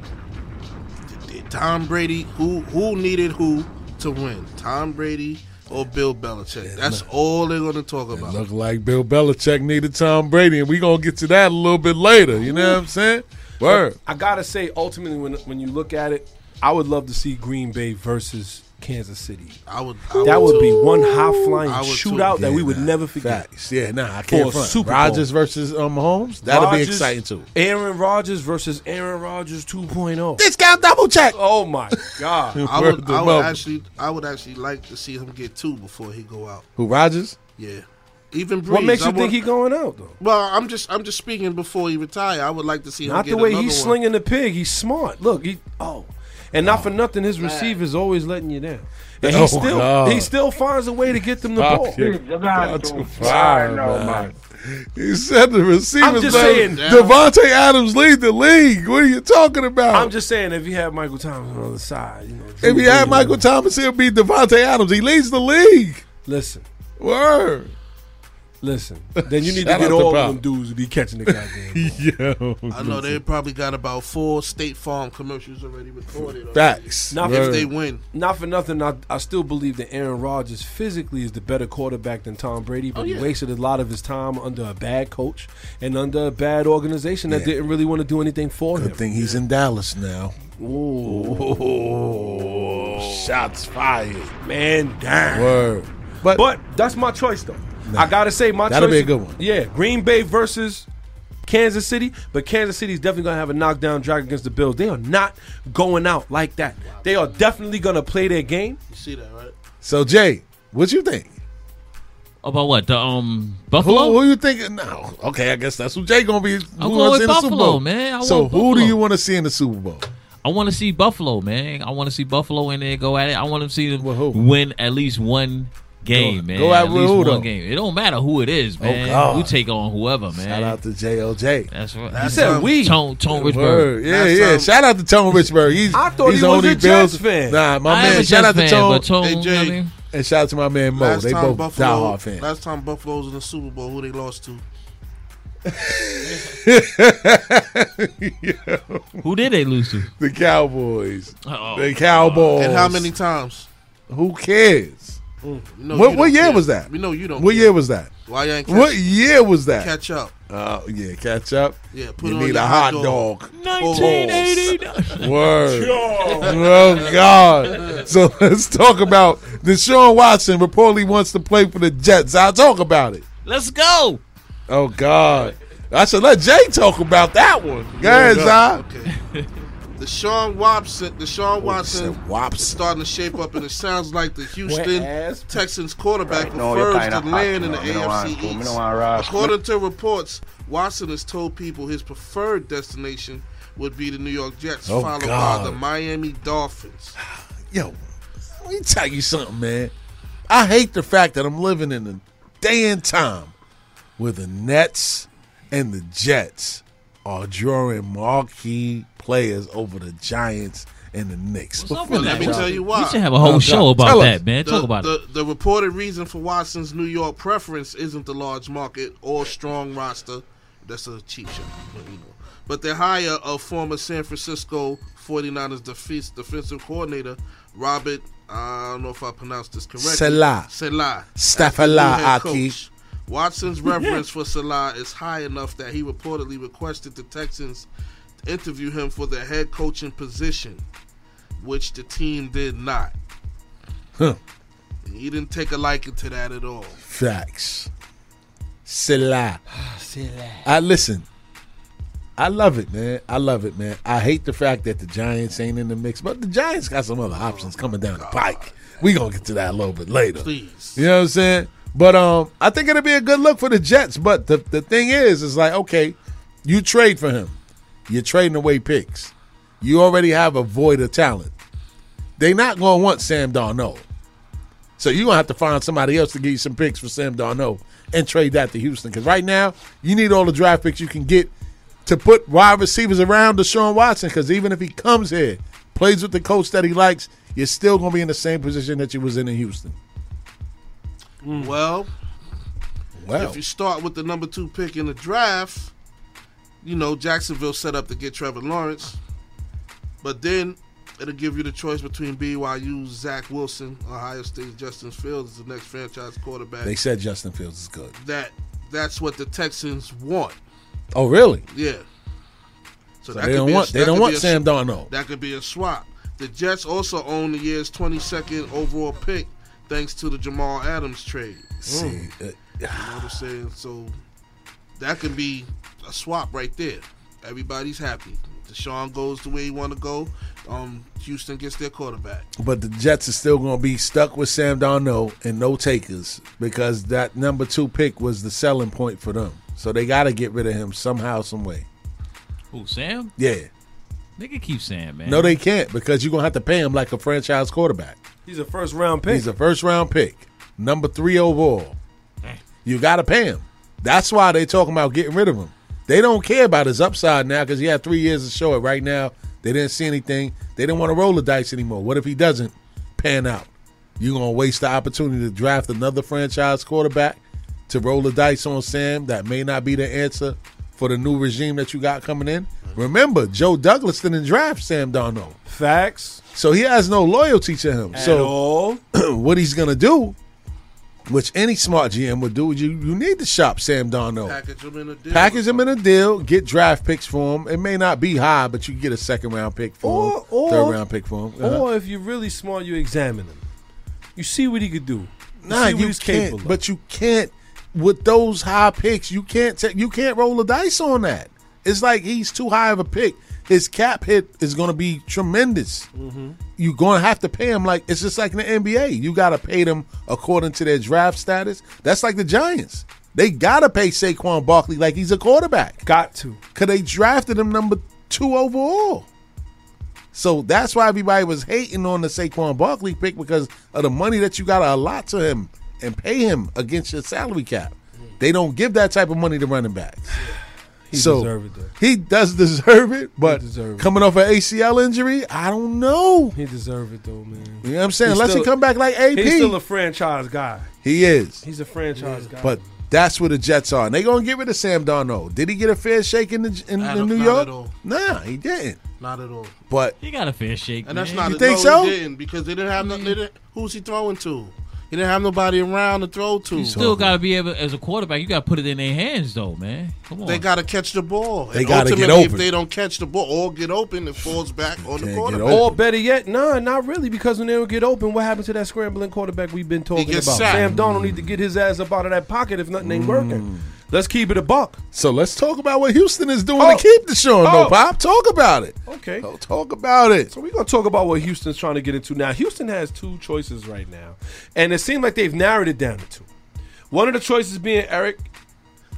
Speaker 5: Th- Tom Brady, who who needed who to win? Tom Brady or Bill Belichick? That's all they're going to talk about.
Speaker 4: Look like Bill Belichick needed Tom Brady, and we gonna get to that a little bit later. You know what I'm saying? Word.
Speaker 7: But I gotta say, ultimately, when when you look at it, I would love to see Green Bay versus Kansas City.
Speaker 5: I would.
Speaker 7: that would be one high flying
Speaker 4: I would too.
Speaker 7: shootout that we
Speaker 4: Yeah,
Speaker 7: would
Speaker 4: nah,
Speaker 7: never forget.
Speaker 4: Facts. Yeah, nah, I
Speaker 7: For
Speaker 4: can't
Speaker 7: a
Speaker 4: front.
Speaker 7: Super Bowl.
Speaker 4: Rodgers versus um, Mahomes. That'll
Speaker 7: Rodgers-
Speaker 4: be exciting too.
Speaker 7: Aaron Rodgers versus Aaron Rodgers 2.0.
Speaker 4: Discount double check.
Speaker 7: Oh my god!
Speaker 5: I would, I would actually, I would actually like to see him get two before he go out.
Speaker 4: Who Rodgers?
Speaker 5: Yeah, even Breeze,
Speaker 7: What makes
Speaker 5: I
Speaker 7: you think
Speaker 5: want-
Speaker 7: he going out though?
Speaker 5: Well, I'm just, I'm just speaking before he retire. I would like to see him
Speaker 7: Not
Speaker 5: get
Speaker 7: the way
Speaker 5: another
Speaker 7: he's
Speaker 5: one.
Speaker 7: slinging the pig. He's smart. Look, he oh, and not for nothing, his receiver's always letting you down. And he
Speaker 4: Oh,
Speaker 7: still
Speaker 4: God.
Speaker 7: he still finds a way to get them the
Speaker 4: Stop
Speaker 7: ball.
Speaker 4: your- God, too far, man. He said the receivers.
Speaker 7: I'm just
Speaker 4: better.
Speaker 7: saying.
Speaker 4: Devontae Adams lead the league. What are you talking about?
Speaker 7: I'm just saying, if you had Michael Thomas on the other side, you know,
Speaker 4: if he had Michael Thomas, he'll beat Devontae Adams. He leads the league.
Speaker 7: listen,
Speaker 4: Word.
Speaker 7: listen, then you need to
Speaker 4: Shout
Speaker 7: get
Speaker 4: out to
Speaker 7: all
Speaker 4: Pop.
Speaker 7: of them dudes to be catching the goddamn.
Speaker 4: Yo.
Speaker 5: I know they probably got about four State Farm commercials already recorded. on
Speaker 4: Facts.
Speaker 5: it.
Speaker 7: Not
Speaker 5: if
Speaker 7: for,
Speaker 5: they win,
Speaker 7: Not for nothing. I, I still believe that Aaron Rodgers physically is the better quarterback than Tom Brady, but
Speaker 5: Oh, yeah.
Speaker 7: he wasted a lot of his time under a bad coach and under a bad organization that
Speaker 4: Yeah.
Speaker 7: didn't really want to do anything for
Speaker 4: Good
Speaker 7: him.
Speaker 4: thing he's in Dallas now.
Speaker 7: Ooh. Shots fired. Man, damn.
Speaker 4: Word. But,
Speaker 7: But that's my choice, though. I gotta say my
Speaker 4: That'll
Speaker 7: choice-
Speaker 4: be a good one.
Speaker 7: Yeah, Green Bay versus Kansas City, but Kansas City's definitely gonna have a knockdown drag against the Bills. They are not going out like that. They are definitely gonna play their game.
Speaker 5: You see that, right?
Speaker 4: So Jay, what you think?
Speaker 6: About what? The um Buffalo?
Speaker 4: Who, who you thinking? No. Okay, I guess that's who Jay gonna be. Who
Speaker 6: I'm
Speaker 4: wanna
Speaker 6: going with
Speaker 4: see in the Super
Speaker 6: Buffalo,
Speaker 4: Bowl.
Speaker 6: man. I
Speaker 4: so
Speaker 6: want
Speaker 4: who do
Speaker 6: Buffalo.
Speaker 4: you want to see in the Super Bowl?
Speaker 6: I want to see Buffalo, man. I want to see Buffalo and they go at it. I want to see them win at least one game,
Speaker 4: Go-
Speaker 6: man.
Speaker 4: go at
Speaker 6: at least
Speaker 4: who,
Speaker 6: one
Speaker 4: though?
Speaker 6: game. It don't matter who it is,
Speaker 4: Oh,
Speaker 6: man.
Speaker 4: God.
Speaker 6: we take on whoever, man. Shout out
Speaker 4: to JLJ.
Speaker 6: That's right.
Speaker 4: That's said something. we.
Speaker 6: Tone Tone
Speaker 4: Word.
Speaker 6: Richburg.
Speaker 4: Yeah, yeah. Shout out to Tom Richburg. He's,
Speaker 6: I thought
Speaker 4: he's
Speaker 6: he
Speaker 4: the
Speaker 6: was
Speaker 4: only
Speaker 6: a
Speaker 4: Bills
Speaker 6: Jets fan.
Speaker 4: Nah, my
Speaker 6: I am
Speaker 4: man.
Speaker 6: a
Speaker 4: Shout
Speaker 6: Jets
Speaker 4: out to
Speaker 6: fan,
Speaker 4: Tom.
Speaker 6: but Tom, Hey, Jay. you know what I mean?
Speaker 4: And shout out to my man Mo.
Speaker 5: last
Speaker 4: they
Speaker 5: time
Speaker 4: both
Speaker 5: Buffalo,
Speaker 4: diehard fans.
Speaker 5: last time Buffalo was in the Super Bowl, who they lost to?
Speaker 6: Who did they lose to?
Speaker 4: The Cowboys.
Speaker 5: Uh-oh.
Speaker 4: The Cowboys.
Speaker 5: And how many times?
Speaker 4: Who cares?
Speaker 5: Mm, no,
Speaker 4: what
Speaker 5: you
Speaker 4: what
Speaker 5: don't
Speaker 4: year
Speaker 5: care.
Speaker 4: was that?
Speaker 5: We know you don't
Speaker 4: What
Speaker 5: care.
Speaker 4: year was that?
Speaker 5: Why you ain't catch-
Speaker 4: What year was that?
Speaker 5: Catch up.
Speaker 4: Oh yeah, catch up.
Speaker 5: Yeah, put
Speaker 4: you
Speaker 5: on
Speaker 4: need
Speaker 5: your
Speaker 4: a
Speaker 5: hot
Speaker 4: hot
Speaker 5: dog.
Speaker 4: dog.
Speaker 5: 1989.
Speaker 4: Word.
Speaker 5: Yo.
Speaker 4: Oh God. So let's talk about Deshaun Watson reportedly wants to play for the Jets. I'll talk about it.
Speaker 6: Let's go.
Speaker 4: Oh God. I should let Jay talk about that one. Go
Speaker 5: Yeah,
Speaker 4: ahead,
Speaker 5: go.
Speaker 4: Zai.
Speaker 5: Deshaun Watson,
Speaker 16: Oh,
Speaker 5: Deshaun Watson,
Speaker 4: Watson.
Speaker 5: is starting to shape up, and it sounds like the Houston Texans quarterback
Speaker 16: Right, no, you're
Speaker 5: prefers
Speaker 16: kinda
Speaker 5: to land in the
Speaker 16: hot, you know,
Speaker 5: AFC
Speaker 16: Ryan, you
Speaker 5: East.
Speaker 16: know, Ryan.
Speaker 5: According to reports, Watson has told people his preferred destination would be the New York Jets,
Speaker 4: Oh,
Speaker 5: followed
Speaker 4: God.
Speaker 5: by the Miami Dolphins.
Speaker 4: Yo, let me tell you something, man. I hate the fact that I'm living in a day and time where the Nets and the Jets are drawing marquee players over the Giants and the Knicks. But
Speaker 5: Well, let
Speaker 4: finish,
Speaker 5: me
Speaker 4: y'all.
Speaker 5: tell you why.
Speaker 6: should have a whole
Speaker 4: No,
Speaker 6: show
Speaker 4: no,
Speaker 6: about
Speaker 4: tell
Speaker 6: that,
Speaker 4: us.
Speaker 6: man.
Speaker 5: the,
Speaker 6: Talk about
Speaker 5: the, The reported reason for Watson's New York preference isn't the large market or strong roster. That's a cheap shot. But, you know. but the hire of former San Francisco 49ers defense, defensive coordinator Robert, I don't know if I pronounced this correctly.
Speaker 4: Salah.
Speaker 5: Salah.
Speaker 4: Stafala
Speaker 5: As the new head
Speaker 4: Aki.
Speaker 5: coach. Watson's reverence for Salah is high enough that he reportedly requested the Texans interview him for the head coaching position, which the team did not.
Speaker 4: Huh.
Speaker 5: He didn't take a liking to that at all.
Speaker 4: Facts. Silla. I listen. I love it, man. I love it, man. I hate the fact that the Giants ain't in the mix, but the Giants got some other options coming down the pike. We gonna get to that a little bit later.
Speaker 5: Please.
Speaker 4: You know what I'm saying? But um, I think it'll be a good look for the Jets. But the, the thing is, is like, okay, you trade for him. You're trading away picks. You already have a void of talent. They not gonna want Sam Darnold. So you're gonna have to find somebody else to give you some picks for Sam Darnold and trade that to Houston. Because right now, you need all the draft picks you can get to put wide receivers around Deshaun Watson. Because even if he comes here, plays with the coach that he likes, you're still gonna be in the same position that you was in in Houston.
Speaker 5: Well,
Speaker 4: Mm. Well.
Speaker 5: if you start with the number two pick in the draft, you know Jacksonville set up to get Trevor Lawrence, but then it'll give you the choice between BYU, Zach Wilson, Ohio State, Justin Fields is the next franchise quarterback.
Speaker 4: They said Justin Fields is good.
Speaker 5: that that's what the Texans want.
Speaker 4: Oh, really?
Speaker 5: Yeah.
Speaker 4: So they don't want- they
Speaker 5: that
Speaker 4: don't
Speaker 5: could
Speaker 4: want
Speaker 5: be a-
Speaker 4: Sam Darnold.
Speaker 5: That could be a swap. The Jets also own the year's 22nd overall pick, thanks to the Jamal Adams trade. Mm.
Speaker 4: See, uh,
Speaker 5: you know what I'm saying? So that could be a swap right there. Everybody's happy. Deshaun goes the way he want to go. Um, Houston gets their quarterback.
Speaker 4: But the Jets are still going to be stuck with Sam Darnold and no takers because that number two pick was the selling point for them. So they got to get rid of him somehow, some way.
Speaker 6: who Sam?
Speaker 4: Yeah.
Speaker 6: Nigga keep Sam, man.
Speaker 4: No, they can't because you're going to have to pay him like a franchise quarterback.
Speaker 7: He's a first round pick.
Speaker 4: He's a first round pick, number three overall. You got to pay him. That's why they talking about getting rid of him. They don't care about his upside now because he had three years to show it. Right now, they didn't see anything. They didn't want to roll the dice anymore. What if he doesn't pan out? You're going to waste the opportunity to draft another franchise quarterback to roll the dice on Sam. That may not be the answer for the new regime that you got coming in. Remember, Joe Douglas didn't draft Sam Darnold.
Speaker 7: Facts.
Speaker 4: So he has no loyalty to him.
Speaker 7: At
Speaker 4: so
Speaker 7: all.
Speaker 4: what he's going to do, which any smart GM would do, you you need to shop Sam Darnold.
Speaker 5: Package them in a deal.
Speaker 4: Package him in a deal, get draft picks for him. It may not be high, but you can get a second round pick for
Speaker 7: or-
Speaker 4: him, third round pick for him. Uh-huh.
Speaker 7: Or if you're really smart, you examine him. You see what he could do. You
Speaker 4: nah,
Speaker 7: see what
Speaker 4: you
Speaker 7: he's
Speaker 4: can't.
Speaker 7: capable of.
Speaker 4: But you can't with those high picks, you can't ta- you can't roll the dice on that. It's like he's too high of a pick. His cap hit is going to be tremendous. You're going to have to pay him like it's just like in the NBA. You got to pay them according to their draft status. That's like the Giants. They got to pay Saquon Barkley like he's a quarterback.
Speaker 7: Got to.
Speaker 4: Cuz they drafted him number 2 overall. So that's why everybody was hating on the Saquon Barkley pick because of the money that you got to allot to him and pay him against your salary cap. They don't give that type of money to running backs.
Speaker 7: He deserved it,
Speaker 4: He does deserve it, but
Speaker 7: deserved it.
Speaker 4: coming off an ACL injury, I don't know.
Speaker 7: He deserved it though, man.
Speaker 4: You know what I'm saying?
Speaker 7: He's
Speaker 4: Unless he
Speaker 7: still-
Speaker 4: come back like AP.
Speaker 7: He's still a franchise guy.
Speaker 4: He is.
Speaker 7: He's a franchise guy.
Speaker 4: But that's where the Jets are. And they going to get rid of Sam Darnold. Did he get a fair shake in, the, in, in New
Speaker 5: not
Speaker 4: York?
Speaker 5: at all.
Speaker 4: Nah, he didn't.
Speaker 5: Not at all.
Speaker 4: But
Speaker 6: he got a fair shake.
Speaker 5: And that's not
Speaker 4: You
Speaker 5: a,
Speaker 4: think
Speaker 5: no,
Speaker 4: so?
Speaker 5: He didn't because they didn't have no, they didn't, who's he throwing to? He didn't have nobody around to throw to.
Speaker 6: You still got to be able, as a quarterback, you got to put it in their hands, though, man. Come on.
Speaker 5: They got to catch the ball.
Speaker 6: They
Speaker 5: And
Speaker 6: gotta get
Speaker 5: ultimately,
Speaker 6: open.
Speaker 5: If they don't catch the ball or get open, it falls back on the quarterback.
Speaker 7: Or better yet, nah, not really, because when they don't get open, what happened to that scrambling quarterback we've been talking about?
Speaker 5: gets sacked.
Speaker 7: Sam Donald need to get his ass up out of that pocket if nothing ain't
Speaker 4: Mm.
Speaker 7: working. Let's keep it a buck.
Speaker 4: So let's talk about what Houston is doing to keep the show on,
Speaker 7: Oh.
Speaker 4: no pop. Talk about it.
Speaker 7: Okay.
Speaker 4: talk about it.
Speaker 7: So we're gonna talk about what Houston's trying to get into now. Houston has two choices right now, and it seems like they've narrowed it down to two. One of the choices being Eric.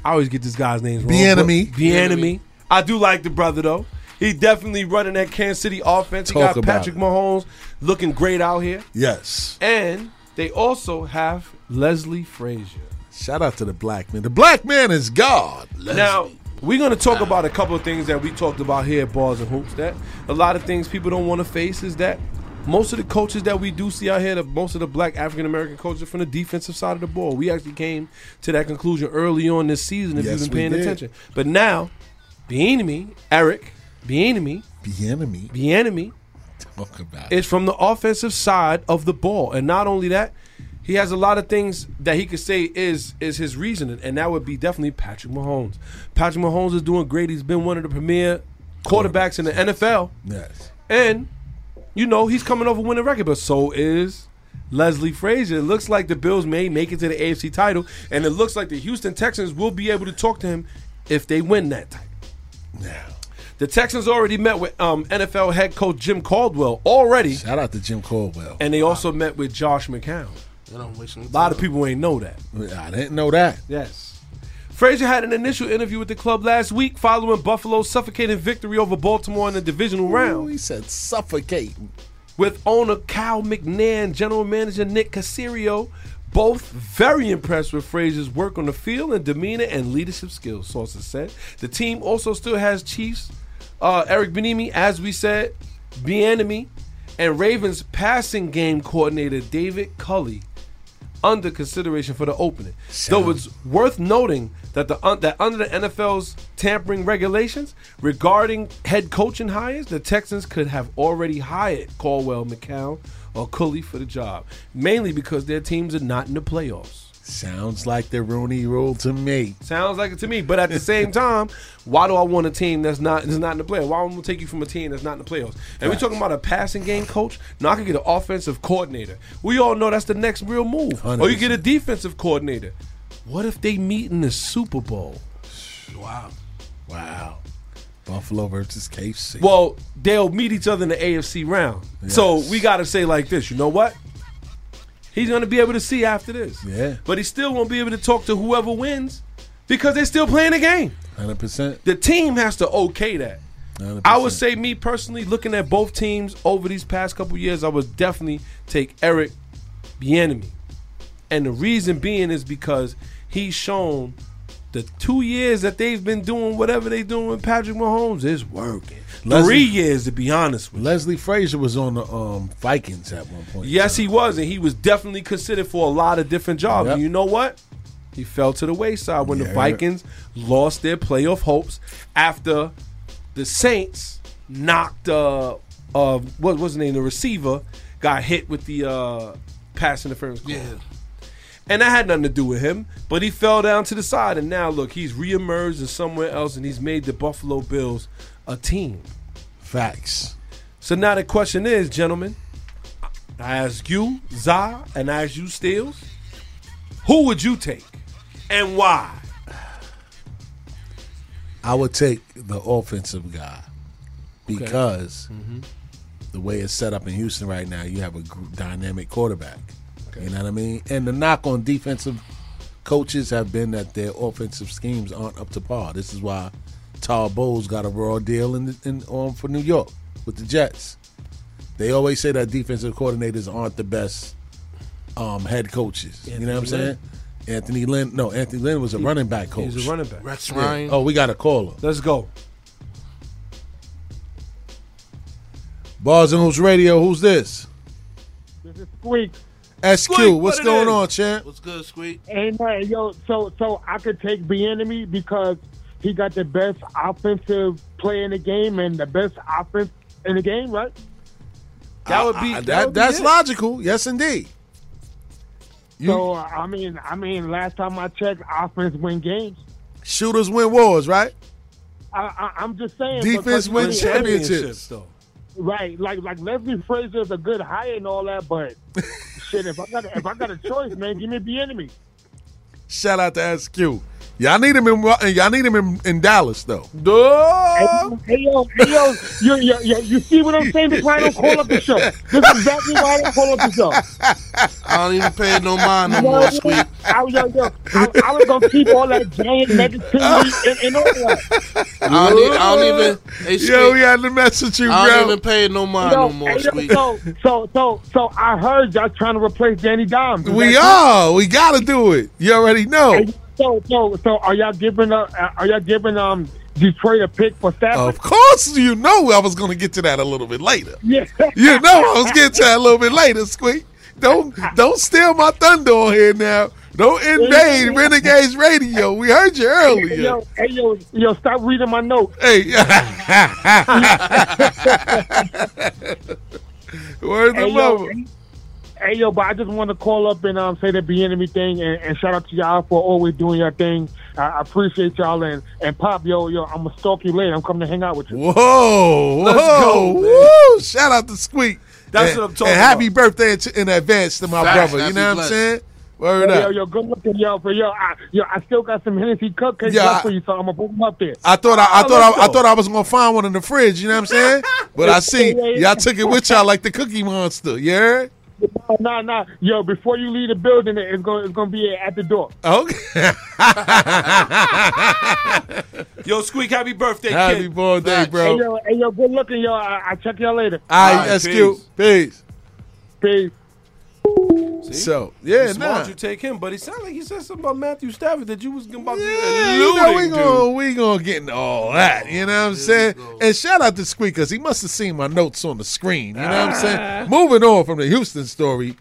Speaker 7: I always get this guy's name wrong.
Speaker 4: Bieniemy.
Speaker 7: The enemy. I do like the brother though. He definitely running that Kansas City offense. he
Speaker 4: Talk
Speaker 7: got
Speaker 4: about
Speaker 7: Patrick Mahomes looking great out here.
Speaker 4: Yes.
Speaker 7: And they also have Leslie Frazier.
Speaker 4: Shout out to the black man. The black man is God.
Speaker 7: Now, we're going to talk about a couple of things that we talked about here at Bars and Hoops. That a lot of things people don't want to face is that most of the coaches that we do see out here, the, most of the black African American coaches are from the defensive side of the ball. We actually came to that conclusion early on this season if
Speaker 4: Yes,
Speaker 7: you've
Speaker 4: we
Speaker 7: been paying
Speaker 4: did.
Speaker 7: attention. But now, the enemy, Eric, the enemy,
Speaker 4: the enemy,
Speaker 7: the enemy,
Speaker 4: Talk about
Speaker 7: it's from the offensive side of the ball, and not only that, he has a lot of things that he could say is is his reasoning, and that would be definitely Patrick Mahomes. Patrick Mahomes is doing great. He's been one of the premier quarterbacks in the NFL,
Speaker 4: Yes.
Speaker 7: and you know he's coming over winning record, but so is. Leslie Frazier. It looks like the Bills may make it to the AFC title, and it looks like the Houston Texans will be able to talk to him if they win that title. The Texans already met with um, NFL head coach Jim Caldwell already.
Speaker 4: Shout out to Jim Caldwell.
Speaker 7: And they also met with Josh McCown.
Speaker 5: They don't waste no
Speaker 7: A lot
Speaker 5: time.
Speaker 7: of people ain't know that.
Speaker 4: I didn't know that.
Speaker 7: Yes. Frazier had an initial interview with the club last week following Buffalo's suffocating victory over Baltimore in the divisional round.
Speaker 4: He said suffocate.
Speaker 7: With owner Kyle McNair, general manager Nick Casario, both very impressed with Frazier's work on the field and demeanor and leadership skills, sources said. The team also still has Chiefs, uh, Eric Benimi, as we said, Bienemy, and Ravens passing game coordinator David Culley under consideration for the opening. Though it's worth noting that the un, that under the NFL's tampering regulations regarding head coaching hires, the Texans could have already hired Caldwell, McCown, or Cooley for the job, mainly because their teams are not in the playoffs.
Speaker 4: Sounds like the Rooney Rule to me.
Speaker 7: Sounds like it to me, but at the same time, why do I want a team that's not that's not in the playoffs? Why am I gonna take you from a team that's not in the playoffs? And we're
Speaker 4: Facts.
Speaker 7: talking about a passing game coach. Now I could get an offensive coordinator. We all know that's the next real move. Or you get a defensive coordinator. What if they meet in the Super Bowl?
Speaker 5: Wow.
Speaker 4: Wow. Buffalo versus KC.
Speaker 7: Well, they'll meet each other in the AFC round. So we gotta say like this. You know what? He's gonna be able to see after this.
Speaker 4: Yeah.
Speaker 7: But he still won't be able to talk to whoever wins because they're still playing the game.
Speaker 4: 100%.
Speaker 7: The team has to okay that.
Speaker 4: 100%.
Speaker 7: I would say me personally, looking at both teams over these past couple years, I would definitely take Eric Bieniemy, and the reason being is because he's shown the two years that they've been doing whatever they doing with Patrick Mahomes is working. Three years, to be honest with
Speaker 4: you. Leslie Frazier was on the um, Vikings at one point.
Speaker 7: Yes, he was, and he was definitely considered for a lot of different jobs. And you know what? He fell to the wayside when the
Speaker 4: Yeah.
Speaker 7: Vikings lost their playoff hopes after the Saints knocked uh uh what was the name the receiver got hit with the uh pass interference call. Yeah. And that had nothing to do with him, but he fell down to the side, and now look, he's reemerged in somewhere else, and he's made the Buffalo Bills a team.
Speaker 4: Facts.
Speaker 7: So now the question is, gentlemen, I ask you, Za, and I ask you, Steels, who would you take and why?
Speaker 4: I would take the offensive guy because the way it's set up in Houston right now, you have a gr- dynamic quarterback. You know what I mean? And the knock on defensive coaches have been that their offensive schemes aren't up to par. This is why Tal Bowles got a raw deal in, in on for New York with the Jets. They always say that defensive coordinators aren't the best um, head coaches. you know what I'm
Speaker 7: Anthony
Speaker 4: saying? Anthony Lynn, no, Anthony Lynn was a
Speaker 7: He-
Speaker 4: running back
Speaker 7: he
Speaker 4: coach.
Speaker 7: was a running back. Rex
Speaker 4: Yeah.
Speaker 7: Ryan.
Speaker 4: Oh, we got a caller.
Speaker 7: Let's go.
Speaker 4: Bars and Hoops Radio, who's this?
Speaker 20: Squeak.
Speaker 4: SQ,
Speaker 20: Squeak,
Speaker 4: what's
Speaker 20: what it
Speaker 4: going
Speaker 20: is?
Speaker 4: on, champ?
Speaker 5: What's good, Squeak?
Speaker 20: And uh, yo, so so I could take B enemy because he got the best offensive play in the game and the best offense in the game, right?
Speaker 4: That would be that. that's logical. Yes, indeed.
Speaker 20: so uh, I mean, I mean, last time I checked, offense win games.
Speaker 4: Shooters win wars, right?
Speaker 20: I, I, I'm just saying.
Speaker 4: Defense
Speaker 20: because-
Speaker 4: wins championships.
Speaker 7: though.
Speaker 20: Right, like like Leslie Frazier is a good hire and all that, but shit, if I got if I got a choice, man, give me B enemy.
Speaker 4: Shout out to SQ. Y'all need him in. Y'all need him in, in Dallas, though.
Speaker 20: Hey, yo, hey, yo, you, you, you, you see what I'm saying? This is why I don't call up the show. This is exactly why I don't call up the show.
Speaker 5: I don't even pay no mind no
Speaker 20: You know
Speaker 5: more,
Speaker 20: what?
Speaker 5: Squeak.
Speaker 20: I, yo, yo, I, I was gonna keep all that giant negativity and, and all that.
Speaker 5: I don't, e- I don't even. Hey, Squeak,
Speaker 4: Yo, we had to message you,
Speaker 5: I don't
Speaker 4: bro.
Speaker 5: even pay no mind
Speaker 20: Yo,
Speaker 5: no more,
Speaker 20: hey, yo,
Speaker 5: Squeak.
Speaker 20: so, so, so, so I heard y'all trying to replace Danny Dimes. Is
Speaker 4: We
Speaker 20: that
Speaker 4: are. We gotta do it. You already know.
Speaker 20: correct? So, so, so, are y'all giving up? Uh, are y'all giving um Detroit a pick for Stafford?
Speaker 4: Of course, you know I was gonna get to that a little bit later.
Speaker 20: Yeah.
Speaker 4: You know I was getting to that a little bit later, Squeak. Don't don't steal my thunder on here now. Don't invade Renegades Radio. We heard you
Speaker 20: Hey,
Speaker 4: earlier.
Speaker 20: yo, hey, yo, yo, stop reading my notes.
Speaker 4: Hey, where's
Speaker 20: hey, yo, hey, hey, yo, but I just want to call up and um, say the be enemy thing and, and shout out to y'all for always doing your thing. I, I appreciate y'all and and pop, yo, yo, I'm gonna stalk you later. I'm coming to hang out with you.
Speaker 4: Whoa,
Speaker 20: Let's
Speaker 4: whoa,
Speaker 20: go,
Speaker 4: woo. Shout out to Squeak.
Speaker 20: That's
Speaker 4: And-
Speaker 20: what I'm talking
Speaker 4: And happy birthday in, in advance to my
Speaker 20: Facts,
Speaker 4: brother. You
Speaker 20: happy
Speaker 4: know what I'm
Speaker 20: blessed.
Speaker 4: saying? Word
Speaker 20: yo,
Speaker 4: up.
Speaker 20: yo, yo, good looking, yo, but yo, I, yo, I still got some Hennessy cupcakes
Speaker 4: Yeah,
Speaker 20: left
Speaker 4: I-
Speaker 20: for you, so I'm gonna put them up there.
Speaker 4: I thought I, I
Speaker 20: Oh,
Speaker 4: thought
Speaker 20: let's
Speaker 4: I, I
Speaker 20: go.
Speaker 4: thought I was gonna find one in the fridge. You know what I'm saying? But I see
Speaker 20: Yeah, yeah, yeah.
Speaker 4: y'all took it with y'all like the Cookie Monster. Yeah.
Speaker 20: No, no, no, yo, before you leave the building, it- it's gonna it's gonna be at the door.
Speaker 4: Okay.
Speaker 7: Yo, Squeak, happy birthday,
Speaker 4: Happy
Speaker 7: kid.
Speaker 4: birthday, bro.
Speaker 20: Hey, yo, hey, yo, good looking, yo. I, I'll check y'all later.
Speaker 4: All right, that's cute. Peace.
Speaker 20: Peace.
Speaker 4: So yeah,
Speaker 7: It's
Speaker 4: nah.
Speaker 7: smart you take him, but he sounded like he said something about Matthew Stafford that you was about to
Speaker 4: Yeah,
Speaker 7: yeah,
Speaker 4: you know, we
Speaker 7: alluding
Speaker 4: gonna
Speaker 7: to.
Speaker 4: we gonna get into all that. You know what I'm saying? And shout out to Squeak because he must have seen my notes on the screen. You know what I'm saying? Moving on from the Houston story,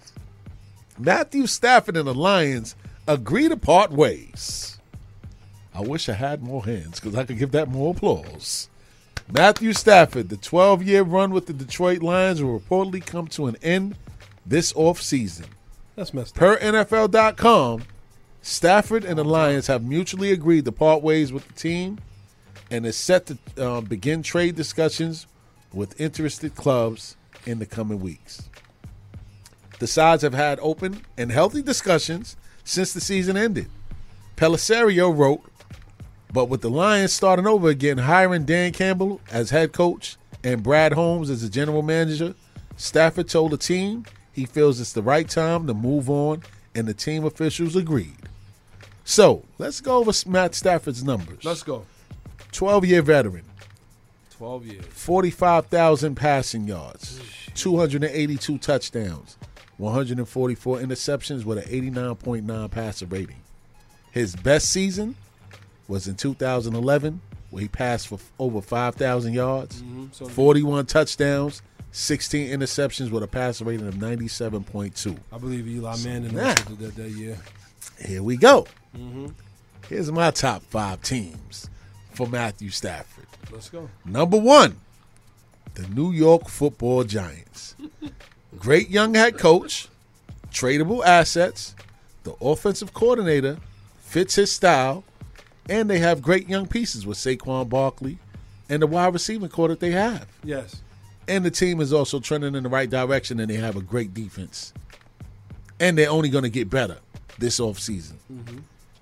Speaker 4: Matthew Stafford and the Lions agree to part ways. I wish I had more hands because I could give that more applause. Matthew Stafford, the 12 year run with the Detroit Lions will reportedly come to an end this offseason.
Speaker 7: That's messed up.
Speaker 4: Per NFL.com, Stafford and the Lions have mutually agreed to part ways with the team and is set to uh, begin trade discussions with interested clubs in the coming weeks. The sides have had open and healthy discussions since the season ended. Pellisario wrote, but with the Lions starting over again, hiring Dan Campbell as head coach and Brad Holmes as the general manager, Stafford told the team he feels it's the right time to move on, and the team officials agreed. So let's go over Matt Stafford's numbers.
Speaker 7: Let's go.
Speaker 4: 12 year veteran,
Speaker 7: 12 years.
Speaker 4: 45,000 passing yards, 282 touchdowns, 144 interceptions with an 89.9 passer rating. His best season was in 2011, where he passed for over 5,000 yards,
Speaker 7: Mhm, so-
Speaker 4: 41 touchdowns, 16 interceptions with a passer rating of 97.2.
Speaker 7: I believe Eli Manning
Speaker 4: Nah.
Speaker 7: also did that that year.
Speaker 4: Here we go.
Speaker 7: Mm-hmm.
Speaker 4: Here's my top five teams for Matthew Stafford.
Speaker 7: Let's go.
Speaker 4: Number one, the New York Football Giants. Great young head coach, tradable assets, the offensive coordinator fits his style, and they have great young pieces with Saquon Barkley and the wide receiving core that they have.
Speaker 7: Yes.
Speaker 4: And the team is also trending in the right direction, and they have
Speaker 7: Mm-hmm.
Speaker 4: a great defense. And they're only going to get better this offseason.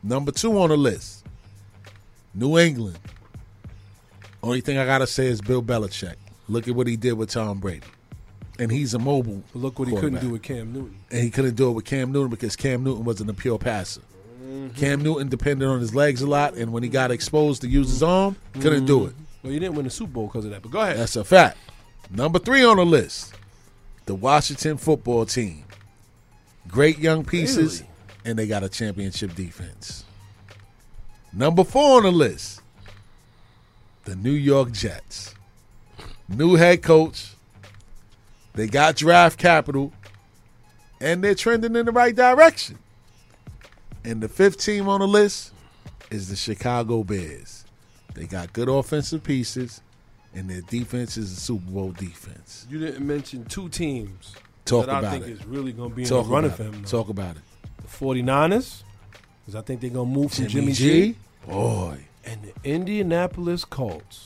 Speaker 4: Number two on the list, New England. Only thing I gotta say is Bill Belichick. Look at what he did with Tom Brady, and he's a mobile.
Speaker 7: look what he couldn't do with Cam Newton.
Speaker 4: and he couldn't do it with Cam Newton because Cam Newton wasn't a pure passer.
Speaker 7: Mm-hmm.
Speaker 4: Cam Newton depended on his legs a lot, and when he got exposed to use his arm,
Speaker 7: Mm-hmm.
Speaker 4: couldn't do it.
Speaker 7: Well, you didn't win the Super Bowl because of that. But go ahead.
Speaker 4: That's a fact. Number three on the list, the Washington football team. Great young pieces, and they got a championship defense. Number four on the list, the New York Jets. New head coach. They got draft capital, and they're trending in the right direction. And the fifth team on the list is the Chicago Bears. They got good offensive pieces, and their defense is a Super Bowl defense.
Speaker 7: You didn't mention two teams
Speaker 4: Talk
Speaker 7: that I
Speaker 4: about
Speaker 7: think
Speaker 4: it.
Speaker 7: is really going to be
Speaker 4: Talk
Speaker 7: in the running
Speaker 4: about
Speaker 7: for
Speaker 4: it.
Speaker 7: him.
Speaker 4: Talk about it.
Speaker 7: The 49ers, because I think they're going to move from Jimmy,
Speaker 4: Jimmy G?
Speaker 7: G.
Speaker 4: Boy.
Speaker 7: And the Indianapolis Colts.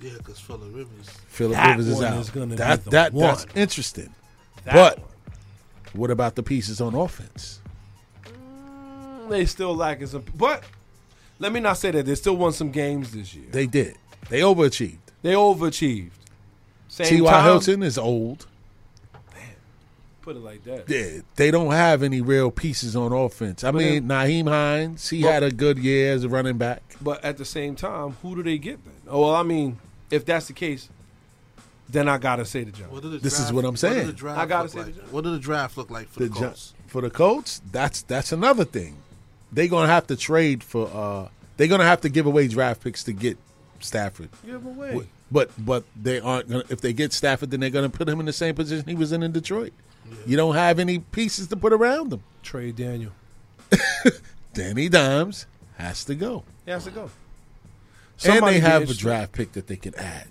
Speaker 5: Yeah, because Phillip Rivers.
Speaker 4: Philip
Speaker 7: That
Speaker 4: Rivers is
Speaker 7: one
Speaker 4: out.
Speaker 7: is gonna be
Speaker 4: that
Speaker 7: the
Speaker 4: that that's
Speaker 7: one.
Speaker 4: interesting.
Speaker 7: That
Speaker 4: but what about the pieces on offense?
Speaker 7: They still lacking some. But let me not say that. They still won some games this year.
Speaker 4: They did. They overachieved.
Speaker 7: They overachieved. Same
Speaker 4: T.Y.
Speaker 7: time-
Speaker 4: Hilton is old.
Speaker 7: Put it like that.
Speaker 4: They, they don't have any real pieces on offense. I
Speaker 7: But
Speaker 4: mean,
Speaker 7: then-
Speaker 4: Naheem Hines, he
Speaker 7: But-
Speaker 4: had a good year as a running back.
Speaker 7: But at the same time, who do they get then? Oh, well, I mean, if that's the case, then I gotta say the Giants.
Speaker 5: What did the
Speaker 4: This is
Speaker 5: draft-
Speaker 4: what I'm
Speaker 5: did
Speaker 4: saying.
Speaker 5: the draft
Speaker 7: I gotta
Speaker 5: look
Speaker 7: say
Speaker 5: like? What did the draft look like for the,
Speaker 4: Gi-
Speaker 5: Colts?
Speaker 4: for the Colts, that's that's another thing. They're gonna have to trade for. uh They're gonna have to give away draft picks to get Stafford.
Speaker 7: Give away.
Speaker 4: W- But but they aren't gonna. If they get Stafford, then they're gonna put him in the same position he was in in Detroit. You don't have any pieces to put around him.
Speaker 7: Trey Daniel.
Speaker 4: Danny Dimes has to go.
Speaker 7: He has to go.
Speaker 4: and
Speaker 7: Somebody
Speaker 4: they
Speaker 7: be
Speaker 4: have a
Speaker 7: interested.
Speaker 4: draft pick that they can add.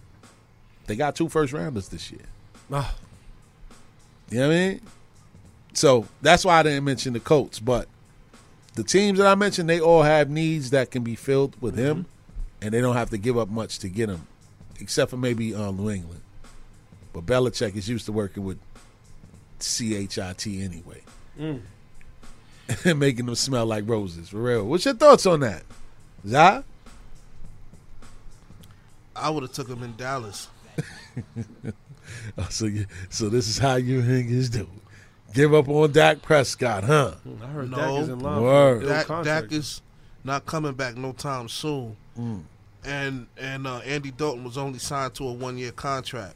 Speaker 4: They got two first rounders this year.
Speaker 7: Ah.
Speaker 4: You know what I mean? So that's why I didn't mention the Colts, but the teams that I mentioned, they all have needs that can be filled with him, and they don't have to give up much to get him, except for maybe uh, New England. But Belichick is used to working with CHIT anyway,
Speaker 7: Mm.
Speaker 4: and making them smell like roses. For real. What's your thoughts on that? Zah?
Speaker 5: I would have took him in Dallas.
Speaker 4: Oh, so, you, so this is how you niggas do. it. Give up on Dak Prescott, huh?
Speaker 7: I heard
Speaker 5: no,
Speaker 7: Dak is in line.
Speaker 4: Word.
Speaker 7: For
Speaker 5: Dak,
Speaker 7: Dak,
Speaker 5: Dak is not coming back no time soon.
Speaker 4: Mm.
Speaker 5: And and uh, Andy Dalton was only signed to a one year contract,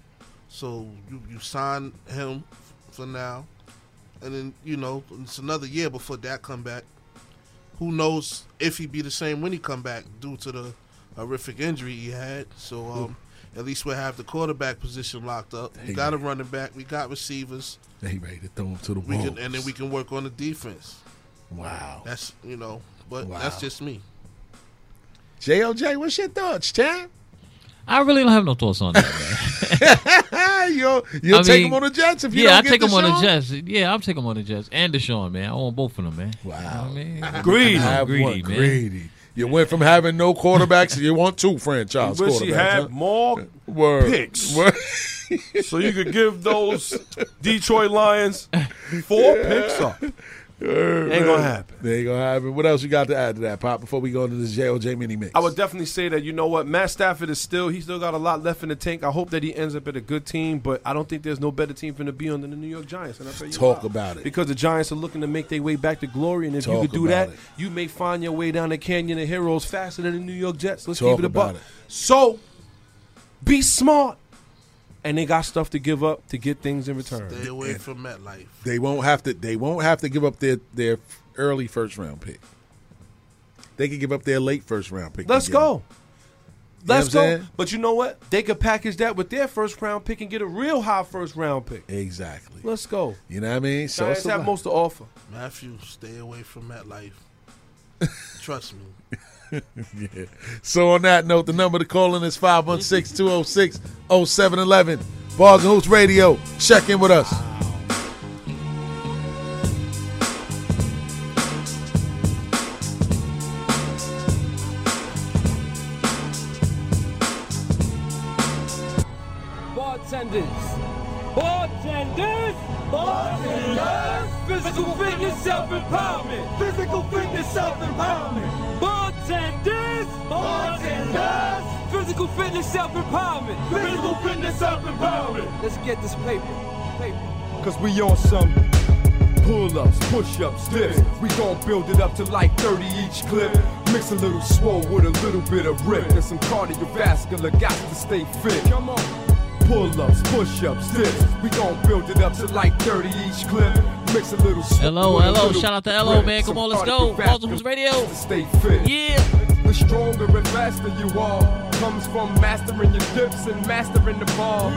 Speaker 5: so you you sign him for now, and then you know it's another year before Dak come back. Who knows if he be the same when he come back due to the horrific injury he had? So um, at least we'll have the quarterback position locked up. We
Speaker 4: Hey,
Speaker 5: got a running back. We got receivers.
Speaker 4: They ready to throw him to the
Speaker 5: We
Speaker 4: wall.
Speaker 5: can, and then we can work on the defense.
Speaker 4: Wow.
Speaker 5: That's you know, but
Speaker 4: Wow.
Speaker 5: that's just me.
Speaker 4: JOJ, what's your thoughts, Chad?
Speaker 6: I really don't have no thoughts on that, man.
Speaker 4: you'll you'll
Speaker 6: I
Speaker 4: take
Speaker 6: mean,
Speaker 4: him on the Jets if you
Speaker 6: yeah,
Speaker 4: don't
Speaker 6: I
Speaker 4: get
Speaker 6: take him on the
Speaker 4: Deshaun?
Speaker 6: Jets. Yeah, I'll take him on the Jets and Deshaun, man. I want both of them, man.
Speaker 4: Wow,
Speaker 6: Greedy.
Speaker 4: I have
Speaker 6: Greedy,
Speaker 4: one.
Speaker 6: man.
Speaker 4: Greedy. You went from having no quarterbacks, you want two franchise
Speaker 7: Wish
Speaker 4: quarterbacks.
Speaker 7: he had
Speaker 4: huh?
Speaker 7: more
Speaker 4: Word.
Speaker 7: picks.
Speaker 4: Word.
Speaker 7: so you could give those Detroit Lions four picks up. Ain't gonna happen.
Speaker 4: Ain't gonna happen. What else you got to add to that, Pop? Before we go into this JOJ mini mix,
Speaker 7: I would definitely say that you know what Matt Stafford is still he still got a lot left in the tank. I hope that he ends up at a good team, but I don't think there's no better team for him to be on than the New York Giants. And I tell you
Speaker 4: talk
Speaker 7: why.
Speaker 4: about it.
Speaker 7: because the Giants are looking to make their way back to glory, and if
Speaker 4: Talk
Speaker 7: you could do
Speaker 4: about
Speaker 7: that,
Speaker 4: it.
Speaker 7: you may find your way down the Canyon of Heroes faster than the New York Jets. Let's
Speaker 4: Talk
Speaker 7: keep it a
Speaker 4: about
Speaker 7: buck.
Speaker 4: it.
Speaker 7: So be smart, and they got stuff to give up to get things in return.
Speaker 5: Stay away from MetLife.
Speaker 4: They won't have to. They won't have to give up their their early first round pick. They could give up their late first round pick. to
Speaker 7: Let's
Speaker 4: get him.
Speaker 7: go.
Speaker 4: You know
Speaker 7: Let's
Speaker 4: what I'm
Speaker 7: go.
Speaker 4: saying?
Speaker 7: But you know what? They could package that with their first round pick and get a real high first round pick.
Speaker 4: Exactly.
Speaker 7: Let's go.
Speaker 4: You know what I mean? So
Speaker 7: Giants
Speaker 4: it's a
Speaker 7: have
Speaker 4: lot.
Speaker 7: most to offer.
Speaker 5: Matthew, stay away from MetLife. Trust me.
Speaker 4: yeah. So on that note, the number to call in is 516-206-0711. Bars and Hoops Radio. Check in with us.
Speaker 21: Bartenders,
Speaker 1: Bartenders, bartenders, physical fitness self-empowerment, physical fitness self-empowerment. Bartenders, bartenders, physical fitness self-empowerment, physical fitness self-empowerment. Let's get this paper, paper.
Speaker 21: Cause we on some pull-ups, push-ups, dips. We gon' build it up to like 30 each clip. Mix a little swole with a little bit of rip. And some cardiovascular got to stay fit. Come on. Pull-ups, push-ups, dips. We gon' build it up to like 30 each clip. Mix a little swole.
Speaker 6: Hello,
Speaker 21: with a
Speaker 6: hello.
Speaker 21: little
Speaker 6: Shout out to hello,
Speaker 21: rip.
Speaker 6: man. Come
Speaker 21: Some
Speaker 6: on, let's go.
Speaker 21: cardiovascular
Speaker 6: Baltimore Hoops Radio.
Speaker 21: to stay fit.
Speaker 6: Yeah.
Speaker 21: The stronger and faster you are comes from mastering your dips and mastering the ball.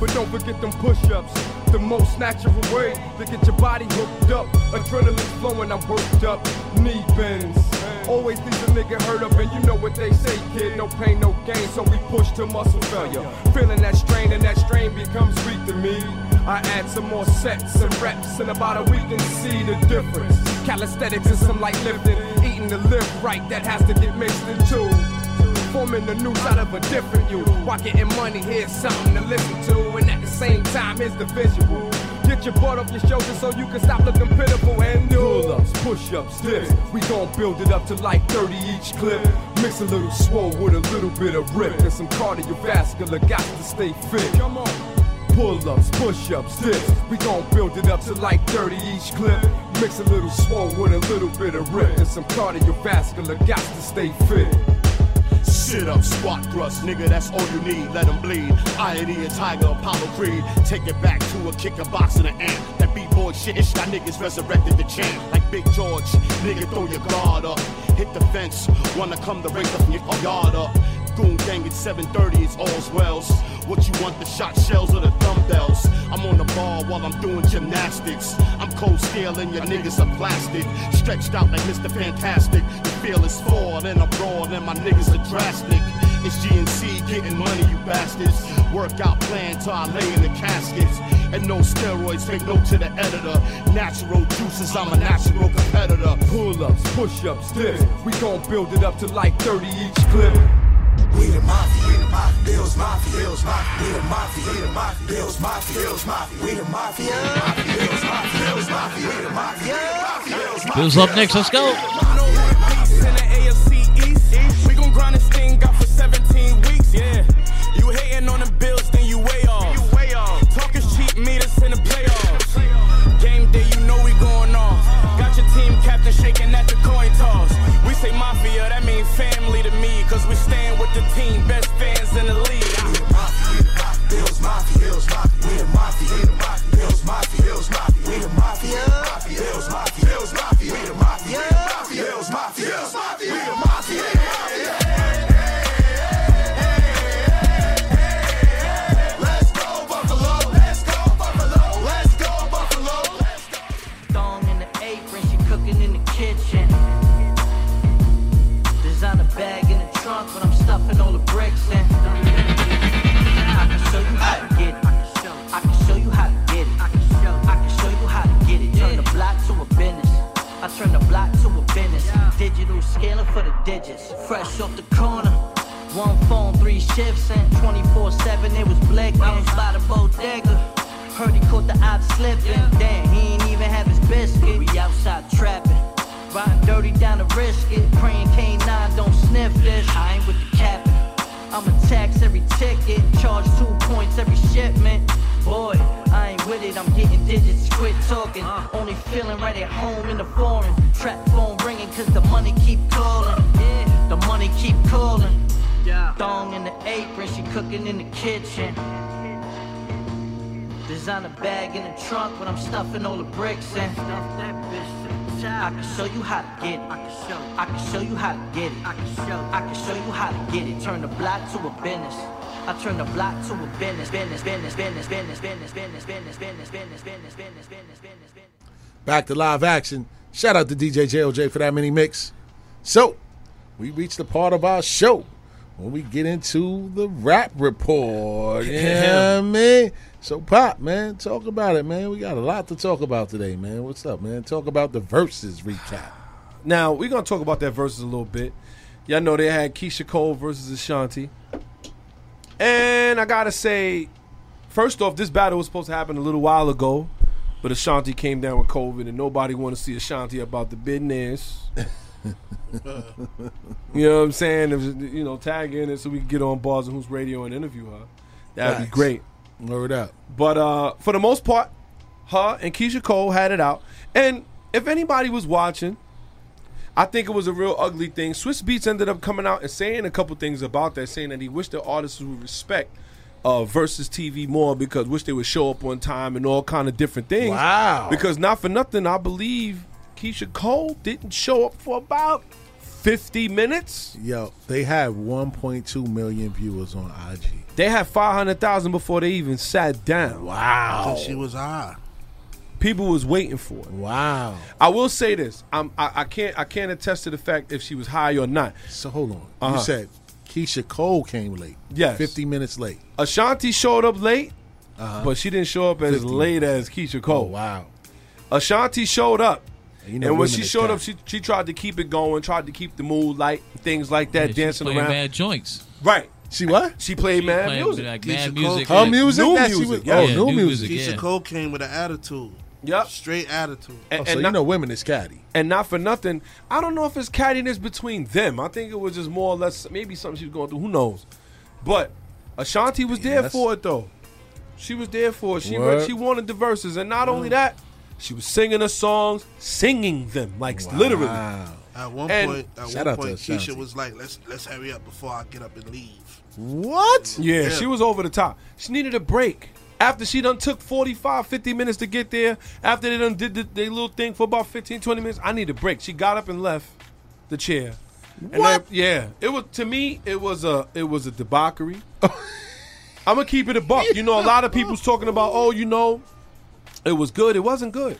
Speaker 21: But don't forget them push-ups, the most natural way to get your body hooked up. Adrenaline flowing, I'm worked up. Knee bends. Always leaves a nigga hurt up, and you know what they say, kid. No pain, no gain, so we push to muscle failure. Feeling that strain, and that strain becomes weak to me. I add some more sets and reps, and about a week and see the difference. Calisthenics is some light lifting, eating the lift right that has to get mixed in too. Forming the news out of a different you. While getting money, here's something to listen to, and at the same time, here's the visual. Get your butt off your shoulders so you can stop looking pitiful and do pull-ups, push-ups, dips. We gon' build it up to like 30 each clip. Mix a little swole with a little bit of rip, and some cardiovascular got to stay fit. Come on. Pull-ups, push-ups, dips. We gon' build it up to like 30 each clip. Mix a little swole with a little bit of rip, and some cardiovascular got to stay fit.
Speaker 14: Sit up, squat thrust, nigga, that's all you need. Let 'em bleed. Iody, a tiger, Apollo Creed. Take it back to a kicker box and an ant. That b-boy shit, it's got niggas resurrected the chant. Like Big George, nigga, throw your guard up. Hit the fence, wanna come to raise up your yard up. Goon gang at 7.30, it's all's wells. What you want, the shot shells or the dumbbells? I'm on the ball while I'm doing gymnastics. I'm cold steel and your niggas are plastic. Stretched out like Mr. Fantastic. The feel is flawed and abroad and my niggas are drastic. It's GNC getting money, you bastards. Workout plan till I lay in the caskets. And no steroids, take note to the editor. Natural juices, I'm a natural competitor.
Speaker 21: Pull-ups, push-ups, dips. We gon' build it up to like 30 each clip.
Speaker 22: We the mafia, we the mafia, Bills mafia, Bills mafia, we the mafia, we the mafia, Bills mafia, Bills mafia, we the mafia, Bills mafia, Bills mafia, we the mafia, Bills mafia.
Speaker 6: Bills up next. Let's go.
Speaker 23: in the AFC East. We gon' grind this thing out for 17 weeks. Yeah. You hating on the Bills, then you way off. You way off. Talk is cheap, meet us in the playoffs. Game day, you know we going off. Got your team captain shaking at the coin toss. We say mafia, that mean family to me. Cause we stand with the team, best fans in the league.
Speaker 22: Bills mafia, Bills mafia, we the mafia, we the mafia, Bills mafia, Bills mafia, we the mafia, Bills mafia, Bills mafia, we the mafia, Bills mafia, Bills mafia, we the mafia. Let's go Buffalo, let's go Buffalo, let's go Buffalo.
Speaker 24: thong in the apron, she cooking in the kitchen. Designer bag in the trunk, but I'm stuffing all the bricks in. I can show you how to get it. I can show you how to get it. I can show you how to get it. Turn the block to a business. I turn the block to a business. Digital scaling for the digits. Fresh off the corner. One phone, three shifts, and 24-7 it was black. I was by the bodega. Heard he caught the op slipping. Damn, he ain't even have his biscuit. We outside trapping. Riding dirty down the risk it. Praying K9 don't sniff this. I ain't with the capping. I'ma tax every ticket. Charge two points every shipment. Boy, I ain't with it. I'm getting digits. Quit talking. Only feeling right at home in the foreign. Trap phone ringing cause the money keep calling. Yeah, the money keep calling. Thong in the apron. She cooking in the kitchen. Designer bag in the trunk when I'm stuffing all the bricks in. I can show you how to get it. I can show. I can show you how to get it. I can show. I can show you how to get it. Turn the block to a business. I turn the block to a business. Business. Business. Business. Business. Business. Business. Business. Business. Business. Business. Business. Business. Business.
Speaker 4: Back to live action. Shout out to DJ JLJ for that mini mix. So, we reached the part of our show when we get into the rap report. Yeah, man. So, Pop, man, talk about it, man. We got a lot to talk about today, man. What's up, man? Talk about the verses recap.
Speaker 7: Now we're gonna talk about that versus a little bit. Y'all know they had Keisha Cole versus Ashanti, and I gotta say, First off, this battle was supposed to happen a little while ago, but Ashanti came down with COVID, and nobody wanted to see Ashanti about the business. you know what I'm saying? It was, you know, tag in it so we can get on Bars and Who's Radio and interview her. That'd be
Speaker 4: Facts.
Speaker 7: great.
Speaker 4: Word up.
Speaker 7: But uh, for the most part, her and Keisha Cole had it out. And if anybody was watching, I think it was a real ugly thing. Swiss Beats ended up coming out and saying a couple things about that, saying that he wished the artists would respect uh, versus TV more because wish they would show up on time and all kind of different things.
Speaker 4: Wow.
Speaker 7: Because not for nothing, I believe Keisha Cole didn't show up for about 50 minutes.
Speaker 4: Yo, they have 1.2 million viewers on IG.
Speaker 7: They had 500,000 before they even sat down. Wow.
Speaker 5: She was high.
Speaker 7: people was waiting for it.
Speaker 4: Wow.
Speaker 7: I will say this. I'm, I, I can't I can't attest to the fact if she was high or not.
Speaker 4: So hold on.
Speaker 7: Uh-huh.
Speaker 4: You said Keisha Cole came late.
Speaker 7: Yes.
Speaker 4: 50 minutes late.
Speaker 7: Ashanti showed up late,
Speaker 4: Uh-huh.
Speaker 7: but she didn't show up as
Speaker 4: 50
Speaker 7: late as Keisha
Speaker 4: Oh,
Speaker 7: Cole. wow. Ashanti showed up.
Speaker 4: you know
Speaker 7: and when
Speaker 4: women
Speaker 7: she
Speaker 4: is
Speaker 7: showed up, she, she tried to keep it going, tried to keep the mood light, things like that, dancing
Speaker 6: playing
Speaker 7: around.
Speaker 6: mad joints.
Speaker 7: Right.
Speaker 4: She what?
Speaker 7: She played
Speaker 6: She
Speaker 7: mad
Speaker 6: played
Speaker 7: music.
Speaker 6: like mad
Speaker 7: Keisha
Speaker 6: music,
Speaker 7: Cole.
Speaker 6: Her music?
Speaker 7: New
Speaker 4: That she
Speaker 7: music.
Speaker 4: was- oh, Yeah, new new music,
Speaker 5: Keisha Cole came with an attitude.
Speaker 7: Yep.
Speaker 5: Straight attitude.
Speaker 7: And- Oh, so and you not- know
Speaker 4: women is catty.
Speaker 7: And not for nothing, I don't know if it's cattiness between them. I think it was just more or less maybe something she was going through. Who knows? But Ashanti was there
Speaker 4: that's-
Speaker 7: for it though. She was there for it. She
Speaker 4: Word.
Speaker 7: she wanted the verses, and not only that, she was singing her songs, singing them like literally.
Speaker 5: At one
Speaker 7: And-
Speaker 5: point, at
Speaker 7: Shout
Speaker 5: one
Speaker 7: out to
Speaker 5: point,
Speaker 7: Ashanti.
Speaker 5: Keisha was like, "Let's let's hurry up before I get up and leave."
Speaker 4: What?
Speaker 7: Yeah,
Speaker 5: Yeah.
Speaker 7: she was over the top. She needed a break. After she done took 45, 50 minutes to get there, after they done did the, their little thing for about 15, 20 minutes, I need a break. She got up and left the chair. And I- yeah. It was to me, it was a it was a debauchery. I'ma keep it a buck. You know, a lot of people's talking about, oh, you know, it was good. It wasn't good.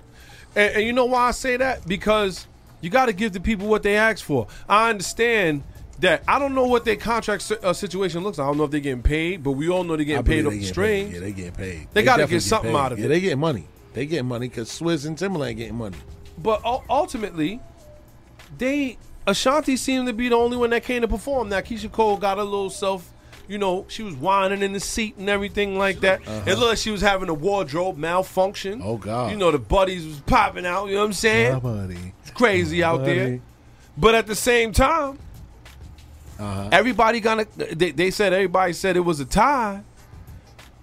Speaker 7: And, and you know why I say that? Because you got to give the people what they ask for. I understand that. I don't know what their contract si- uh, situation looks like. I don't know if they're getting paid, but we all know they're
Speaker 4: I
Speaker 7: getting
Speaker 4: believe
Speaker 7: paid off
Speaker 4: they
Speaker 7: the
Speaker 4: getting
Speaker 7: string.
Speaker 4: paid. Yeah, they getting paid.
Speaker 7: They gotta
Speaker 4: definitely
Speaker 7: get something
Speaker 4: paid.
Speaker 7: out of
Speaker 4: yeah,
Speaker 7: it.
Speaker 4: they getting money. They getting money because Swizz and Timberland getting money.
Speaker 7: But u- ultimately, they Ashanti seemed to be the only one that came to perform. Now Keisha Cole got a little self, you know, she was whining in the seat and everything like that.
Speaker 4: Uh-huh.
Speaker 7: It looked like she was having a wardrobe malfunction. Oh
Speaker 4: God.
Speaker 7: You know the buddies was popping out. You know what I'm saying?
Speaker 4: My money.
Speaker 7: It's crazy out there.
Speaker 4: Buddy.
Speaker 7: But at the same time,
Speaker 4: Uh-huh.
Speaker 7: everybody gonna they, they said everybody said it was a tie.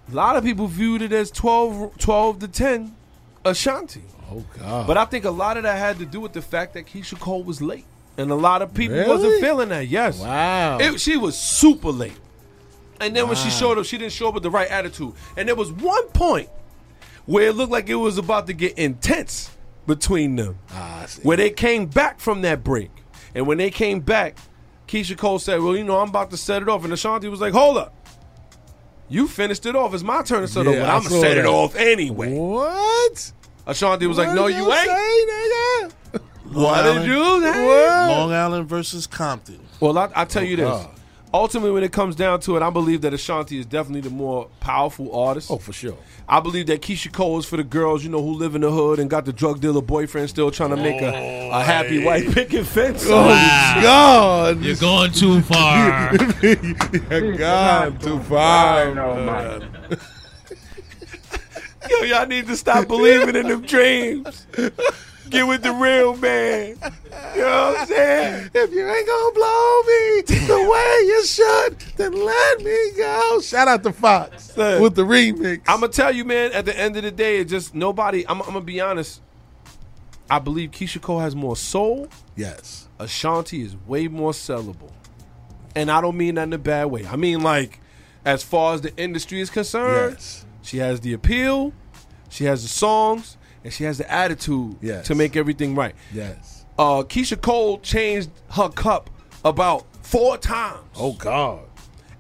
Speaker 7: A lot of people viewed it as 12, 12 to 10 Ashanti.
Speaker 4: Oh God.
Speaker 7: But I think a lot of that had to do with the fact that Keisha Cole was late. And a lot of people
Speaker 4: Really?
Speaker 7: wasn't feeling that. Yes.
Speaker 4: Wow.
Speaker 7: It- she was super late. And then when she showed up, she didn't show up with the right attitude. And there was one point where it looked like it was about to get intense between them.
Speaker 4: Ah,
Speaker 7: Where they came back from that break. And when they came back, Keisha Cole said, Well, you know, I'm about to set it off. And Ashanti was like, Hold up. You finished it off. It's my turn to set it
Speaker 4: Yeah,
Speaker 7: off.
Speaker 4: I
Speaker 7: I'm going to
Speaker 4: saw
Speaker 7: set it
Speaker 4: that.
Speaker 7: off anyway.
Speaker 4: What?
Speaker 7: Ashanti was like,
Speaker 4: What
Speaker 7: No,
Speaker 4: you
Speaker 7: you ain't.
Speaker 4: say,
Speaker 7: What did you say?
Speaker 5: Long Island versus Compton.
Speaker 7: Well, I, I tell you this.
Speaker 5: God.
Speaker 7: Ultimately, when it comes down to it, I believe that Ashanti is definitely the more powerful artist. Oh, for sure. I believe that Keisha Cole is for the girls, you know, who live in the hood and got the drug dealer boyfriend still trying to make a, a happy white picket fence.
Speaker 4: Oh, God.
Speaker 6: You're going too far.
Speaker 4: yeah, God, too far. man.
Speaker 7: Yo, y'all need to stop believing in them dreams. Get with the real man. You know what I'm saying?
Speaker 4: If you ain't gonna blow me the way you should, then let me go. Shout out to Fox with the remix.
Speaker 7: I'm gonna tell you, man. At the end of the day, it's just nobody. I'm, I'm gonna be honest. I believe Keisha Cole has more soul.
Speaker 4: Yes.
Speaker 7: Ashanti is way more sellable, and I don't mean that in a bad way. I mean like, as far as the industry is concerned, she has the appeal, she has the songs, and she has the attitude to make everything right.
Speaker 4: Yes.
Speaker 7: Uh, Keisha Cole changed her cup about four times.
Speaker 4: Oh God. Oh,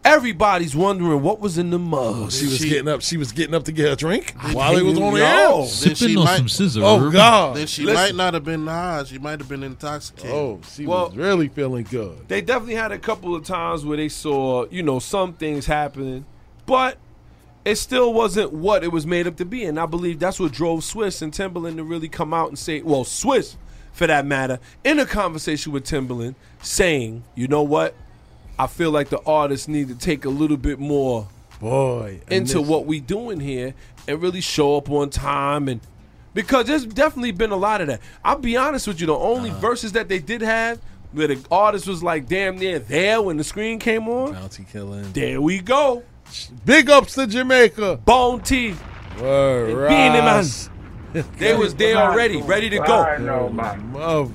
Speaker 7: Everybody's wondering what was in the mug.
Speaker 4: she was getting up. She was getting up to get her drink while
Speaker 7: can't
Speaker 4: it was
Speaker 7: even
Speaker 4: on the
Speaker 7: know.
Speaker 4: air.
Speaker 7: Sipping Sipping on on some some scissor,
Speaker 4: Oh
Speaker 7: herb.
Speaker 4: God.
Speaker 5: Then she
Speaker 7: Listen.
Speaker 5: might not have been high. She might have been intoxicated.
Speaker 4: Oh, she
Speaker 7: Well-
Speaker 4: was really feeling good.
Speaker 7: They definitely had a couple of times where they saw, you know, some things happening, but it still wasn't what it was made up to be. And I believe that's what drove Swiss and Timberland to really come out and say, well, Swiss, for that matter, in a conversation with Timberland, saying, you know what? I feel like the artists need to take a little bit more
Speaker 4: boy. I
Speaker 7: into
Speaker 4: miss-
Speaker 7: what we doing here and really show up on time and because there's definitely been a lot of that. I'll be honest with you, the only
Speaker 4: Uh-huh.
Speaker 7: verses that they did have where the artist was like damn near there when the screen came on.
Speaker 4: Bounty killing.
Speaker 7: There we go.
Speaker 4: Big ups to Jamaica.
Speaker 7: Bone T.
Speaker 4: Word,
Speaker 7: And being in
Speaker 4: Ross.
Speaker 7: They was there already, ready to go.
Speaker 4: I know, man. Love.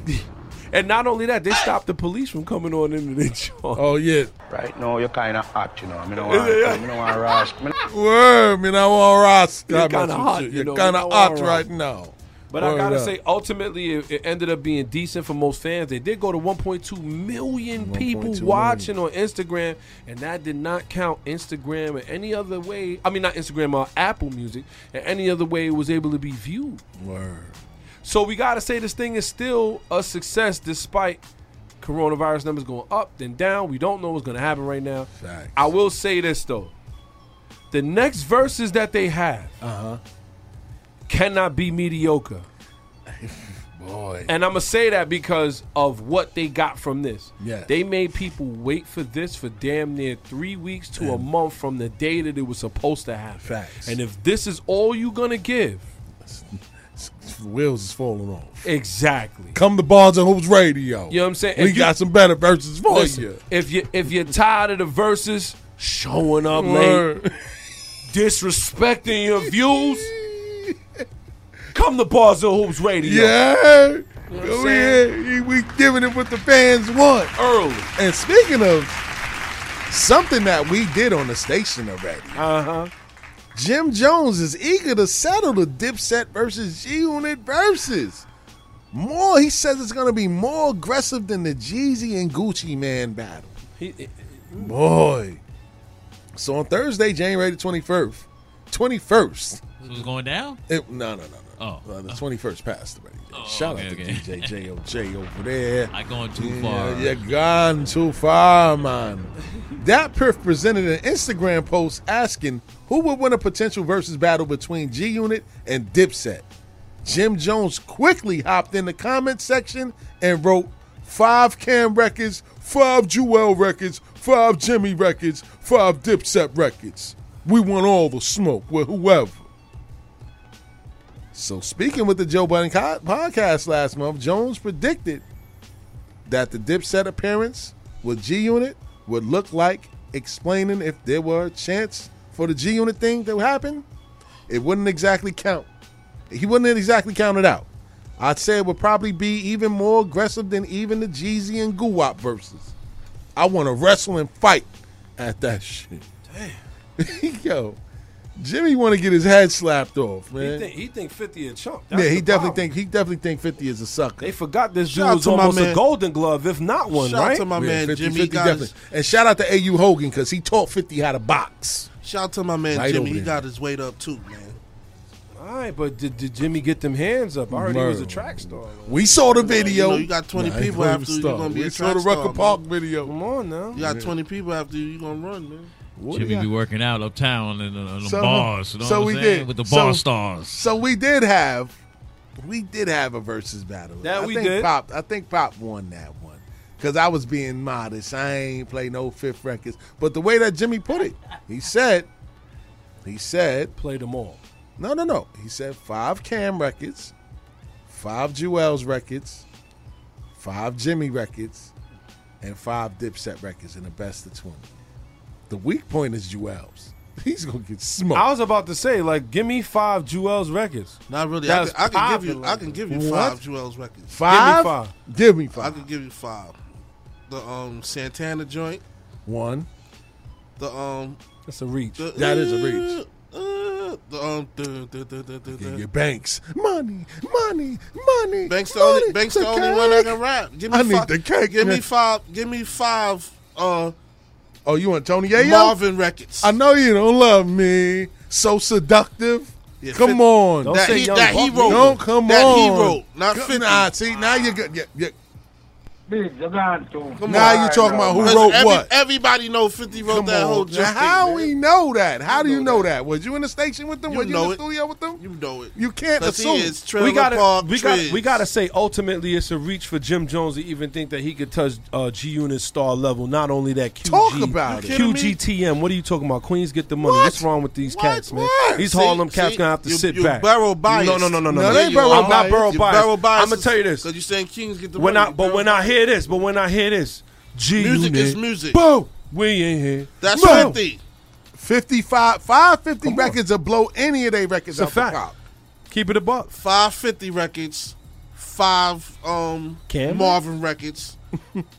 Speaker 7: And not only that, they stopped the police from coming on into the show. Oh
Speaker 4: yeah.
Speaker 25: Right now you're kind of hot, you know. I mean, I
Speaker 7: Yeah.
Speaker 25: don't want to rush.
Speaker 4: Word, man. I want Ross.
Speaker 7: You're
Speaker 4: Stop
Speaker 7: kinda
Speaker 4: it.
Speaker 7: hot, you
Speaker 4: You're
Speaker 7: know,
Speaker 4: kind
Speaker 7: I
Speaker 4: of
Speaker 7: want
Speaker 4: hot
Speaker 7: Ross.
Speaker 4: right now.
Speaker 7: But I
Speaker 4: Word
Speaker 7: gotta
Speaker 4: up.
Speaker 7: say, ultimately, it, it ended up being decent for most fans. They did go to 1.2 million people
Speaker 4: 1.2
Speaker 7: watching on Instagram, and that did not count Instagram or any other way. I mean, not Instagram or Apple Music, and any other way it was able to be viewed.
Speaker 4: Word.
Speaker 7: So we gotta say this thing is still a success despite coronavirus numbers going up then down. We don't know what's gonna happen right now.
Speaker 4: Facts.
Speaker 7: I will say this though: the next verses that they have
Speaker 4: Uh huh.
Speaker 7: cannot be mediocre.
Speaker 4: Boy.
Speaker 7: And I'm gonna say that because of what they got from this.
Speaker 4: Yes.
Speaker 7: They made people wait for this for damn near three weeks to a
Speaker 4: Mm.
Speaker 7: month from the day that it was supposed to happen.
Speaker 4: Facts.
Speaker 7: And if this is all you gonna give,
Speaker 4: Wheels is falling off.
Speaker 7: exactly.
Speaker 4: Come to Barnes and Hoops Radio.
Speaker 7: You know what I'm saying?
Speaker 4: We
Speaker 7: If you-
Speaker 4: got some better verses for
Speaker 7: Listen,
Speaker 4: you.
Speaker 7: If you if you're tired of the verses showing up
Speaker 4: Word.
Speaker 7: late, disrespecting your views, come to Bars and Hoops Radio.
Speaker 4: Yeah.
Speaker 7: You know what I'm
Speaker 4: we,
Speaker 7: saying?
Speaker 4: here. we giving it what the fans want.
Speaker 7: Early.
Speaker 4: And speaking of something that we did on the station already.
Speaker 7: Uh-huh.
Speaker 4: Jim Jones is eager to settle the Dipset versus G Unit versus. More, he says it's gonna be more aggressive than the Jeezy and Gucci Man battle.
Speaker 7: He-
Speaker 4: Boy. So on Thursday, January the 21st, 21st,
Speaker 6: So it's going down. Oh,
Speaker 4: it, no, no, no, no. Oh. the 21st passed already. Shout out to DJ JOJ over there.
Speaker 6: I going too
Speaker 4: Yeah,
Speaker 6: far.
Speaker 4: You're gone too far, man. That perf presented an Instagram post asking who would win a potential versus battle between G Unit and Dipset. Jim Jones quickly hopped in the comment section and wrote five Cam records, five Jewel records, five Jimmy records, five Dipset records. We want all the smoke with whoever. So, speaking with the Joe Budden co- podcast last month, Jones predicted that the Dipset appearance with G Unit would look like, explaining if there were a chance for the G Unit thing to happen. It wouldn't exactly count. He wouldn't exactly count it out. I'd say it would probably be even more aggressive than even the Jeezy and Guwap verses. I want to wrestle and fight at that shit. Damn. Yo, Jimmy want to get his head slapped off, man.
Speaker 7: He think, he think 50 a chump.
Speaker 4: yeah,
Speaker 7: That's
Speaker 4: he
Speaker 7: the
Speaker 4: definitely
Speaker 7: problem.
Speaker 4: think he definitely think fifty is a sucker.
Speaker 7: They forgot this dude
Speaker 4: Shout out
Speaker 7: was
Speaker 4: to my
Speaker 7: almost a
Speaker 4: man.
Speaker 7: Golden Glove, if not one,
Speaker 5: Shout out
Speaker 7: right?
Speaker 5: to my
Speaker 4: Yeah,
Speaker 5: man
Speaker 4: 50,
Speaker 5: Jimmy
Speaker 4: 50
Speaker 5: got
Speaker 4: definitely.
Speaker 5: his-
Speaker 4: And shout out to AU Hogan because he taught fifty how to box.
Speaker 5: Shout out to my man
Speaker 4: Right
Speaker 5: Jimmy.
Speaker 4: over
Speaker 5: He
Speaker 4: there.
Speaker 5: got his weight up too, man.
Speaker 7: All right, but did, did Jimmy get them hands up? I already was a
Speaker 4: Word.
Speaker 7: track star.
Speaker 4: We saw the
Speaker 5: You know, you
Speaker 4: video.
Speaker 5: know, you got 20
Speaker 4: Nah,
Speaker 5: people
Speaker 4: I ain't
Speaker 5: after you,
Speaker 4: gonna
Speaker 5: you're gonna be
Speaker 4: We
Speaker 5: a
Speaker 4: saw the
Speaker 5: track star,
Speaker 4: Rucker
Speaker 5: man.
Speaker 4: Park video.
Speaker 7: Come on now.
Speaker 5: You got
Speaker 4: Yeah.
Speaker 5: 20 people after you. You gonna run, man.
Speaker 4: What
Speaker 6: Jimmy
Speaker 4: do
Speaker 6: be
Speaker 4: you-
Speaker 6: working out uptown in the, in the
Speaker 4: So-
Speaker 6: bars. You know
Speaker 4: so
Speaker 6: what
Speaker 4: we
Speaker 6: I'm saying?
Speaker 4: did
Speaker 6: with the
Speaker 4: So-
Speaker 6: bar stars.
Speaker 4: So we did have, we did have a versus battle.
Speaker 7: That
Speaker 4: I
Speaker 7: we
Speaker 4: think
Speaker 7: did.
Speaker 4: Pop, I think Pop won that one because I was being modest. I ain't play no fifth records. But the way that Jimmy put it, he said, he said,
Speaker 7: play them all.
Speaker 4: No, no, no. He said five Cam records, five Jewels records, five Jimmy records, and five Dipset records in the best of twenty. The weak point is Jewels. He's gonna get smoked.
Speaker 7: I was about to say, like, give me five Jewel's records.
Speaker 5: Not really.
Speaker 7: That
Speaker 5: I
Speaker 7: was
Speaker 5: can, I can give you.
Speaker 7: popular.
Speaker 5: I can give you
Speaker 7: What?
Speaker 5: five Joel's records.
Speaker 7: Give
Speaker 4: Five?
Speaker 7: me five.
Speaker 4: Give me
Speaker 5: I
Speaker 4: five.
Speaker 5: can give you five. The um Santana joint.
Speaker 4: One.
Speaker 5: The um.
Speaker 7: That's a reach.
Speaker 4: That is a reach.
Speaker 5: Uh, the um. The, the, the, the, the,
Speaker 4: Get
Speaker 5: the-
Speaker 4: your banks. Money, money, money.
Speaker 5: Banks the
Speaker 4: money,
Speaker 5: only. Banks the, only one I
Speaker 4: cake.
Speaker 5: can rap. Give me
Speaker 4: I
Speaker 5: five,
Speaker 4: need the cake.
Speaker 5: Give me
Speaker 4: man.
Speaker 5: five. Give me five. Uh,
Speaker 4: Oh, you want Tony Yayo?
Speaker 5: Marvin records.
Speaker 4: I know you don't love me. So seductive.
Speaker 5: Yeah,
Speaker 4: come
Speaker 5: 50
Speaker 4: on.
Speaker 5: Don't That say he- Young that he Buck, wrote.
Speaker 4: Don't come
Speaker 5: That
Speaker 4: on.
Speaker 5: he wrote, not
Speaker 4: Come-
Speaker 5: 50.
Speaker 4: Nah, see, now you're good. Yeah, yeah.
Speaker 2: Big Giganto.
Speaker 4: Now you talking about who
Speaker 5: Listen,
Speaker 4: wrote
Speaker 5: every-
Speaker 4: what?
Speaker 5: Everybody know 50 wrote that whole
Speaker 4: Now,
Speaker 5: Just
Speaker 4: how
Speaker 5: Eat, man.
Speaker 4: we know that? How do you know that? Was you in the station with them?
Speaker 5: You
Speaker 4: Were you
Speaker 5: know
Speaker 4: in the
Speaker 5: it.
Speaker 4: studio with them?
Speaker 5: You know it.
Speaker 4: You can't
Speaker 5: Cause
Speaker 4: assume.
Speaker 5: He is trailer
Speaker 7: we gotta,
Speaker 5: park
Speaker 7: we gotta,
Speaker 5: Triz.
Speaker 7: we gotta say ultimately it's a reach for Jim Jones to even think that he could touch uh, G Unit star level. Not only that, QG,
Speaker 4: Talk about it. You kidding
Speaker 7: QGTM. What are you talking about? Queens get the money. What's wrong with these cats, man? These
Speaker 5: See,
Speaker 7: Harlem cats
Speaker 5: see,
Speaker 7: gonna have to
Speaker 5: you-
Speaker 7: sit
Speaker 5: you
Speaker 7: back.
Speaker 5: Burrow biased.
Speaker 7: No, no, no, no, no.
Speaker 5: Yeah,
Speaker 7: no.
Speaker 5: you are.
Speaker 7: I'm not Burrow
Speaker 5: You're
Speaker 7: biased.
Speaker 5: Burrow biased.
Speaker 7: I'm gonna tell you this.
Speaker 5: Because you're saying Kings get the
Speaker 7: When
Speaker 5: money.
Speaker 7: I, but when I hear this, but when I hear this, G
Speaker 5: Music
Speaker 7: Unit,
Speaker 5: is music.
Speaker 7: Boom, we ain't here.
Speaker 5: That's
Speaker 7: Boom.
Speaker 5: 50.
Speaker 4: 55, 550 records will blow any of their records
Speaker 5: It's a
Speaker 4: out the
Speaker 5: fact.
Speaker 4: pop.
Speaker 7: Keep it above.
Speaker 5: 550 records, five um
Speaker 4: Cameron?
Speaker 5: Marvin records,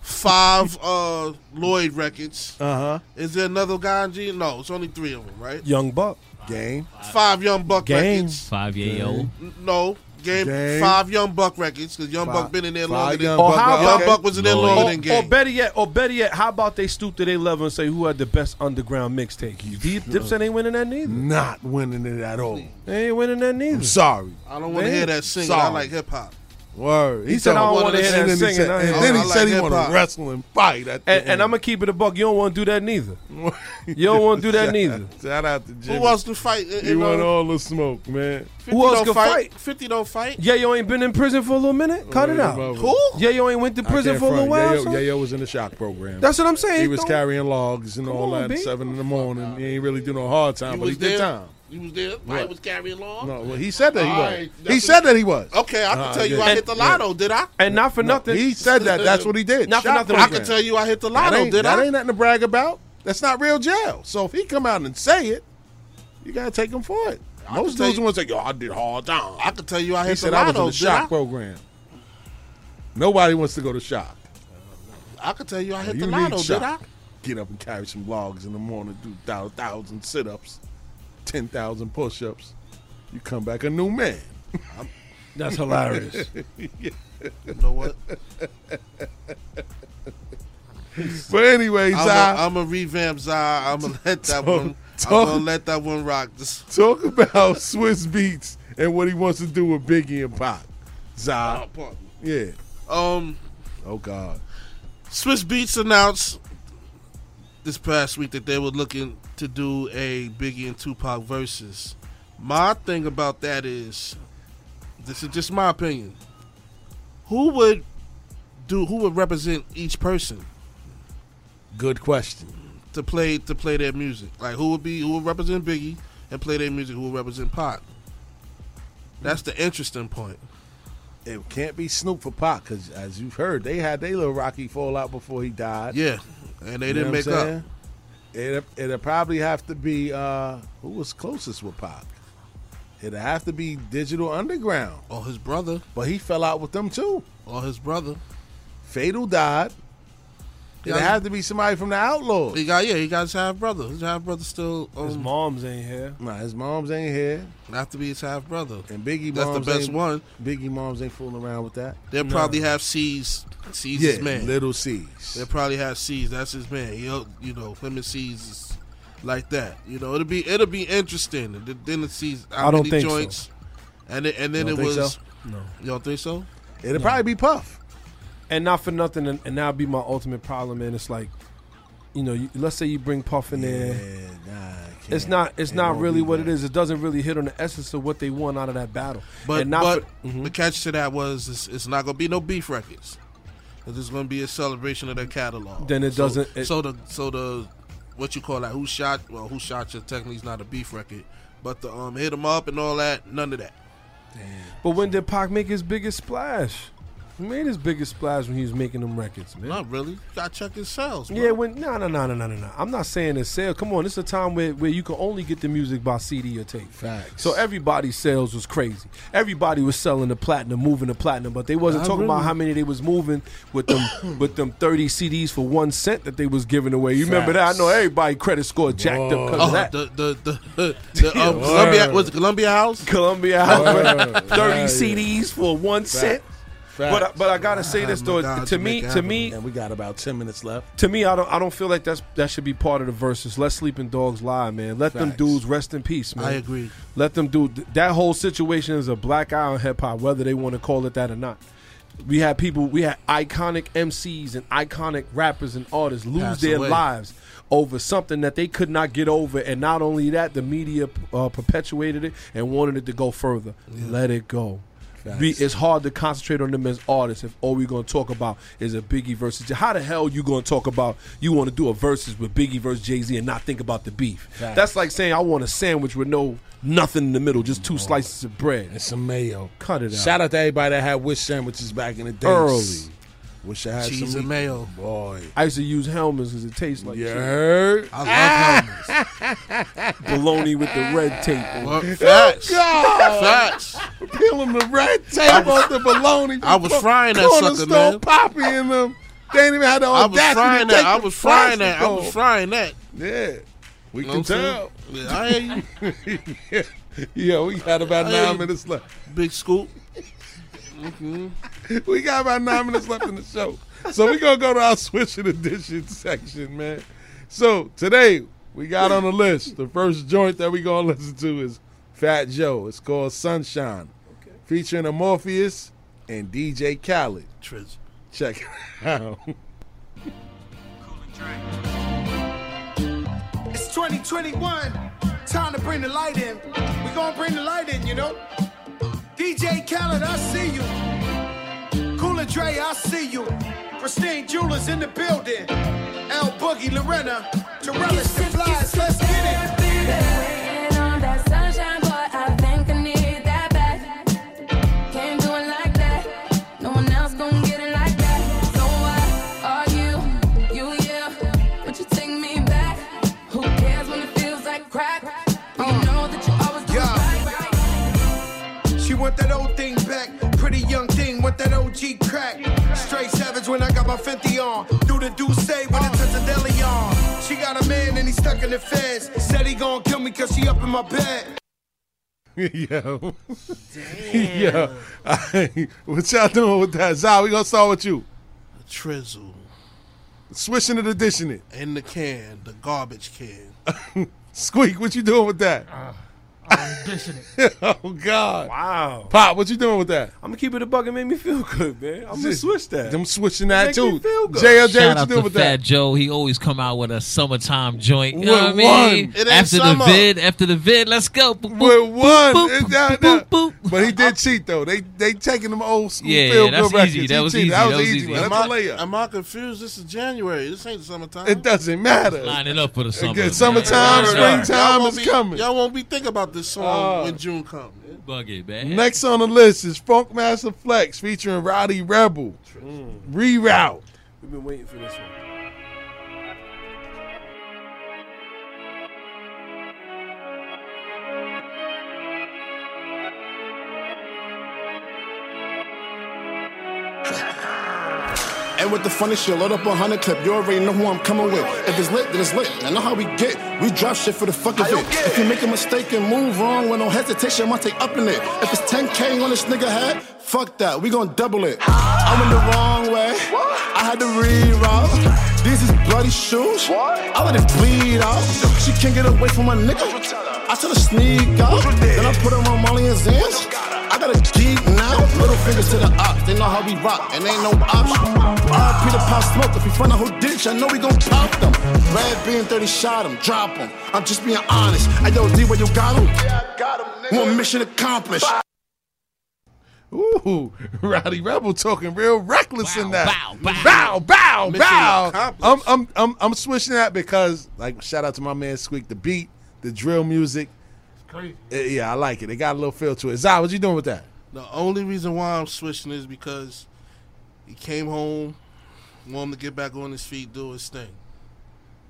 Speaker 5: five uh Lloyd records.
Speaker 7: Uh-huh.
Speaker 5: Is there another guy in G? No, it's only three of them, right?
Speaker 7: Young Buck,
Speaker 4: game,
Speaker 5: Five Young Buck
Speaker 7: game,
Speaker 5: records.
Speaker 6: Five year old.
Speaker 5: N- No. Game,
Speaker 7: Game.
Speaker 5: five Young Buck records because Young Buck been in there longer than
Speaker 7: Or how
Speaker 5: Young
Speaker 7: about-
Speaker 5: Buck was in there longer than Game.
Speaker 7: Or better yet, or better yet, how about they stoop to their level and say who had the best underground mixtape? Deep Dipset ain't winning that neither.
Speaker 4: Not winning it at all.
Speaker 7: They ain't winning that neither.
Speaker 4: I'm sorry.
Speaker 5: I don't want to
Speaker 4: Man,
Speaker 5: hear that singing. I
Speaker 4: sorry.
Speaker 5: like hip hop.
Speaker 4: Word.
Speaker 7: He said,
Speaker 4: talking
Speaker 7: "I don't
Speaker 4: about-
Speaker 7: wanna hear that
Speaker 4: and then he
Speaker 7: singing.
Speaker 4: said-
Speaker 7: I ain't-
Speaker 4: And then
Speaker 7: I
Speaker 4: he
Speaker 7: like
Speaker 4: said he want
Speaker 7: hip-hop.
Speaker 4: to wrestle and fight. At the
Speaker 7: And, and
Speaker 4: end.
Speaker 7: I'm gonna keep it a buck. You don't want to do that neither. You don't want to do that neither.
Speaker 4: Shout out to Jimmy.
Speaker 5: Who wants to fight? in- in uh,
Speaker 4: You want
Speaker 5: the-
Speaker 4: all the smoke, man.
Speaker 5: 50
Speaker 7: Who else
Speaker 5: don't
Speaker 7: can fight?
Speaker 5: Fifty don't fight.
Speaker 7: Yeah, you ain't been in prison for a little minute. Cut it
Speaker 4: yeah,
Speaker 7: out.
Speaker 4: probably.
Speaker 5: Who?
Speaker 7: Yeah, you ain't went to
Speaker 4: I
Speaker 7: prison
Speaker 4: can't
Speaker 7: for a little
Speaker 4: front.
Speaker 7: while.
Speaker 4: Yayo,
Speaker 7: son?
Speaker 4: Yayo was in the shock program.
Speaker 7: That's what I'm saying.
Speaker 4: He was
Speaker 7: Don't-
Speaker 4: carrying logs and all
Speaker 7: on,
Speaker 4: that
Speaker 7: B.
Speaker 4: at seven in the morning. He ain't really doing no hard time,
Speaker 5: You
Speaker 4: but he
Speaker 5: was
Speaker 4: did
Speaker 5: there.
Speaker 4: time.
Speaker 5: You was there. I
Speaker 4: What?
Speaker 5: was carrying along.
Speaker 4: No, well, he said that he
Speaker 5: All
Speaker 4: was.
Speaker 5: right,
Speaker 4: he
Speaker 5: that's
Speaker 4: said that he was.
Speaker 5: Okay, I can
Speaker 4: Uh,
Speaker 5: tell you
Speaker 4: yeah.
Speaker 5: I hit the lotto. Did I?
Speaker 7: And not for nothing.
Speaker 4: He said that. That's what he did.
Speaker 5: Not for
Speaker 4: Shock
Speaker 5: nothing. I
Speaker 4: program.
Speaker 5: can tell you I hit the
Speaker 4: That
Speaker 5: lotto.
Speaker 4: ain't-
Speaker 5: Did
Speaker 4: that
Speaker 5: I?
Speaker 4: ain't nothing to brag about. That's not real jail. So if he come out and say it, you gotta take him for it. Most dudes want to say, "Yo, I did hard time."
Speaker 5: I can tell you I
Speaker 4: He
Speaker 5: hit the
Speaker 4: said I was
Speaker 5: lotto.
Speaker 4: in the
Speaker 5: Did
Speaker 4: shock
Speaker 5: I?
Speaker 4: program. Nobody wants to go to shock.
Speaker 5: I can tell you I hit
Speaker 4: you
Speaker 5: the
Speaker 4: need
Speaker 5: lotto. Did
Speaker 4: shock.
Speaker 5: I?
Speaker 4: Get up and carry some logs in the morning. Do thou- thousand sit-ups, ten thousand push-ups. You come back a new man.
Speaker 7: That's hilarious.
Speaker 4: Yeah.
Speaker 5: You know what?
Speaker 4: But anyway, Si,
Speaker 5: I'm gonna revamp Zy. I'm gonna let that
Speaker 4: Talk-
Speaker 5: one. I'm
Speaker 4: talk-
Speaker 5: gonna let that one rock. This
Speaker 4: talk about Swiss Beats and what he wants to do with Biggie and Pop. Zah.
Speaker 5: Oh, pardon.
Speaker 4: Yeah.
Speaker 5: Um.
Speaker 4: Oh God.
Speaker 5: Swiss Beats announced this past week that they were looking to do a Biggie and Tupac versus. My thing about that is, this is just my opinion. Who would do? Who would represent each person
Speaker 4: Good question.
Speaker 5: to play to play their music? Like who would be who would represent Biggie and play their music? Who would represent Pac? That's the interesting point.
Speaker 4: It can't be Snoop for Pop because, as you've heard, they had their little rocky fallout before he died.
Speaker 5: Yeah, and they
Speaker 4: You
Speaker 5: didn't
Speaker 4: know what
Speaker 5: make
Speaker 4: I'm
Speaker 5: up.
Speaker 4: saying? It, it'll probably have to be uh, who was closest with Pac. It'll have to be Digital Underground.
Speaker 5: Or his brother.
Speaker 4: But he fell out with them too.
Speaker 5: Or his brother.
Speaker 4: Fatal died. It'll
Speaker 5: Yeah.
Speaker 4: have to be somebody from the Outlaws.
Speaker 5: He got yeah, he got his half brother. His half brother still um,
Speaker 7: His mom's ain't here.
Speaker 4: Nah, his mom's ain't here.
Speaker 5: have to be his half brother.
Speaker 4: And Biggie
Speaker 5: That's the
Speaker 4: moms
Speaker 5: best
Speaker 4: ain't-
Speaker 5: one.
Speaker 4: Biggie moms ain't fooling around with that.
Speaker 5: They'll probably have C's. C's
Speaker 4: yeah,
Speaker 5: his man.
Speaker 4: Little C's.
Speaker 5: They'll probably have C's. That's his man. He'll you know him and C's is like that. You know it'll be it'll be interesting. And th- Then the C's. How
Speaker 7: I don't
Speaker 5: many
Speaker 7: think so.
Speaker 5: joints, And it, and then
Speaker 4: You
Speaker 5: it
Speaker 4: don't think
Speaker 5: was.
Speaker 4: so?
Speaker 7: No.
Speaker 5: You don't think so?
Speaker 4: It'll probably be Puff.
Speaker 7: And not for nothing, and, and that'll be my ultimate problem. And it's like, you know, you, let's say you bring Puff in there. it's not. It's
Speaker 4: It
Speaker 7: not
Speaker 4: won't
Speaker 7: really
Speaker 4: be
Speaker 7: what it is. It doesn't really hit on the essence of what they want out of that battle.
Speaker 5: But
Speaker 7: and not
Speaker 5: but
Speaker 7: for- Mm-hmm.
Speaker 5: the catch to that was it's, it's not gonna be no beef records. It's just gonna be a celebration of their catalog.
Speaker 7: Then it
Speaker 5: So-
Speaker 7: doesn't- it-
Speaker 5: so the so the what you call that? Who shot? Well, who shot you? Technically, is not a beef record, but the um hit 'em up and all that. None of that.
Speaker 7: But when did Pac make his biggest splash? He made his biggest splash when he was making them records, man.
Speaker 5: Not really. You gotta check his sales.
Speaker 7: Yeah, when no no no no no no no. I'm not saying it's sale. Come on, this is a time where, where you can only get the music by CD or tape.
Speaker 4: Facts.
Speaker 7: So everybody's sales was crazy. Everybody was selling the platinum, moving the platinum, but they wasn't
Speaker 4: I
Speaker 7: talking about
Speaker 4: really-
Speaker 7: how many they was moving with them with them 30 CDs for one cent that they was giving away. You remember that? I know everybody credit score jacked up because
Speaker 5: Oh,
Speaker 7: of that.
Speaker 5: the the the, the, um,
Speaker 7: Word.
Speaker 5: Columbia was it Columbia House.
Speaker 7: Columbia House,
Speaker 5: Word.
Speaker 7: 30
Speaker 5: Yeah, yeah.
Speaker 7: CDs for one cent. But I, but I gotta say this though, to me to me
Speaker 4: and we got about ten minutes left.
Speaker 7: To me, I don't I don't feel like that's that should be part of the verses. Let sleeping dogs lie, man. Let them
Speaker 4: Facts.
Speaker 7: dudes rest in peace, man.
Speaker 5: I agree.
Speaker 7: Let them do that whole situation is a black eye on hip hop, whether they want to call it that or not. We had people, we had iconic MCs and iconic rappers and artists lose
Speaker 5: Pass
Speaker 7: their
Speaker 5: away.
Speaker 7: lives over something that they could not get over. And not only that, the media uh, perpetuated it and wanted it to go further. Let it go. We,
Speaker 5: Facts.
Speaker 7: it's hard to concentrate on them as artists if all we're gonna talk about is a Biggie versus. How the hell you gonna talk about you want to do a versus with Biggie versus Jay Z and not think about the beef?
Speaker 4: Facts.
Speaker 7: That's like saying I want a sandwich with no nothing in the middle, just two slices of bread
Speaker 4: and some mayo.
Speaker 7: Cut it out.
Speaker 4: Shout out to everybody that had wish sandwiches back in the day.
Speaker 7: Early.
Speaker 4: Wish I had
Speaker 5: Cheese
Speaker 4: some
Speaker 5: and mayo.
Speaker 4: Boy.
Speaker 7: I used to use Hellman's because it tastes like
Speaker 4: You
Speaker 7: shit.
Speaker 4: heard?
Speaker 7: I
Speaker 4: love
Speaker 7: Bologna with the red tape. Oh, on it.
Speaker 5: Facts.
Speaker 4: Oh, God.
Speaker 5: Facts.
Speaker 4: Peeling the red tape off the bologna.
Speaker 5: I was frying that
Speaker 4: Corner
Speaker 5: sucker,
Speaker 4: store
Speaker 5: man.
Speaker 4: Poppy and them. They ain't even had the
Speaker 5: I was
Speaker 4: audacity
Speaker 5: frying
Speaker 4: to
Speaker 5: that.
Speaker 4: take
Speaker 5: I
Speaker 4: the
Speaker 5: was frying
Speaker 4: plastic
Speaker 5: that. I was
Speaker 4: off.
Speaker 5: frying that.
Speaker 4: Yeah. We
Speaker 5: Know
Speaker 4: can
Speaker 5: what I'm
Speaker 4: tell.
Speaker 5: saying? Yeah, I hear
Speaker 4: you. yeah, we got about
Speaker 5: I hear
Speaker 4: nine
Speaker 5: you.
Speaker 4: minutes left.
Speaker 5: Big scoop.
Speaker 7: Mm-hmm.
Speaker 4: we got about nine minutes left in the show. So we're gonna go to our switch and addition section, man. So today we got on the list. The first joint that we gonna listen to is Fat Joe. It's called Sunshine. Featuring a Morpheus and DJ Khaled.
Speaker 5: Triz.
Speaker 4: Check it out.
Speaker 1: It's 2021. Time to bring the light in. We gonna bring the light in, you know. DJ Khaled, I see you. Cooler Dre, I see you. Christine Jewelers in the building. El Boogie, Lorena, Terrell, Supplies, let's get it. She want that old thing back. Pretty young thing, want that OG crack. Straight savage when I got my 50 on. Do the do say when it touch a deli on. She got a man and he stuck in the feds. Said he gon' kill me cause she up in my bed.
Speaker 4: Yo. Yo. what y'all doing with that? Zai, we gonna start with you.
Speaker 5: Trizzle.
Speaker 4: Switching and addition it.
Speaker 5: In the can, the garbage can.
Speaker 4: Squeak, what you doing with that?
Speaker 2: Uh,
Speaker 4: oh God!
Speaker 7: Wow.
Speaker 4: Pop, what you doing with that?
Speaker 7: I'm gonna keep it a buck. It made me feel good, man. I'm gonna
Speaker 4: Shit.
Speaker 7: switch that.
Speaker 4: Them switching
Speaker 7: It
Speaker 4: that
Speaker 7: make
Speaker 4: too.
Speaker 7: me feel good.
Speaker 6: Shout
Speaker 4: JLJ, what you
Speaker 6: out
Speaker 4: doing
Speaker 6: to
Speaker 4: with
Speaker 6: Fat
Speaker 4: that?
Speaker 6: Joe. He always come out with a summertime joint. You know what I
Speaker 4: With one.
Speaker 6: mean?
Speaker 4: It ain't
Speaker 6: After
Speaker 4: summer.
Speaker 6: the vid, after the vid, let's go. Boop, boop,
Speaker 4: With
Speaker 6: boop,
Speaker 4: one,
Speaker 6: boop.
Speaker 4: It's down there. but he did cheat though. They they taking them old school
Speaker 6: Yeah,
Speaker 4: feel
Speaker 6: that's
Speaker 4: good records.
Speaker 6: easy.
Speaker 4: He
Speaker 6: That was
Speaker 4: cheated.
Speaker 6: easy.
Speaker 4: That was
Speaker 6: That was
Speaker 4: easy.
Speaker 6: easy.
Speaker 4: One.
Speaker 5: am,
Speaker 4: That's a
Speaker 5: I,
Speaker 4: layup.
Speaker 5: am I confused? This is January. This ain't summertime.
Speaker 4: It doesn't matter.
Speaker 6: Line it up for the summer.
Speaker 4: Again, summertime,
Speaker 6: Yeah.
Speaker 4: springtime
Speaker 5: won't
Speaker 4: is
Speaker 5: be,
Speaker 4: coming. Uh,
Speaker 5: Y'all won't be thinking about this song when June comes.
Speaker 6: Bug it, man.
Speaker 4: Next on the list is Funk Master Flex featuring Roddy Rebel.
Speaker 6: Mm.
Speaker 4: Reroute.
Speaker 7: We've been waiting for this one.
Speaker 12: And with the funny shit, load up a hundred clip. You already know who I'm coming with. If it's lit, then it's lit. I know how we get. We drop shit for the fuck of it. If you make a mistake and move wrong with no hesitation, I take up in it. If it's 10K on this nigga head, fuck that. We gon' double it. I went the wrong way. I had to reroute. These is bloody shoes. I let it bleed out. She can't get away from my nigga. I tell her sneak out. Then I put her on Molly and Zans. I got a geek now. Little fingers to the ops. They know how we rock, and ain't no option. RP to pop smoke. If we find out who did it, I know we gon' pop them. Red being 30 shot him, drop him. I'm just being honest. I yo, D, where you got him? Yeah, I got him. One mission accomplished.
Speaker 4: Ooh, Roddy Rebel talking real reckless in that.
Speaker 5: bow,
Speaker 4: bow, bow,
Speaker 5: Mission
Speaker 4: bow.
Speaker 5: accomplished.
Speaker 4: I'm, I'm, I'm, I'm switching that because, like, shout out to my man Squeak, the beat, the drill music. Eh, yeah, I like it. It got a little feel to it. Zai, what you doing with that?
Speaker 5: The only reason why I'm switching is because he came home, want him to get back on his feet, do his thing.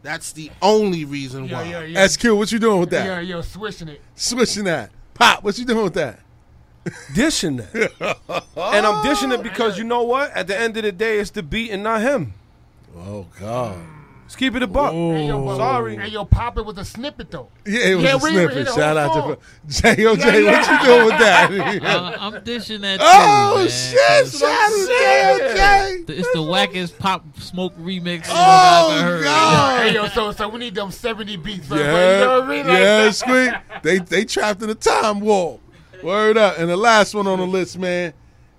Speaker 5: That's the only reason why.
Speaker 2: yeah,
Speaker 4: SQ, what you doing with that?
Speaker 2: Yeah, yo, switching it.
Speaker 4: Switching that. Pop, what you doing with that?
Speaker 7: Dishing that. and I'm dishing it because you know what? At the end of the day, it's the beat and not him.
Speaker 4: Oh God.
Speaker 7: Let's keep it a buck.
Speaker 2: Hey, yo, but-
Speaker 7: Sorry.
Speaker 2: Hey, yo, pop it with a snippet though.
Speaker 4: Yeah, it was a
Speaker 2: we even hit
Speaker 4: snippet.
Speaker 2: the whole
Speaker 4: Shout out
Speaker 2: song.
Speaker 4: to JOJ.
Speaker 2: Yeah, yeah. Uh-huh.
Speaker 4: What you doing with that?
Speaker 6: Uh, I'm dishing that. Too,
Speaker 4: Oh,
Speaker 6: man.
Speaker 4: shit, That's what I'm shout out to saying.
Speaker 6: It's the- It's the wackest pop smoke remix.
Speaker 4: Oh,
Speaker 6: I've ever heard.
Speaker 2: Hey, yo, so so we need them seventy beats. right? You know what I
Speaker 4: Yeah,
Speaker 2: mean? Like-
Speaker 4: yeah, squeak. They they trapped in a time warp. Word up. And the last one on the list, man,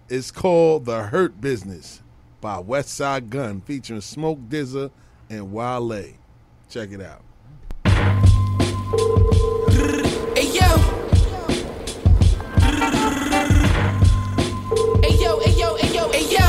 Speaker 4: It's called The Hurt Business by West Side Gun featuring Smoke Dizza and Wale. Check it out.
Speaker 10: Hey yo. Hey yo, hey yo, hey yo, hey yo.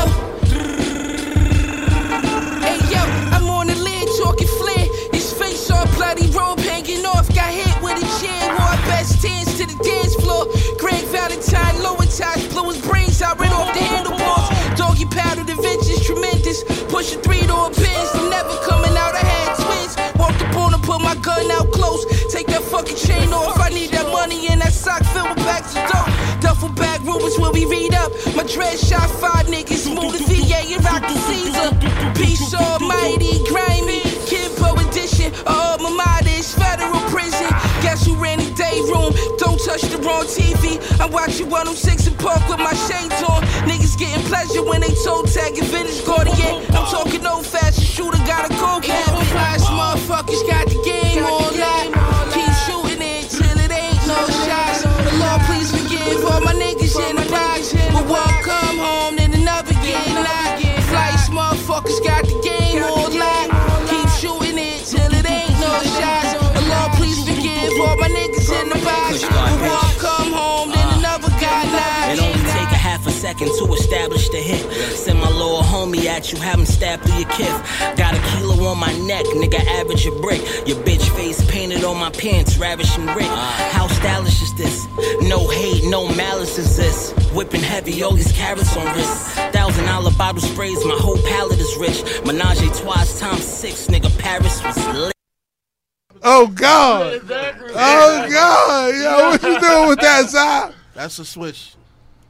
Speaker 10: Hey yo, I'm on the lid talking flair. His face all bloody, robe hanging off. Got hit with a chair, wore our best dance to the dance floor. Greg Valentine, lower ties, blew his brains out, ran off the handlebars. Doggy paddle, the vengeance tremendous. Pushing three door pins, I'm never coming out. I had twins. Walked up on and put my gun out close. Take that fucking chain off. I need that money in that sock filled with bags of dope. Duffel bag rumors where we read up. My dread shot five niggas. Move to VA and rock the Caesar. Peace almighty, grimy. Kimbo edition. Oh, my mind is federal prison. Guess who ran the day room? Don't touch the wrong TV. I'm watching 106 and oh Park with my shades on. Niggas getting pleasure when they toe tag and vintage Guardian. I'm talking old fashioned shooter, gotta go get it. Flash motherfuckers got the game on lock. Keep shooting it till it ain't no shots. The Lord, please forgive all my niggas in the box. But one come home, then another get locked. Flash motherfuckers got the game on lock. Keep shooting it till it ain't no shots. The Lord, please forgive all my niggas in the box. But one come home, then another got
Speaker 8: It
Speaker 10: locked.
Speaker 8: only take a half a second to establish the hit. Send my little homie at you, have him stabbed through your kiff. Got a kilo on my neck, nigga, average a brick. Your bitch face painted on my pants, ravishing Rick. How stylish is this? No hate, no malice is this. Whipping heavy, all these carrots on wrist. Thousand dollar bottle sprays, my whole palette is rich. Menage a twice times six, nigga, Paris was lit.
Speaker 4: Oh God! Oh God! Yo, what you doing with that, Zai?
Speaker 5: That's a switch.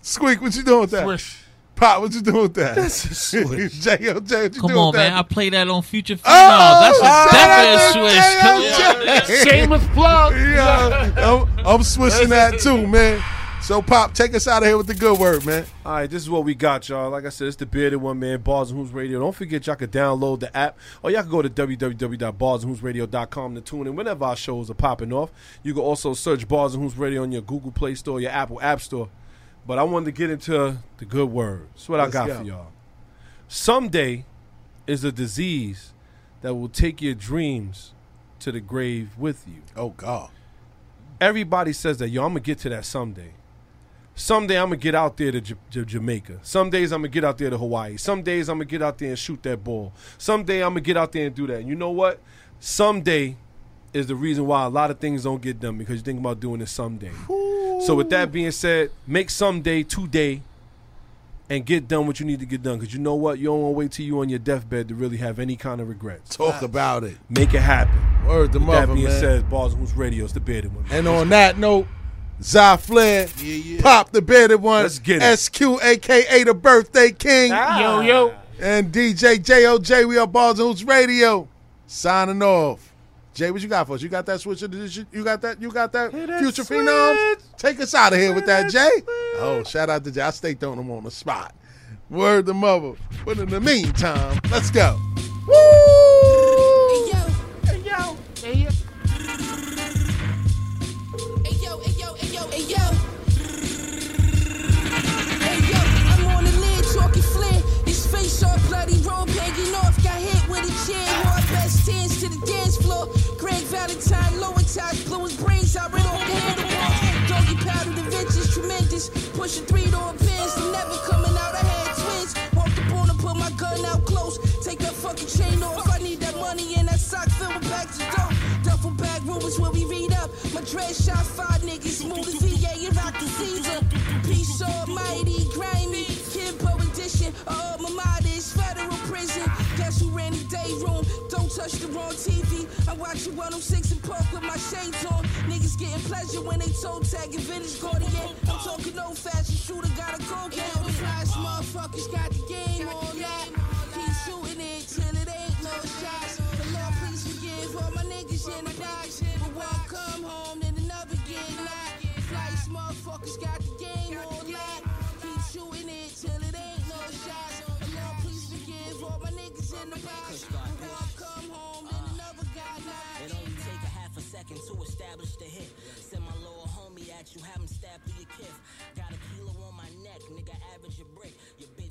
Speaker 4: Squeak, what you doing with that? Pop, what you doing with that? That's a switch. J.O.J., what you
Speaker 6: Come
Speaker 4: doing
Speaker 6: on,
Speaker 4: with
Speaker 6: man.
Speaker 4: that?
Speaker 6: I play that on Future
Speaker 4: Oh,
Speaker 6: Females. that's a definite switch. Come on.
Speaker 4: Shameless plug. Yeah, I'm, I'm switching that too, man. So, Pop, take us out of here with the good word, man.
Speaker 7: All right, this is what we got, y'all. Like I said, it's the bearded one man, Bars and Hoops Radio. Don't forget, y'all could download the app, or y'all can go to www.barsandhoopsradio.com to tune in whenever our shows are popping off. You can also search Bars and Hoops Radio on your Google Play Store, your Apple App Store. But I wanted to get into the good word. That's what
Speaker 9: Let's
Speaker 7: I got
Speaker 9: go.
Speaker 7: for y'all. Someday is a disease that will take your dreams to the grave with you.
Speaker 4: Oh God!
Speaker 7: Everybody says that. Yo, I'm gonna get to that someday. Someday I'm gonna get out there to J- J- Jamaica. Some days I'm gonna get out there to Hawaii. Some days I'm gonna get out there and shoot that ball. Someday I'm gonna get out there and do that. And you know what? Someday is the reason why a lot of things don't get done because you think about doing it someday. So with that being said, make someday today and get done what you need to get done. Because you know what? You don't want to wait till you on your deathbed to really have any kind of regrets.
Speaker 4: Talk about it.
Speaker 7: Make it happen.
Speaker 4: Word to
Speaker 7: With
Speaker 4: mother,
Speaker 7: That being
Speaker 4: man.
Speaker 7: said, Bars and Hoops Radio is the bearded one.
Speaker 4: And on that note, Zy Flair, Pop the bearded one,
Speaker 7: Let's get it.
Speaker 4: SQ, aka the birthday king.
Speaker 7: Ah. Yo,
Speaker 4: yo. And DJ JOJ, we are Balls and Hoops Radio. Signing off. Jay, what you got for us? You got that switch? of the- You got that? You got that? Future phenoms? Take us out of here with that, Jay. Oh, shout out to Jay. I stay throwing them on the spot. Word to mother. But in the meantime, let's go.
Speaker 10: Ayo, ayo, ayo, ayo. Ayo, I'm on the lid talking flint. His face all bloody, robe hanging off. Got hit with a chair. Hard best dance to the dance floor. Greg Valentine, lower ties, blew his brains out right off the handlebars. Doggy paddle, the vengeance tremendous. Pushing three door pins, I'm never coming out. I had twins. Walked up on and put my gun out close. Take that fucking chain off. I need that money in that sock filled with bags of dope. Duffel bag rumors where we read up. My dread shot five niggas. Move to VA and rock the Caesar. Peace almighty, grimy. Kimbo edition. Oh, my mind is federal prison. Guess who ran the day room? Don't touch the wrong TV. I'm watching 106 and Park with my shades on. Niggas getting pleasure when they toe tag and vintage Guardian. I'm talking old fashioned shooter, gotta go get it. Flash motherfuckers got the game on that. Keep shooting it till it ain't no shots. The Lord, please forgive all my niggas in the box. But one come home, then another get locked. Flash motherfuckers got the game on lock. Keep shooting it till it ain't no shots. The Lord, please forgive all my niggas in the box. But one come home, then another got locked.
Speaker 8: It only take a half a second to establish the hit. Send my little homie at at you, have him stab through your kiff. Got a kilo on my neck, nigga, average a brick. Your bitch